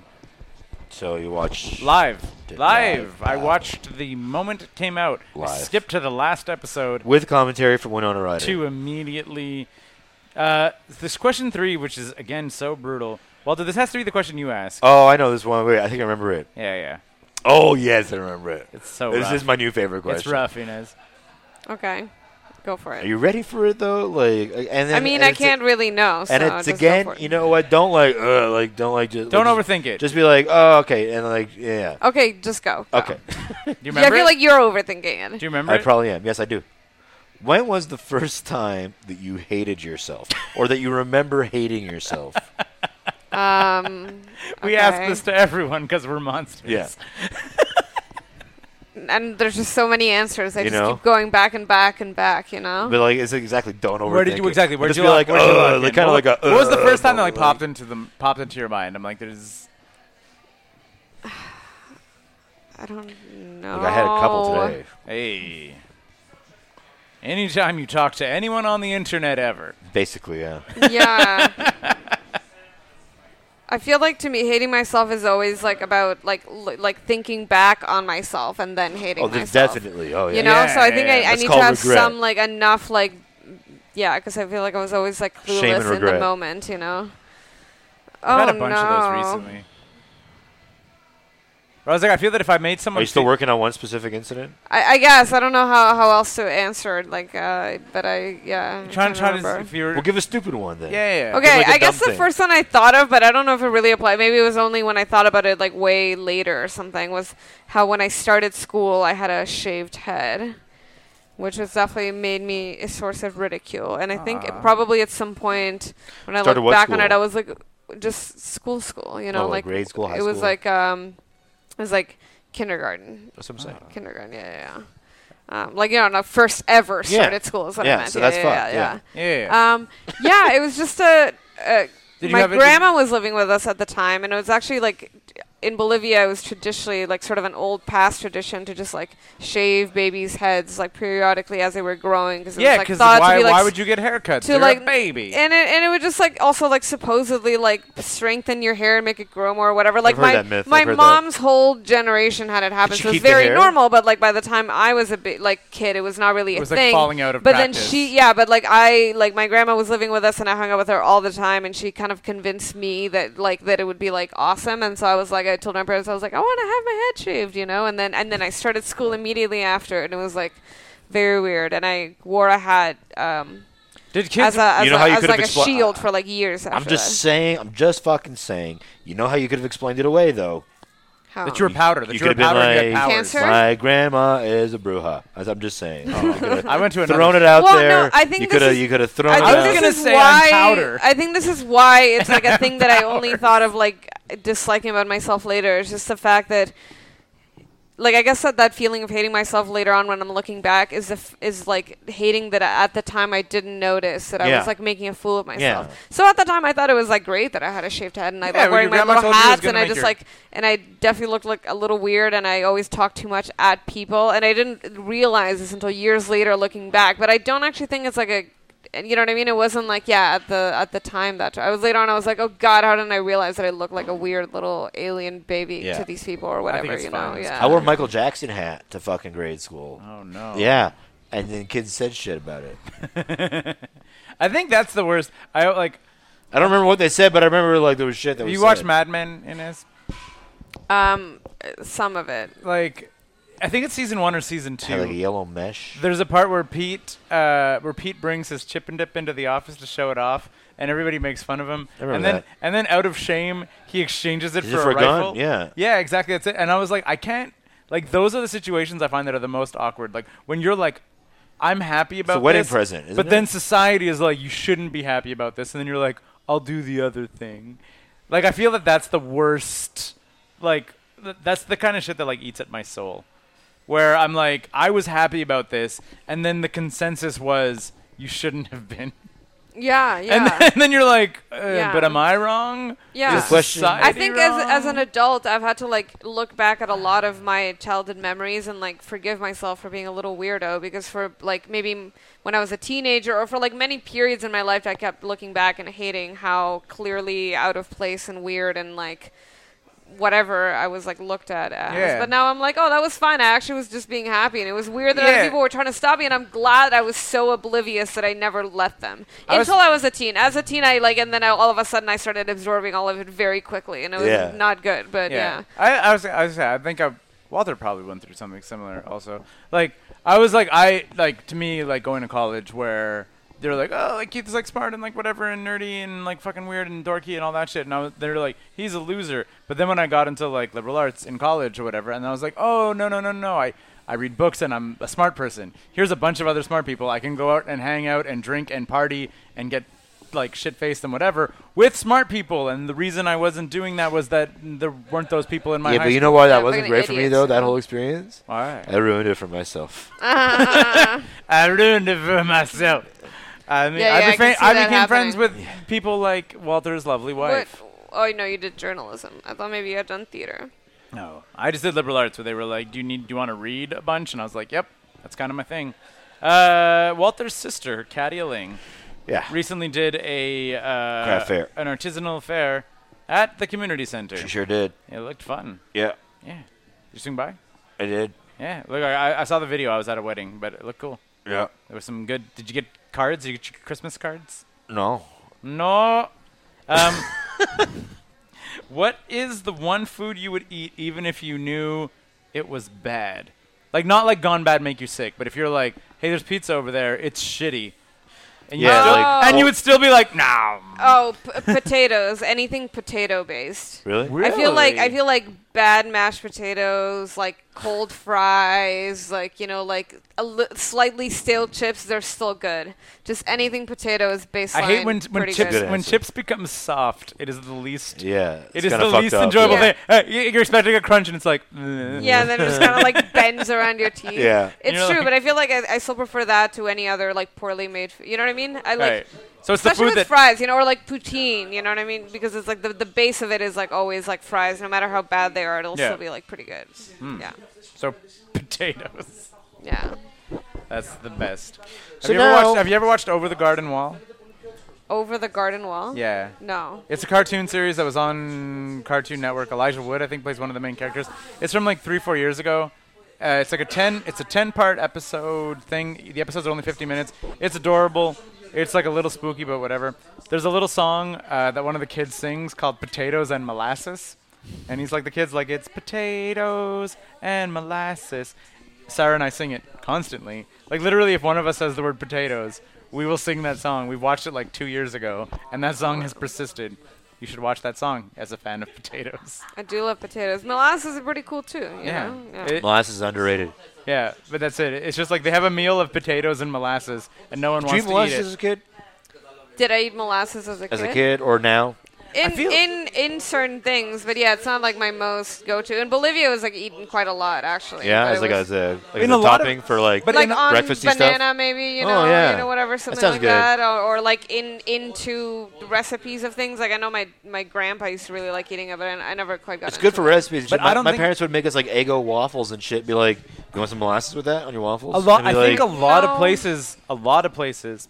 Speaker 4: So you watched
Speaker 5: Live.
Speaker 4: Did
Speaker 5: Live.
Speaker 4: live,
Speaker 5: I
Speaker 4: live.
Speaker 5: watched the moment it came out. I
Speaker 4: Live.
Speaker 5: skipped to the last episode
Speaker 4: with commentary from Winona Ryder.
Speaker 5: to immediately. Uh, this question three, which is again so brutal. Walter, this has to be the question you ask.
Speaker 4: Oh, I know this one. Wait, I think I remember it.
Speaker 5: Yeah, yeah.
Speaker 4: Oh yes, I remember it.
Speaker 5: It's so
Speaker 4: this
Speaker 5: rough.
Speaker 4: is my new favorite question.
Speaker 5: It's rough, Inez.
Speaker 6: Okay. Go for
Speaker 4: Are
Speaker 6: it.
Speaker 4: you ready for it though? Like, uh, and then,
Speaker 6: I mean,
Speaker 4: and
Speaker 6: I
Speaker 4: it's-
Speaker 6: can't really know.
Speaker 4: And
Speaker 6: so just
Speaker 4: it's again,
Speaker 6: go for it.
Speaker 4: you know what? Don't like, uh, like, don't like, just
Speaker 5: Don't
Speaker 4: like, just-
Speaker 5: overthink it. Oh.
Speaker 4: Just be like, oh, okay, and like, yeah,
Speaker 6: Okay, just go. Go.
Speaker 4: okay.
Speaker 5: Do you
Speaker 6: Yeah, I
Speaker 5: remember?
Speaker 6: feel
Speaker 5: it?
Speaker 6: like you're overthinking it.
Speaker 5: Do you remember?
Speaker 4: I
Speaker 5: it?
Speaker 4: probably am. Yes, I do. When was the first time that you hated yourself, or that you remember hating yourself?
Speaker 6: Um,
Speaker 5: we ask
Speaker 6: okay.
Speaker 5: this to everyone because we're monsters.
Speaker 4: Yeah.
Speaker 6: and there's just so many answers. I
Speaker 4: You
Speaker 6: just
Speaker 4: know?
Speaker 6: keep going back and back and back. You know.
Speaker 4: but like, it's exactly don't overthink.
Speaker 5: Where did you
Speaker 4: it.
Speaker 5: exactly? Where did
Speaker 4: just
Speaker 5: you
Speaker 4: be
Speaker 5: lock-
Speaker 4: like,
Speaker 5: where'd you lock
Speaker 4: uh,
Speaker 5: in?
Speaker 4: like kind of
Speaker 5: What-
Speaker 4: like a.
Speaker 5: What was the
Speaker 4: uh,
Speaker 5: first time that like
Speaker 4: like-
Speaker 5: popped into the popped into your mind? I'm like, there's.
Speaker 6: I don't know.
Speaker 4: Like, I had a couple
Speaker 6: Oh.
Speaker 4: today.
Speaker 5: Hey. Anytime you talk to anyone on the internet ever,
Speaker 4: Basically, yeah.
Speaker 6: yeah. I feel like to me, hating myself is always like about like l- like thinking back on myself and then hating
Speaker 4: Oh,
Speaker 6: myself.
Speaker 4: there's definitely. Oh, yeah.
Speaker 6: You know,
Speaker 5: Yeah,
Speaker 6: so I
Speaker 5: yeah,
Speaker 6: think
Speaker 5: yeah.
Speaker 6: I, I
Speaker 4: That's
Speaker 6: need to
Speaker 4: called
Speaker 6: have
Speaker 4: regret.
Speaker 6: some like enough like, yeah, because I feel like I was always like
Speaker 4: Shame and
Speaker 6: clueless in the
Speaker 4: regret.
Speaker 6: moment. You know. Oh
Speaker 5: I've had a bunch
Speaker 6: no!
Speaker 5: of those recently. But I was like, I feel that if I made someone,
Speaker 4: Are you still
Speaker 5: feel-
Speaker 4: working on one specific incident?
Speaker 6: I, I guess I don't know how, how else to answer it. Like, uh, but I yeah. I'm
Speaker 5: trying to try
Speaker 6: to
Speaker 5: to
Speaker 6: remember.
Speaker 5: if you're
Speaker 4: Well, give a stupid one then.
Speaker 5: yeah, yeah, yeah.
Speaker 6: Okay,
Speaker 4: like a
Speaker 6: I guess
Speaker 4: dumb
Speaker 6: the
Speaker 4: thing.
Speaker 6: first one I thought of, but I don't know if it really applied. Maybe it was only when I thought about it like way later or something. Was how when I started school, I had a shaved head, which was definitely made me a source of ridicule. And I think it- probably at some point when I
Speaker 4: Ah. Started
Speaker 6: look
Speaker 4: what
Speaker 6: back on
Speaker 4: school?
Speaker 6: it, I was like, just school, school. You know,
Speaker 4: Oh,
Speaker 6: like
Speaker 4: like grade school, high
Speaker 6: it was
Speaker 4: school?
Speaker 6: like um, it was like kindergarten,
Speaker 4: That's what I'm saying.
Speaker 5: Oh,
Speaker 6: kindergarten. Yeah, yeah. yeah. Um, like you know, no, first ever
Speaker 4: Yeah.
Speaker 6: started school is what
Speaker 4: Yeah,
Speaker 6: I meant.
Speaker 4: so
Speaker 6: yeah,
Speaker 4: that's
Speaker 6: yeah,
Speaker 4: fucked,
Speaker 6: yeah,
Speaker 4: yeah.
Speaker 6: yeah.
Speaker 5: Yeah, yeah.
Speaker 6: Um, yeah, it was just a. a
Speaker 5: Did you
Speaker 6: my
Speaker 5: have it-
Speaker 6: grandma was living with us at the time, and it was actually like in Bolivia, it was traditionally like sort of an old past tradition to just like shave babies' heads like periodically as they were growing because it
Speaker 5: yeah,
Speaker 6: was like
Speaker 5: because
Speaker 6: thought
Speaker 5: why,
Speaker 6: to be like
Speaker 5: why
Speaker 6: s-
Speaker 5: would you get haircuts?
Speaker 6: to
Speaker 5: You're
Speaker 6: like
Speaker 5: a baby.
Speaker 6: and it and it would just like also like supposedly like strengthen your hair and make it grow more or whatever. Like
Speaker 4: heard
Speaker 6: my
Speaker 4: that myth.
Speaker 6: my
Speaker 4: I've heard that.
Speaker 6: mom's whole generation had it happen,
Speaker 4: Did she
Speaker 6: so it was
Speaker 4: keep the
Speaker 6: very
Speaker 4: hair?
Speaker 6: normal. But like by the time I was a bit like kid, it was not really
Speaker 5: It
Speaker 6: a
Speaker 5: was, like,
Speaker 6: thing.
Speaker 5: falling out of
Speaker 6: but
Speaker 5: practice.
Speaker 6: then she yeah, but like I like my grandma was living with us and I hung out with her all the time, and she kind of convinced me that like that it would be like awesome, and so I was like I told my parents I was like I want to have my head shaved, you know, and then and then I started school immediately after, and it was like very weird, and I wore a hat. Um,
Speaker 5: Did
Speaker 6: as
Speaker 5: kids?
Speaker 6: a as,
Speaker 4: You know how
Speaker 6: a,
Speaker 4: you
Speaker 6: as
Speaker 4: could have
Speaker 6: like a
Speaker 4: expli-
Speaker 6: shield for like years. After
Speaker 4: I'm just saying. I'm just fucking saying. You know how you could have explained it away though.
Speaker 6: that. How?
Speaker 5: that you were powder. That
Speaker 4: um, You
Speaker 5: you were
Speaker 4: could've been
Speaker 5: powder. and you had
Speaker 4: like-
Speaker 5: powers.
Speaker 6: Cancer? Sure.
Speaker 4: My grandma is a bruja. As I'm just saying. You could
Speaker 5: I
Speaker 4: have
Speaker 5: went to another.
Speaker 4: thrown it out
Speaker 6: Well, no,
Speaker 4: there.
Speaker 6: I think
Speaker 4: you
Speaker 6: this
Speaker 4: could have.
Speaker 6: is-
Speaker 4: You could have thrown
Speaker 6: I
Speaker 4: it
Speaker 6: think
Speaker 5: was
Speaker 4: out.
Speaker 6: this
Speaker 5: gonna
Speaker 6: is
Speaker 5: say I'm
Speaker 6: why.
Speaker 5: powder.
Speaker 6: I think this is why it's like a thing that I only thought of like disliking about myself later. It's just the fact that. Like I guess that that feeling of hating myself later on when I'm looking back is if, is like hating that at the time I didn't notice that I
Speaker 4: Yeah.
Speaker 6: was like making a fool of myself.
Speaker 4: Yeah.
Speaker 6: So at the time I thought it was like great that I had a shaved head and I
Speaker 5: Yeah,
Speaker 6: like
Speaker 5: well,
Speaker 6: wearing
Speaker 5: your
Speaker 6: my
Speaker 5: grandma
Speaker 6: little
Speaker 5: told you it was
Speaker 6: hats
Speaker 5: gonna
Speaker 6: and I
Speaker 5: make
Speaker 6: just
Speaker 5: your-
Speaker 6: like and I definitely looked like a little weird, and I always talked too much at people, and I didn't realize this until years later, looking back. But I don't actually think it's like a, and you know what I mean? It wasn't like yeah, at the at the time that I was later on, I was like, oh god, how didn't I realize that I looked like a weird little alien baby
Speaker 4: Yeah.
Speaker 6: to these people or
Speaker 5: think
Speaker 6: whatever,
Speaker 5: it's
Speaker 6: you
Speaker 5: fine.
Speaker 6: know?
Speaker 5: It's
Speaker 6: Yeah.
Speaker 4: I wore Michael Jackson hat to fucking grade school.
Speaker 5: Oh no.
Speaker 4: Yeah, and then kids said shit about it.
Speaker 5: I think that's the worst. I like.
Speaker 4: I don't remember what they said, but I remember like there was shit that was.
Speaker 5: You watch
Speaker 4: said.
Speaker 5: Mad Men, Inez?
Speaker 6: um, uh, some of it.
Speaker 5: Like, I think it's season one or season
Speaker 4: Had like a
Speaker 5: two.
Speaker 4: yellow mesh.
Speaker 5: There's a part where Pete, uh, where Pete brings his chip and dip into the office to show it off, and everybody makes fun of him.
Speaker 4: I remember
Speaker 5: and then,
Speaker 4: that.
Speaker 5: and then out of shame, he exchanges it
Speaker 4: Is it
Speaker 5: for,
Speaker 4: for
Speaker 5: a
Speaker 4: a gun?
Speaker 5: rifle.
Speaker 4: Yeah.
Speaker 5: yeah, exactly. That's it. And I was like, I can't. Like those are the situations I find that are the most awkward. Like when you're like, I'm happy about
Speaker 4: wedding
Speaker 5: this,
Speaker 4: present, isn't
Speaker 5: but then
Speaker 4: it?
Speaker 5: society is like, you shouldn't be happy about this, and then you're like, I'll do the other thing. Like I feel that that's the worst. Like th- that's the kind of shit that like eats at my soul where I'm like, I was happy about this, and then the consensus was you shouldn't have been,
Speaker 6: Yeah, yeah.
Speaker 5: and, then, and then you're like, uh,
Speaker 6: Yeah.
Speaker 5: but am I wrong?
Speaker 6: Yeah.
Speaker 5: Is
Speaker 6: The question-
Speaker 5: society
Speaker 6: I think as as
Speaker 5: wrong?
Speaker 6: an adult, I've had to like look back at a lot of my childhood memories and like forgive myself for being a little weirdo because for like maybe m- when I was a teenager or for like many periods in my life, I kept looking back and hating how clearly out of place and weird and like whatever I was like looked at as.
Speaker 5: Yeah.
Speaker 6: But now I'm like, oh, that was fine. I actually was just being happy, and it was weird that
Speaker 5: Yeah.
Speaker 6: other people were trying to stop me, and I'm glad I was so oblivious that I never let them
Speaker 5: I was-
Speaker 6: until I was a teen. As a teen, I like, and then I, all of a sudden I started absorbing all of it very quickly, and it was
Speaker 4: Yeah.
Speaker 6: not good. But
Speaker 5: yeah.
Speaker 6: yeah,
Speaker 5: I, I was I was I think I, Walter probably went through something similar also. Like I was like I like to me like going to college where they're like oh like Keith is like smart and like whatever and nerdy and like fucking weird and dorky and all that shit and I was, they're like he's a loser. But then when I got into like liberal arts in college or whatever and I was like oh no no no no I I read books and I'm a smart person. Here's a bunch of other smart people. I can go out and hang out and drink and party and get like shit faced and whatever with smart people. And the reason I wasn't doing that was that there weren't those people in my
Speaker 4: Yeah,
Speaker 5: high
Speaker 4: but you
Speaker 5: school.
Speaker 4: know why
Speaker 6: Yeah,
Speaker 4: that wasn't
Speaker 6: fucking
Speaker 4: great for me
Speaker 6: idiots.
Speaker 4: though. That whole experience,
Speaker 5: All right.
Speaker 4: I ruined it for myself.
Speaker 5: I ruined it for myself. I mean,
Speaker 6: Yeah,
Speaker 5: I,
Speaker 6: yeah, I
Speaker 5: became,
Speaker 6: can see
Speaker 5: I,
Speaker 6: that
Speaker 5: became friends
Speaker 6: happening.
Speaker 5: with people like Walter's lovely
Speaker 6: what?
Speaker 5: wife.
Speaker 6: Oh no, you did journalism. I thought maybe you had done theater.
Speaker 5: No, I just did liberal arts where they were like, "Do you need? Do you want to read a bunch?" And I was like, "Yep, that's kind of my thing." Uh, Walter's sister, Katia Ling.
Speaker 4: Yeah.
Speaker 5: recently did a uh,
Speaker 4: Craft fair.
Speaker 5: an artisanal fair at the community center.
Speaker 4: She sure did.
Speaker 5: It looked fun.
Speaker 4: Yeah,
Speaker 5: Yeah, did you swing by?
Speaker 4: I did.
Speaker 5: Yeah, look, I, I saw the video. I was at a wedding, but it looked cool.
Speaker 4: Yeah.
Speaker 5: There was some good. Did you get cards? Did you get your Christmas cards?
Speaker 4: No.
Speaker 5: No. Um, what is the one food you would eat even if you knew it was bad? Like not like gone bad make you sick, but if you're like, hey, there's pizza over there, it's shitty, and you
Speaker 4: Yeah,
Speaker 5: still,
Speaker 4: like-
Speaker 5: and you would still be like, nah.
Speaker 6: Oh, p- potatoes. Anything potato based.
Speaker 4: Really?
Speaker 6: I feel like I
Speaker 5: Really?
Speaker 6: feel like bad mashed potatoes, like cold fries, like you know, like a li- slightly stale chips. They're still good. Just anything potatoes baseline.
Speaker 5: I hate when when
Speaker 6: pretty
Speaker 5: chips
Speaker 6: good.
Speaker 4: Good
Speaker 5: when
Speaker 4: answer.
Speaker 5: chips become soft. It is the least.
Speaker 4: Yeah.
Speaker 5: It
Speaker 4: it's
Speaker 5: is
Speaker 4: kinda
Speaker 5: the
Speaker 4: fucked
Speaker 5: least
Speaker 4: up.
Speaker 5: enjoyable
Speaker 6: Yeah.
Speaker 5: thing. Uh, y- You're expecting a crunch, and it's like. "Ugh."
Speaker 6: Yeah, and then it just kind of like bends around your teeth.
Speaker 4: Yeah.
Speaker 6: it's
Speaker 5: You're
Speaker 6: true,
Speaker 5: like-
Speaker 6: but I feel like I, I still prefer that to any other like poorly made. F- you know what I mean? I like.
Speaker 5: Right. So it's the
Speaker 6: Especially
Speaker 5: food
Speaker 6: with
Speaker 5: that
Speaker 6: fries, you know, or like poutine, you know what I mean? Because it's like the, the base of it is like always like fries, no matter how bad they are, it'll
Speaker 5: Yeah. Hmm.
Speaker 6: still be like pretty good. Yeah,
Speaker 5: so potatoes.
Speaker 6: yeah.
Speaker 5: That's the best. Have
Speaker 4: So
Speaker 5: you ever
Speaker 4: now-
Speaker 5: watched Have you ever watched Over the Garden Wall?
Speaker 6: Over the garden wall.
Speaker 5: Yeah.
Speaker 6: No.
Speaker 5: It's a cartoon series that was on Cartoon Network. Elijah Wood, I think, plays one of the main characters. It's from like three, four years ago. Uh, it's like a ten. It's a ten-part episode thing. The episodes are only 50 minutes. It's adorable. It's like a little spooky, but whatever. There's a little song uh, that one of the kids sings called "Potatoes and Molasses," and he's like the kids like it's potatoes and molasses. Sarah and I sing it constantly. Like literally, if one of us says the word potatoes, we will sing that song. We watched it like two years ago, and that song has persisted. You should watch that song as a fan of potatoes.
Speaker 6: I do love potatoes. Molasses are pretty cool too. you
Speaker 5: Yeah,
Speaker 6: know? Yeah.
Speaker 5: It-
Speaker 4: Molasses is underrated.
Speaker 5: yeah, but that's it. It's just like they have a meal of potatoes and molasses, and no one
Speaker 4: Did you
Speaker 5: wants
Speaker 4: eat
Speaker 5: to eat
Speaker 4: molasses as
Speaker 5: it.
Speaker 4: a kid?
Speaker 6: Did I eat molasses as a
Speaker 4: As
Speaker 6: kid?
Speaker 4: a kid or now?
Speaker 6: In
Speaker 4: feel-
Speaker 6: in in certain things, but yeah, it's not like my most go to. In Bolivia, it was like eaten quite a lot actually.
Speaker 4: Yeah,
Speaker 6: but
Speaker 4: as
Speaker 6: it
Speaker 4: like
Speaker 6: was-
Speaker 4: as a like as
Speaker 5: In a
Speaker 4: a
Speaker 5: lot of-
Speaker 4: topping for like
Speaker 5: but
Speaker 6: like
Speaker 5: in-
Speaker 6: on
Speaker 4: breakfasty
Speaker 6: banana,
Speaker 4: stuff?
Speaker 6: maybe you
Speaker 4: Oh,
Speaker 6: know,
Speaker 4: yeah.
Speaker 6: you know, whatever, something
Speaker 4: sounds
Speaker 6: like
Speaker 4: good.
Speaker 6: that, or, or like in into recipes of things. Like I know my my grandpa used to really like eating it, but I, I never quite got.
Speaker 4: It's good
Speaker 6: into
Speaker 4: for
Speaker 6: it.
Speaker 4: recipes. and
Speaker 5: But
Speaker 4: shit. my,
Speaker 5: I don't
Speaker 4: my
Speaker 5: think-
Speaker 4: parents would make us like Eggo waffles and shit. Be like, you want some molasses with that on your waffles?
Speaker 5: A lot.
Speaker 4: And be
Speaker 5: I think a
Speaker 4: like,
Speaker 5: lot
Speaker 6: No.
Speaker 5: of places, a lot of places,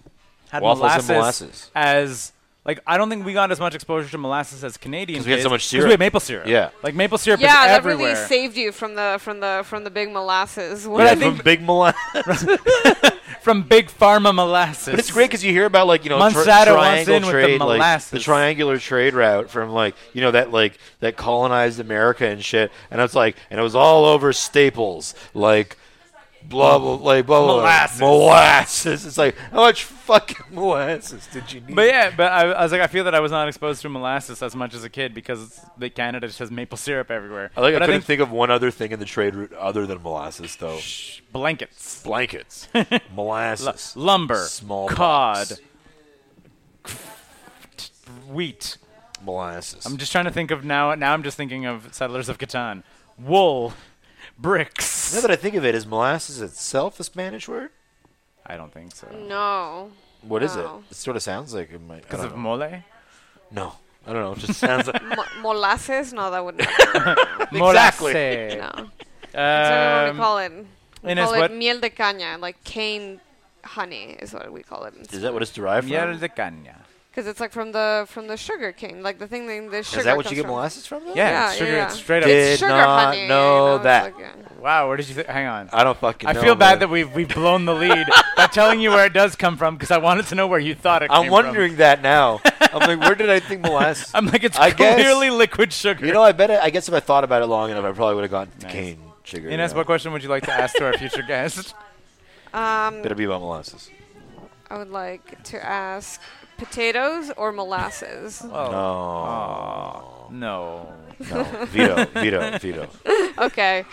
Speaker 5: had
Speaker 4: Waffles and
Speaker 5: molasses,
Speaker 4: molasses.
Speaker 5: as Like I don't think we got as much exposure to molasses as Canadians.
Speaker 4: 'Cause we had
Speaker 5: did,
Speaker 4: so much
Speaker 5: 'cause
Speaker 4: syrup.
Speaker 5: We had maple syrup.
Speaker 4: Yeah.
Speaker 5: Like maple syrup
Speaker 6: yeah,
Speaker 5: is
Speaker 6: that
Speaker 5: everywhere.
Speaker 6: really saved you from the from the from the big molasses.
Speaker 5: I
Speaker 6: What-
Speaker 5: think-
Speaker 4: from Big Molasses.
Speaker 5: from big pharma molasses.
Speaker 4: But it's great because you hear about like you know tri-
Speaker 5: Monsanto wants
Speaker 4: triangle
Speaker 5: in with the
Speaker 4: trade, like the
Speaker 5: molasses.
Speaker 4: triangular trade route from like you know that like that colonized America and shit, and it's like and it was all over staples like blah blah like blah blah
Speaker 5: Molasses.
Speaker 4: molasses. It's like how much fucking molasses did you need?
Speaker 5: But yeah, but I, I was like, I feel that I was not exposed to molasses as much as a kid because the Canada just has maple syrup everywhere.
Speaker 4: I like I
Speaker 5: but
Speaker 4: couldn't
Speaker 5: think
Speaker 4: think of one other thing in the trade route other than molasses though.
Speaker 5: blankets,
Speaker 4: Blankets, molasses,
Speaker 5: L- lumber,
Speaker 4: small
Speaker 5: cod, wheat.
Speaker 4: molasses.
Speaker 5: I'm just trying to think of now. Now I'm just thinking of settlers of Catan, wool,
Speaker 4: now
Speaker 5: bricks.
Speaker 4: that I think of it, is molasses itself a Spanish word?
Speaker 5: I don't think so.
Speaker 6: Mm. no.
Speaker 4: What is
Speaker 6: No.
Speaker 4: it? It sort of sounds like it might. I
Speaker 5: Because
Speaker 4: don't
Speaker 5: of
Speaker 4: know.
Speaker 5: mole,
Speaker 4: No, I don't know. It just sounds like
Speaker 6: Mo- molasses? No, that would not.
Speaker 4: Exactly.
Speaker 5: Molasse.
Speaker 6: no. I don't know what we
Speaker 5: Um,
Speaker 6: call it. We
Speaker 5: Ines,
Speaker 6: call it
Speaker 5: what-
Speaker 6: miel de caña, like cane honey is what we call it.
Speaker 4: is that what it's derived
Speaker 5: miel
Speaker 4: from?
Speaker 5: de caña.
Speaker 6: Because it's like from the from the sugar cane, like the thing that the sugar.
Speaker 4: Is that what
Speaker 6: comes
Speaker 4: you get
Speaker 6: from.
Speaker 4: molasses from? Though?
Speaker 5: Yeah,
Speaker 6: Yeah,
Speaker 5: it's sugar.
Speaker 6: yeah,
Speaker 5: It's
Speaker 6: yeah.
Speaker 5: straight up.
Speaker 4: Did
Speaker 6: It's sugar
Speaker 4: not
Speaker 6: honey. you
Speaker 4: know
Speaker 6: it's
Speaker 4: that.
Speaker 6: like, yeah.
Speaker 5: Wow, where did you? Th- hang on.
Speaker 4: I don't fucking.
Speaker 5: I
Speaker 4: know,
Speaker 5: feel bad that
Speaker 4: man.
Speaker 5: we've we've blown the lead by telling you where it does come from because I wanted to know where you thought it.
Speaker 4: I'm
Speaker 5: came
Speaker 4: wondering that now. I'm like, where did I think molasses?
Speaker 5: From. I'm like, it's
Speaker 4: I guess-
Speaker 5: clearly liquid sugar.
Speaker 4: you know, I bet. It, I guess if I thought about it long enough, I probably would have gotten to cane sugar. you
Speaker 5: Ines,
Speaker 4: know.
Speaker 5: what question would you like to ask to our future guest?
Speaker 6: Um,
Speaker 4: Better be about molasses.
Speaker 6: I would like to ask potatoes or molasses.
Speaker 5: Oh.
Speaker 4: No,
Speaker 5: No.
Speaker 4: no,
Speaker 5: Oh.
Speaker 4: veto, veto, veto.
Speaker 6: okay,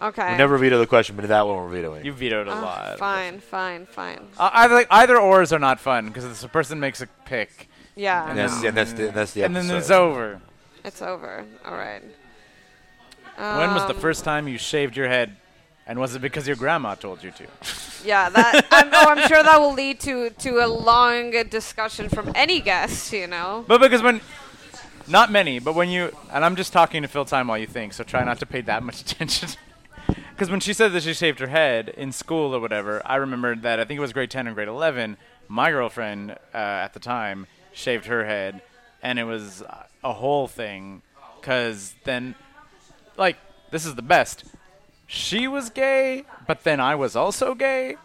Speaker 6: okay.
Speaker 4: We never veto the question, but that one we're vetoing.
Speaker 5: You vetoed a
Speaker 6: Ah,
Speaker 5: lot.
Speaker 6: fine, fine, fine.
Speaker 5: Uh, either, like, either ors are not fun because the person makes a pick
Speaker 6: Yeah,
Speaker 4: and
Speaker 6: no,
Speaker 4: that's, and that's the and that's the
Speaker 5: and then
Speaker 4: episode.
Speaker 5: it's over.
Speaker 6: it's over. All right.
Speaker 5: when was the
Speaker 6: Um,
Speaker 5: first time you shaved your head? And was it because your grandma told you to?
Speaker 6: Yeah, that. I'm, oh, I'm sure that will lead to to a long uh, discussion from any guest. You know.
Speaker 5: But because when, not many, but when you, and I'm just talking to fill time while you think, so try not to pay that much attention. Because when she said that she shaved her head in school or whatever, I remembered that I think it was grade 10 and grade 11, my girlfriend uh, at the time shaved her head, and it was uh, a whole thing. Because then, like, this is the best. She was gay, but then I was also gay.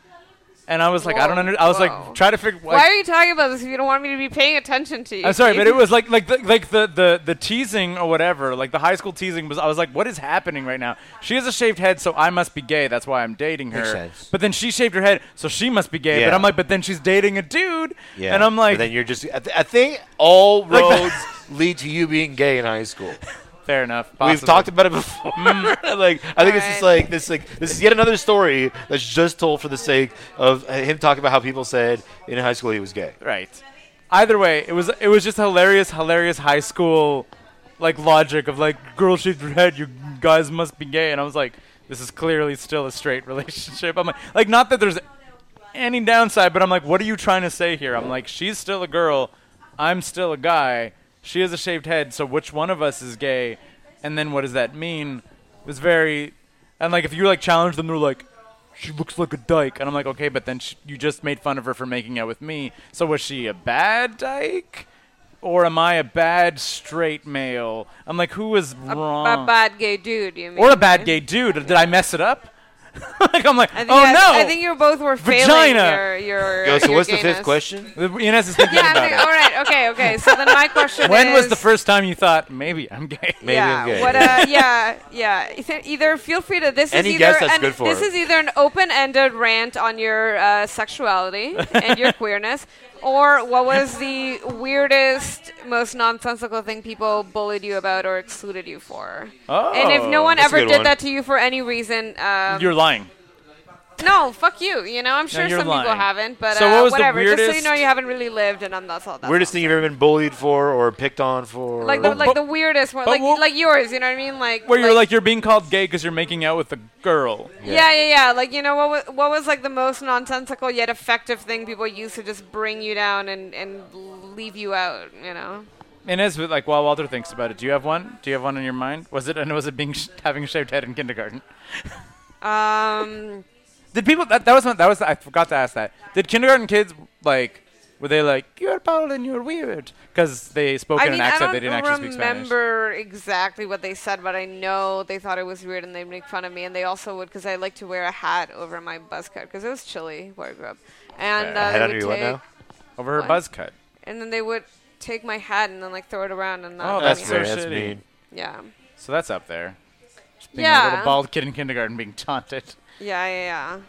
Speaker 5: And I was like, I don't
Speaker 6: Whoa,
Speaker 5: under. I was
Speaker 6: whoa.
Speaker 5: like, try to figure.
Speaker 6: Why are you talking about this if you don't want me to be paying attention to you?
Speaker 5: I'm Uh, sorry, but it
Speaker 6: Keith?
Speaker 5: was like like the, like the, the the teasing or whatever, like the high school teasing was. I was like, what is happening right now? She has a shaved head, so I must be gay. That's why I'm dating her.
Speaker 4: Makes sense.
Speaker 5: But then she shaved her head, so she must be gay. But
Speaker 4: Yeah.
Speaker 5: I'm like, but then she's dating a dude,
Speaker 4: Yeah.
Speaker 5: and I'm like,
Speaker 4: but then you're just. I, th- I think all
Speaker 5: Like the-
Speaker 4: roads lead to you being gay in high school.
Speaker 5: fair enough.
Speaker 4: We've
Speaker 5: possibly. Mm.
Speaker 4: talked about it before. like, I think it's just
Speaker 6: Alright.
Speaker 4: like this. Like, this is yet another story that's just told for the sake of uh, him talking about how people said in high school he was gay.
Speaker 5: right. Either way, it was it was just hilarious, hilarious high school like logic of like girl shaved her head, you guys must be gay, and I was like, this is clearly still a straight relationship. I'm like, like not that there's any downside, but I'm like, what are you trying to say here? I'm like, she's still a girl, I'm still a guy. She has a shaved head, so which one of us is gay? And then what does that mean? It was very, and like if you like challenge them, they're like, she looks like a dyke, and I'm like, okay, but then sh you just made fun of her for making out with me. So was she a bad dyke, or am I a bad straight male? I'm like, who is
Speaker 6: a,
Speaker 5: wrong?
Speaker 6: a bad gay dude. You mean?
Speaker 5: or a bad gay dude? Did I mess it up? like I'm like,
Speaker 6: I think
Speaker 5: oh
Speaker 6: I,
Speaker 5: no!
Speaker 6: I think you both were failing
Speaker 5: Vagina.
Speaker 6: your your.
Speaker 4: Yo, so
Speaker 6: your
Speaker 4: what's the
Speaker 6: gayness.
Speaker 4: fifth question?
Speaker 5: Inez is thinking
Speaker 6: Yeah,
Speaker 5: about
Speaker 6: I think,
Speaker 5: it.
Speaker 6: all right, okay, okay. So then my question
Speaker 5: When
Speaker 6: is
Speaker 5: was the first time you thought maybe I'm gay?
Speaker 4: Maybe
Speaker 6: yeah,
Speaker 4: I'm gay.
Speaker 6: what uh, yeah, yeah. Either, either feel free to this
Speaker 4: Any
Speaker 6: is either
Speaker 4: guess that's
Speaker 6: an,
Speaker 4: good for
Speaker 6: this
Speaker 4: it.
Speaker 6: is either an open-ended rant on your uh, sexuality and your queerness, or what was the weirdest, most nonsensical thing people bullied you about or excluded you for?
Speaker 5: Oh,
Speaker 6: and if no one
Speaker 4: that's a
Speaker 6: ever
Speaker 4: good
Speaker 6: did
Speaker 4: one.
Speaker 6: that to you for any reason, um,
Speaker 5: You're lying.
Speaker 6: no, fuck you. You know, I'm sure
Speaker 5: you're
Speaker 6: some people
Speaker 5: lying.
Speaker 6: haven't, but
Speaker 5: So
Speaker 6: uh,
Speaker 5: what was the
Speaker 6: whatever. Just so
Speaker 5: weirdest-
Speaker 6: you know, you haven't really lived, and I'm that's all. That's
Speaker 4: Weirdest
Speaker 6: all.
Speaker 4: thing you've ever been bullied for or picked on for?
Speaker 6: Like the, like
Speaker 5: but-
Speaker 6: the weirdest one,
Speaker 5: but
Speaker 6: like
Speaker 5: what-
Speaker 6: like yours, you know what I mean? Like
Speaker 5: Where you're like you're being called gay because you're making out with a girl.
Speaker 6: Yeah, yeah, yeah. Like you know what? wa- What was like the most nonsensical yet effective thing people used to just bring you down and and leave you out? You know.
Speaker 5: Inez, with- like while Walter thinks about it, do you have one? Do you have one in your mind? Was it and was it being sh- having a shaved head in kindergarten?
Speaker 6: Um,
Speaker 5: Did people that that was one, that was I forgot to ask that. Did kindergarten kids like? were they like you're Poland, you're weird? Because they spoke
Speaker 6: I
Speaker 5: in
Speaker 6: mean,
Speaker 5: an
Speaker 6: I
Speaker 5: accent
Speaker 6: don't
Speaker 5: they didn't actually speak Spanish.
Speaker 6: remember exactly what they said, but I know they thought it was weird and they'd make fun of me, and they also would because I like to wear a hat over my buzz cut because it was chilly where I grew up. And uh,
Speaker 4: Head
Speaker 6: they
Speaker 4: under
Speaker 6: would
Speaker 4: your what
Speaker 6: take-
Speaker 4: now?
Speaker 5: Over her
Speaker 6: What?
Speaker 5: buzz cut.
Speaker 6: And then they would take my hat and then like throw it around and
Speaker 5: Oh,
Speaker 6: not let
Speaker 5: that's
Speaker 6: me-
Speaker 5: so
Speaker 4: That's
Speaker 5: shitty.
Speaker 4: mean.
Speaker 6: yeah.
Speaker 5: So that's up there. Just being a
Speaker 6: Yeah.
Speaker 5: little bald kid in kindergarten being taunted.
Speaker 6: yeah, yeah, yeah.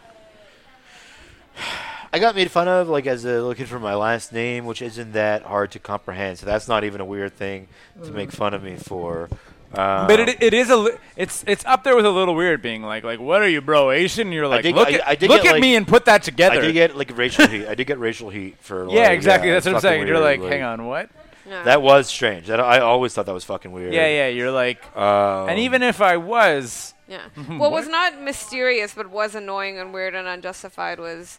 Speaker 4: I got made fun of like as a little kid for my last name, which isn't that hard to comprehend. So that's not even a weird thing to
Speaker 6: Mm.
Speaker 4: make fun of me for. Um,
Speaker 5: But it, it is a li- it's it's up there with a little weird being like like what are you bro Asian? You're like
Speaker 4: did-
Speaker 5: look
Speaker 4: I-
Speaker 5: at
Speaker 4: I did
Speaker 5: look
Speaker 4: get,
Speaker 5: at
Speaker 4: like-
Speaker 5: me and put that
Speaker 4: I
Speaker 5: together.
Speaker 4: did get like racial heat. I did get racial heat for.
Speaker 5: yeah,
Speaker 4: like,
Speaker 5: exactly.
Speaker 4: it's
Speaker 5: that's what I'm
Speaker 4: fucking
Speaker 5: saying. you're
Speaker 4: weird,
Speaker 5: like, hang on, what?
Speaker 6: No.
Speaker 4: That was strange. That I always thought that was fucking weird.
Speaker 5: Yeah, yeah. You're like,
Speaker 4: Um,
Speaker 5: and even if I was,
Speaker 6: Yeah.
Speaker 4: Mm-hmm.
Speaker 6: what was not mysterious but was annoying and weird and unjustified was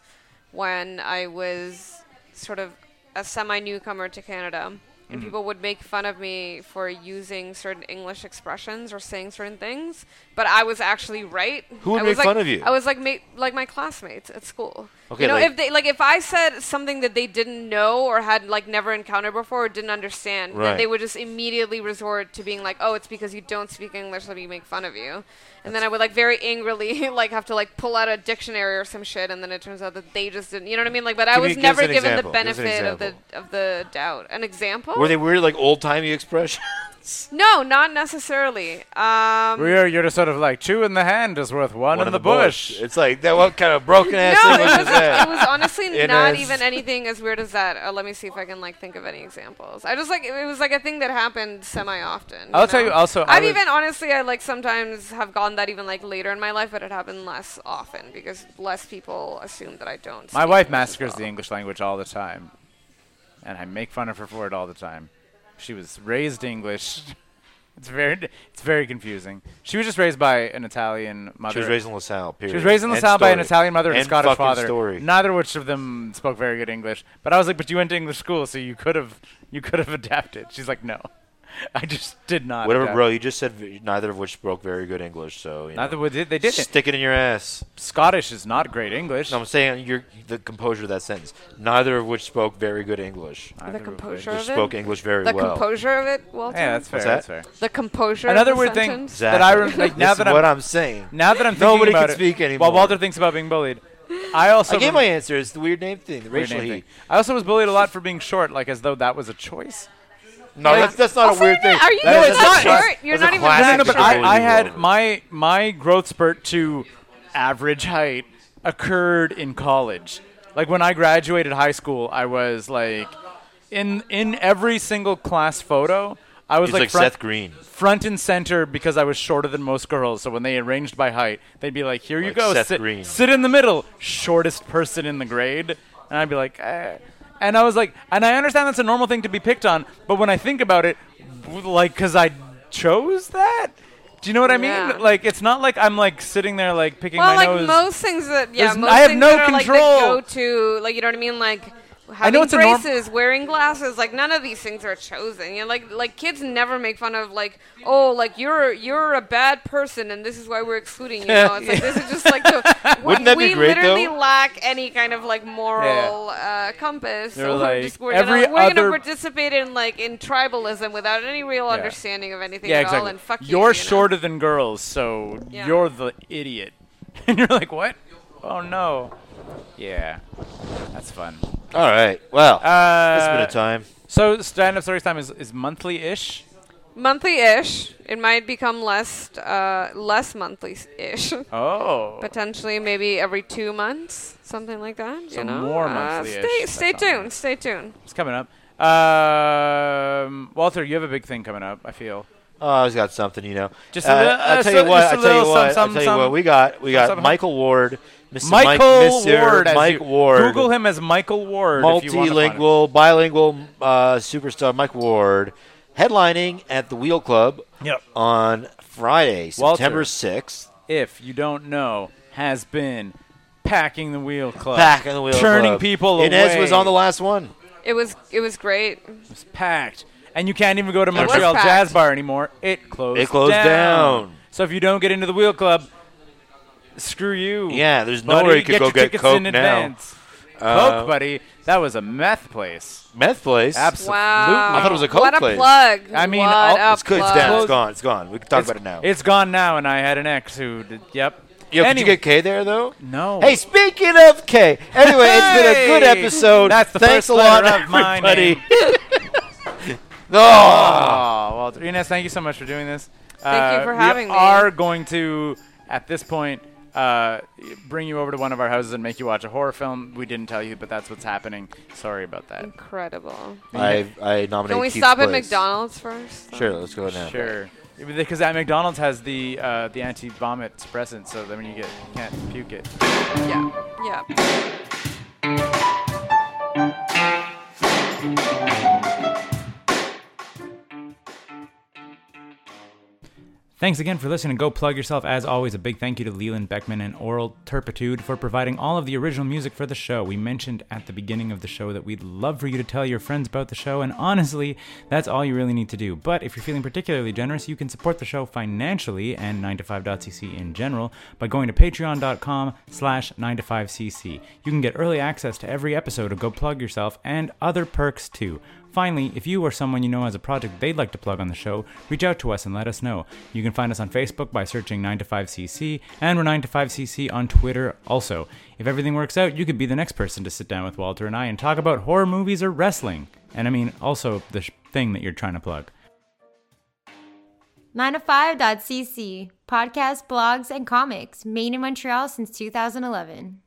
Speaker 6: when I was sort of a semi newcomer to Canada.
Speaker 4: Mm-hmm.
Speaker 6: And people would make fun of me for using certain English expressions or saying certain things, but I was actually right.
Speaker 4: Who would
Speaker 6: I was
Speaker 4: make
Speaker 6: like-
Speaker 4: fun of you?
Speaker 6: I was like, ma- like my classmates at school.
Speaker 4: Okay,
Speaker 6: you know,
Speaker 4: like-
Speaker 6: if they like, if I said something that they didn't know or had like never encountered before or didn't understand, then
Speaker 4: Right.
Speaker 6: they would just immediately resort to being like, "Oh, it's because you don't speak English, so we make fun of you." And then I would like very angrily like have to like pull out a dictionary or some shit, and then it turns out that they just didn't. You know what I mean? Like, but I
Speaker 4: Give me-
Speaker 6: was
Speaker 4: give us
Speaker 6: never
Speaker 4: an
Speaker 6: given
Speaker 4: example.
Speaker 6: the
Speaker 4: Give us an
Speaker 6: benefit of the of the doubt. An example?
Speaker 4: were they weird like old timey expression?
Speaker 6: no, not necessarily. Um,
Speaker 5: where you're just sort of like, two in the hand is worth one, in the, bush.
Speaker 4: It's like that. What kind of broken ass
Speaker 6: no, it
Speaker 4: English is
Speaker 6: was, it
Speaker 4: that?
Speaker 6: was honestly
Speaker 4: It
Speaker 6: not
Speaker 4: is.
Speaker 6: even anything as weird as that. Uh, let me see if I can like think of any examples. I just like it was like a thing that happened semi often.
Speaker 5: I'll tell you also, I
Speaker 6: I've
Speaker 5: was-
Speaker 6: even honestly I like sometimes have gone that even like later in my life, but it happened less often because less people assume that I don't.
Speaker 5: My
Speaker 6: speak English
Speaker 5: wife
Speaker 6: as
Speaker 5: massacres the
Speaker 6: well.
Speaker 5: English language all the time, and I make fun of her for it all the time. She was raised English. It's very, it's very confusing. She was just raised by an Italian mother.
Speaker 4: She was raised in LaSalle. Period.
Speaker 5: She was raised in
Speaker 4: End
Speaker 5: LaSalle by an
Speaker 4: story.
Speaker 5: Italian mother and,
Speaker 4: End
Speaker 5: a Scottish
Speaker 4: fucking
Speaker 5: father.
Speaker 4: Story.
Speaker 5: Neither which of them spoke very good English. But I was like, "But you went to English school, so you could have, you could have adapted." She's like, "No, I just did not."
Speaker 4: Whatever,
Speaker 5: adapt.
Speaker 4: bro. You just said v- neither of which spoke very good English. So you know.
Speaker 5: Neither would they, they did it.
Speaker 4: Stick it in your ass.
Speaker 5: Scottish is not great English.
Speaker 4: No, I'm saying your the composure of that sentence. Neither of which spoke very good English.
Speaker 5: Neither
Speaker 6: The
Speaker 5: would
Speaker 6: composure
Speaker 4: Which
Speaker 6: of it.
Speaker 4: spoke English very
Speaker 6: the
Speaker 4: well.
Speaker 6: composure of it, Walter.
Speaker 5: Yeah, that's fair.
Speaker 4: that?
Speaker 5: That's fair.
Speaker 6: the composure.
Speaker 5: Another
Speaker 6: of the
Speaker 5: weird
Speaker 6: sentence.
Speaker 5: thing that I rem- like now
Speaker 4: That's
Speaker 5: that
Speaker 4: what
Speaker 5: I'm
Speaker 4: I'm saying.
Speaker 5: now that I'm thinking
Speaker 4: Nobody
Speaker 5: about
Speaker 4: can
Speaker 5: it,
Speaker 4: speak anymore.
Speaker 5: While Walter thinks about being bullied, I also
Speaker 4: I gave
Speaker 5: rem-
Speaker 4: my answer. It's the weird name thing. The
Speaker 5: weird
Speaker 4: racial
Speaker 5: name
Speaker 4: heat.
Speaker 5: thing. I also was bullied a lot for being short, like as though that was a choice.
Speaker 4: No,
Speaker 5: Like-
Speaker 4: that's, that's not
Speaker 6: Also,
Speaker 4: a weird
Speaker 6: you're
Speaker 4: thing.
Speaker 6: not- are you
Speaker 4: That is-
Speaker 5: even
Speaker 4: that's
Speaker 5: not
Speaker 4: a class-
Speaker 6: short? You're
Speaker 4: that's a
Speaker 6: not even- No,
Speaker 5: No, no,
Speaker 4: classic
Speaker 5: no, but I, I
Speaker 4: bully
Speaker 5: had
Speaker 4: rule.
Speaker 5: my my growth spurt to average height occurred in college. Like when I graduated high school, I was like in in every single class photo, I was
Speaker 4: He's
Speaker 5: like,
Speaker 4: like
Speaker 5: front,
Speaker 4: Seth Green.
Speaker 5: front and center because I was shorter than most girls. So when they arranged by height, they'd be like, "Here you
Speaker 4: Like
Speaker 5: go,
Speaker 4: Seth
Speaker 5: sit,
Speaker 4: Green.
Speaker 5: sit in the middle, shortest person in the grade." And I'd be like, eh. and I was like, and I understand that's a normal thing to be picked on, but when I think about it, w- like, cause I chose that. Do you know what I mean?
Speaker 6: Yeah.
Speaker 5: Like, it's not like I'm like sitting there like picking
Speaker 6: Well,
Speaker 5: my
Speaker 6: like
Speaker 5: nose.
Speaker 6: most things that yeah,
Speaker 5: There's n-
Speaker 6: most
Speaker 5: I have
Speaker 6: things
Speaker 5: no
Speaker 6: that are
Speaker 5: control.
Speaker 6: like the go-to, like you know what I mean, like having
Speaker 5: know it's a norm-
Speaker 6: braces, wearing glasses, like none of these things are chosen. You know, like like kids never make fun of like oh like you're you're a bad person and this is why we're excluding you. know, it's like this is just like the,
Speaker 4: Wouldn't that
Speaker 6: we
Speaker 4: be great,
Speaker 6: literally
Speaker 4: though?
Speaker 6: lack any kind of like moral uh, compass.
Speaker 5: They're
Speaker 6: so
Speaker 5: like,
Speaker 6: we're just we're
Speaker 5: every
Speaker 6: gonna, we're
Speaker 5: other-
Speaker 6: gonna participate in like in tribalism without any real understanding of anything
Speaker 5: yeah,
Speaker 6: at
Speaker 5: exactly.
Speaker 6: all. And fuck you,
Speaker 5: are
Speaker 6: you know?
Speaker 5: shorter than girls, so
Speaker 6: Yeah.
Speaker 5: you're the idiot. and you're like, what? Oh no. Yeah, that's fun.
Speaker 4: All right. Well,
Speaker 5: Uh,
Speaker 4: it's been a time.
Speaker 5: So stand up stories time is, is monthly ish.
Speaker 6: monthly ish. It might become less uh, less monthly ish.
Speaker 5: Oh.
Speaker 6: Potentially, maybe every two months, something like that.
Speaker 5: So
Speaker 6: you know,
Speaker 5: more
Speaker 6: Uh,
Speaker 5: monthly-ish.
Speaker 6: stay
Speaker 5: That
Speaker 6: stay
Speaker 5: sounds nice.
Speaker 6: tuned. Stay tuned.
Speaker 5: it's coming up. Um, Walter, you have a big thing coming up, I feel.
Speaker 4: Oh, I was got something, you know.
Speaker 5: Just
Speaker 4: Uh,
Speaker 5: a li-
Speaker 4: I'll
Speaker 5: uh,
Speaker 4: tell
Speaker 5: so-
Speaker 4: you what.
Speaker 5: just a
Speaker 4: I'll tell you
Speaker 5: little
Speaker 4: what.
Speaker 5: some-
Speaker 4: I'll tell you
Speaker 5: some-
Speaker 4: what. We got we got
Speaker 5: some-
Speaker 4: Michael Ward, Mr. Mike,
Speaker 5: Michael
Speaker 4: Mr.
Speaker 5: Ward. as
Speaker 4: Mike
Speaker 5: you-
Speaker 4: Ward.
Speaker 5: Google him as Michael Ward. if you wanna find him.
Speaker 4: multilingual, bilingual uh, superstar Mike Ward, headlining at the Wheel Club
Speaker 5: Yep.
Speaker 4: on Friday,
Speaker 5: Walter.
Speaker 4: September sixth.
Speaker 5: If you don't know, has been packing the wheel club.
Speaker 4: Back in the Wheel
Speaker 5: Turning
Speaker 4: Club.
Speaker 5: people
Speaker 4: Inez
Speaker 5: away.
Speaker 4: was on the last one.
Speaker 6: It was it was great.
Speaker 5: It was packed. And you can't even go to
Speaker 6: was
Speaker 5: Montreal
Speaker 6: packed.
Speaker 5: Jazz Bar anymore. It closed.
Speaker 4: It closed down.
Speaker 5: So if you don't get into the wheel club, screw you.
Speaker 4: Yeah, there's
Speaker 5: buddy.
Speaker 4: nowhere you could
Speaker 5: Get
Speaker 4: go
Speaker 5: your
Speaker 4: get
Speaker 5: tickets
Speaker 4: coke
Speaker 5: in
Speaker 4: now.
Speaker 5: advance.
Speaker 7: Uh,
Speaker 5: Coke, buddy. That was a meth place.
Speaker 7: Meth place.
Speaker 5: Absolutely.
Speaker 6: Wow.
Speaker 7: I thought it was a Coke
Speaker 6: What a
Speaker 7: place.
Speaker 6: plug.
Speaker 5: I mean,
Speaker 6: what
Speaker 5: all-
Speaker 6: a
Speaker 5: it's
Speaker 7: Good, it's
Speaker 6: plug.
Speaker 7: down. It's gone. It's gone. We can talk
Speaker 5: It's-
Speaker 7: about it now.
Speaker 5: It's gone now, and I had an ex who. Did, yep.
Speaker 7: Yo, did you
Speaker 5: Anyway-
Speaker 7: get K there though?
Speaker 5: No.
Speaker 7: Hey, speaking of K, anyway, it's been a good
Speaker 5: Hey!
Speaker 7: episode.
Speaker 5: That's the
Speaker 7: Thanks
Speaker 5: first
Speaker 7: a lot,
Speaker 5: letter of my
Speaker 7: everybody.
Speaker 5: name.
Speaker 7: oh,
Speaker 5: Oh, Walter. Ines, thank you so much for doing this.
Speaker 6: Ah. Thank you
Speaker 5: Uh,
Speaker 6: for having
Speaker 5: we
Speaker 6: me.
Speaker 5: are going to, at this point, uh, bring you over to one of our houses and make you watch a horror film. We didn't tell you, but that's what's happening. Sorry about that.
Speaker 6: Incredible.
Speaker 7: I I nominate.
Speaker 6: Can we
Speaker 7: Keith's
Speaker 6: stop at
Speaker 7: place.
Speaker 6: McDonald's first?
Speaker 7: Sure, let's go now.
Speaker 5: Sure. Because that McDonald's has the uh, the anti-vomit suppressant, so then when you get you can't puke it.
Speaker 6: Yeah. Yeah.
Speaker 5: Thanks again for listening. Go plug yourself. As always, a big thank you to Leland Beckman and Oral Turpitude for providing all of the original music for the show. We mentioned at the beginning of the show that we'd love for you to tell your friends about the show, and honestly, that's all you really need to do. But if you're feeling particularly generous, you can support the show financially and 9to5.cc in general by going to patreon.com slash 9to5cc. You can get early access to every episode of Go Plug Yourself and other perks too. Finally, if you or someone you know has a project they'd like to plug on the show, reach out to us and let us know. You can find us on Facebook by searching 9to5cc, and we're 9to5cc on Twitter also. If everything works out, you could be the next person to sit down with Walter and I and talk about horror movies or wrestling. And I mean, also the sh- thing that you're trying to plug.
Speaker 8: 9to5.cc, podcasts, blogs, and comics, made in Montreal since 2011.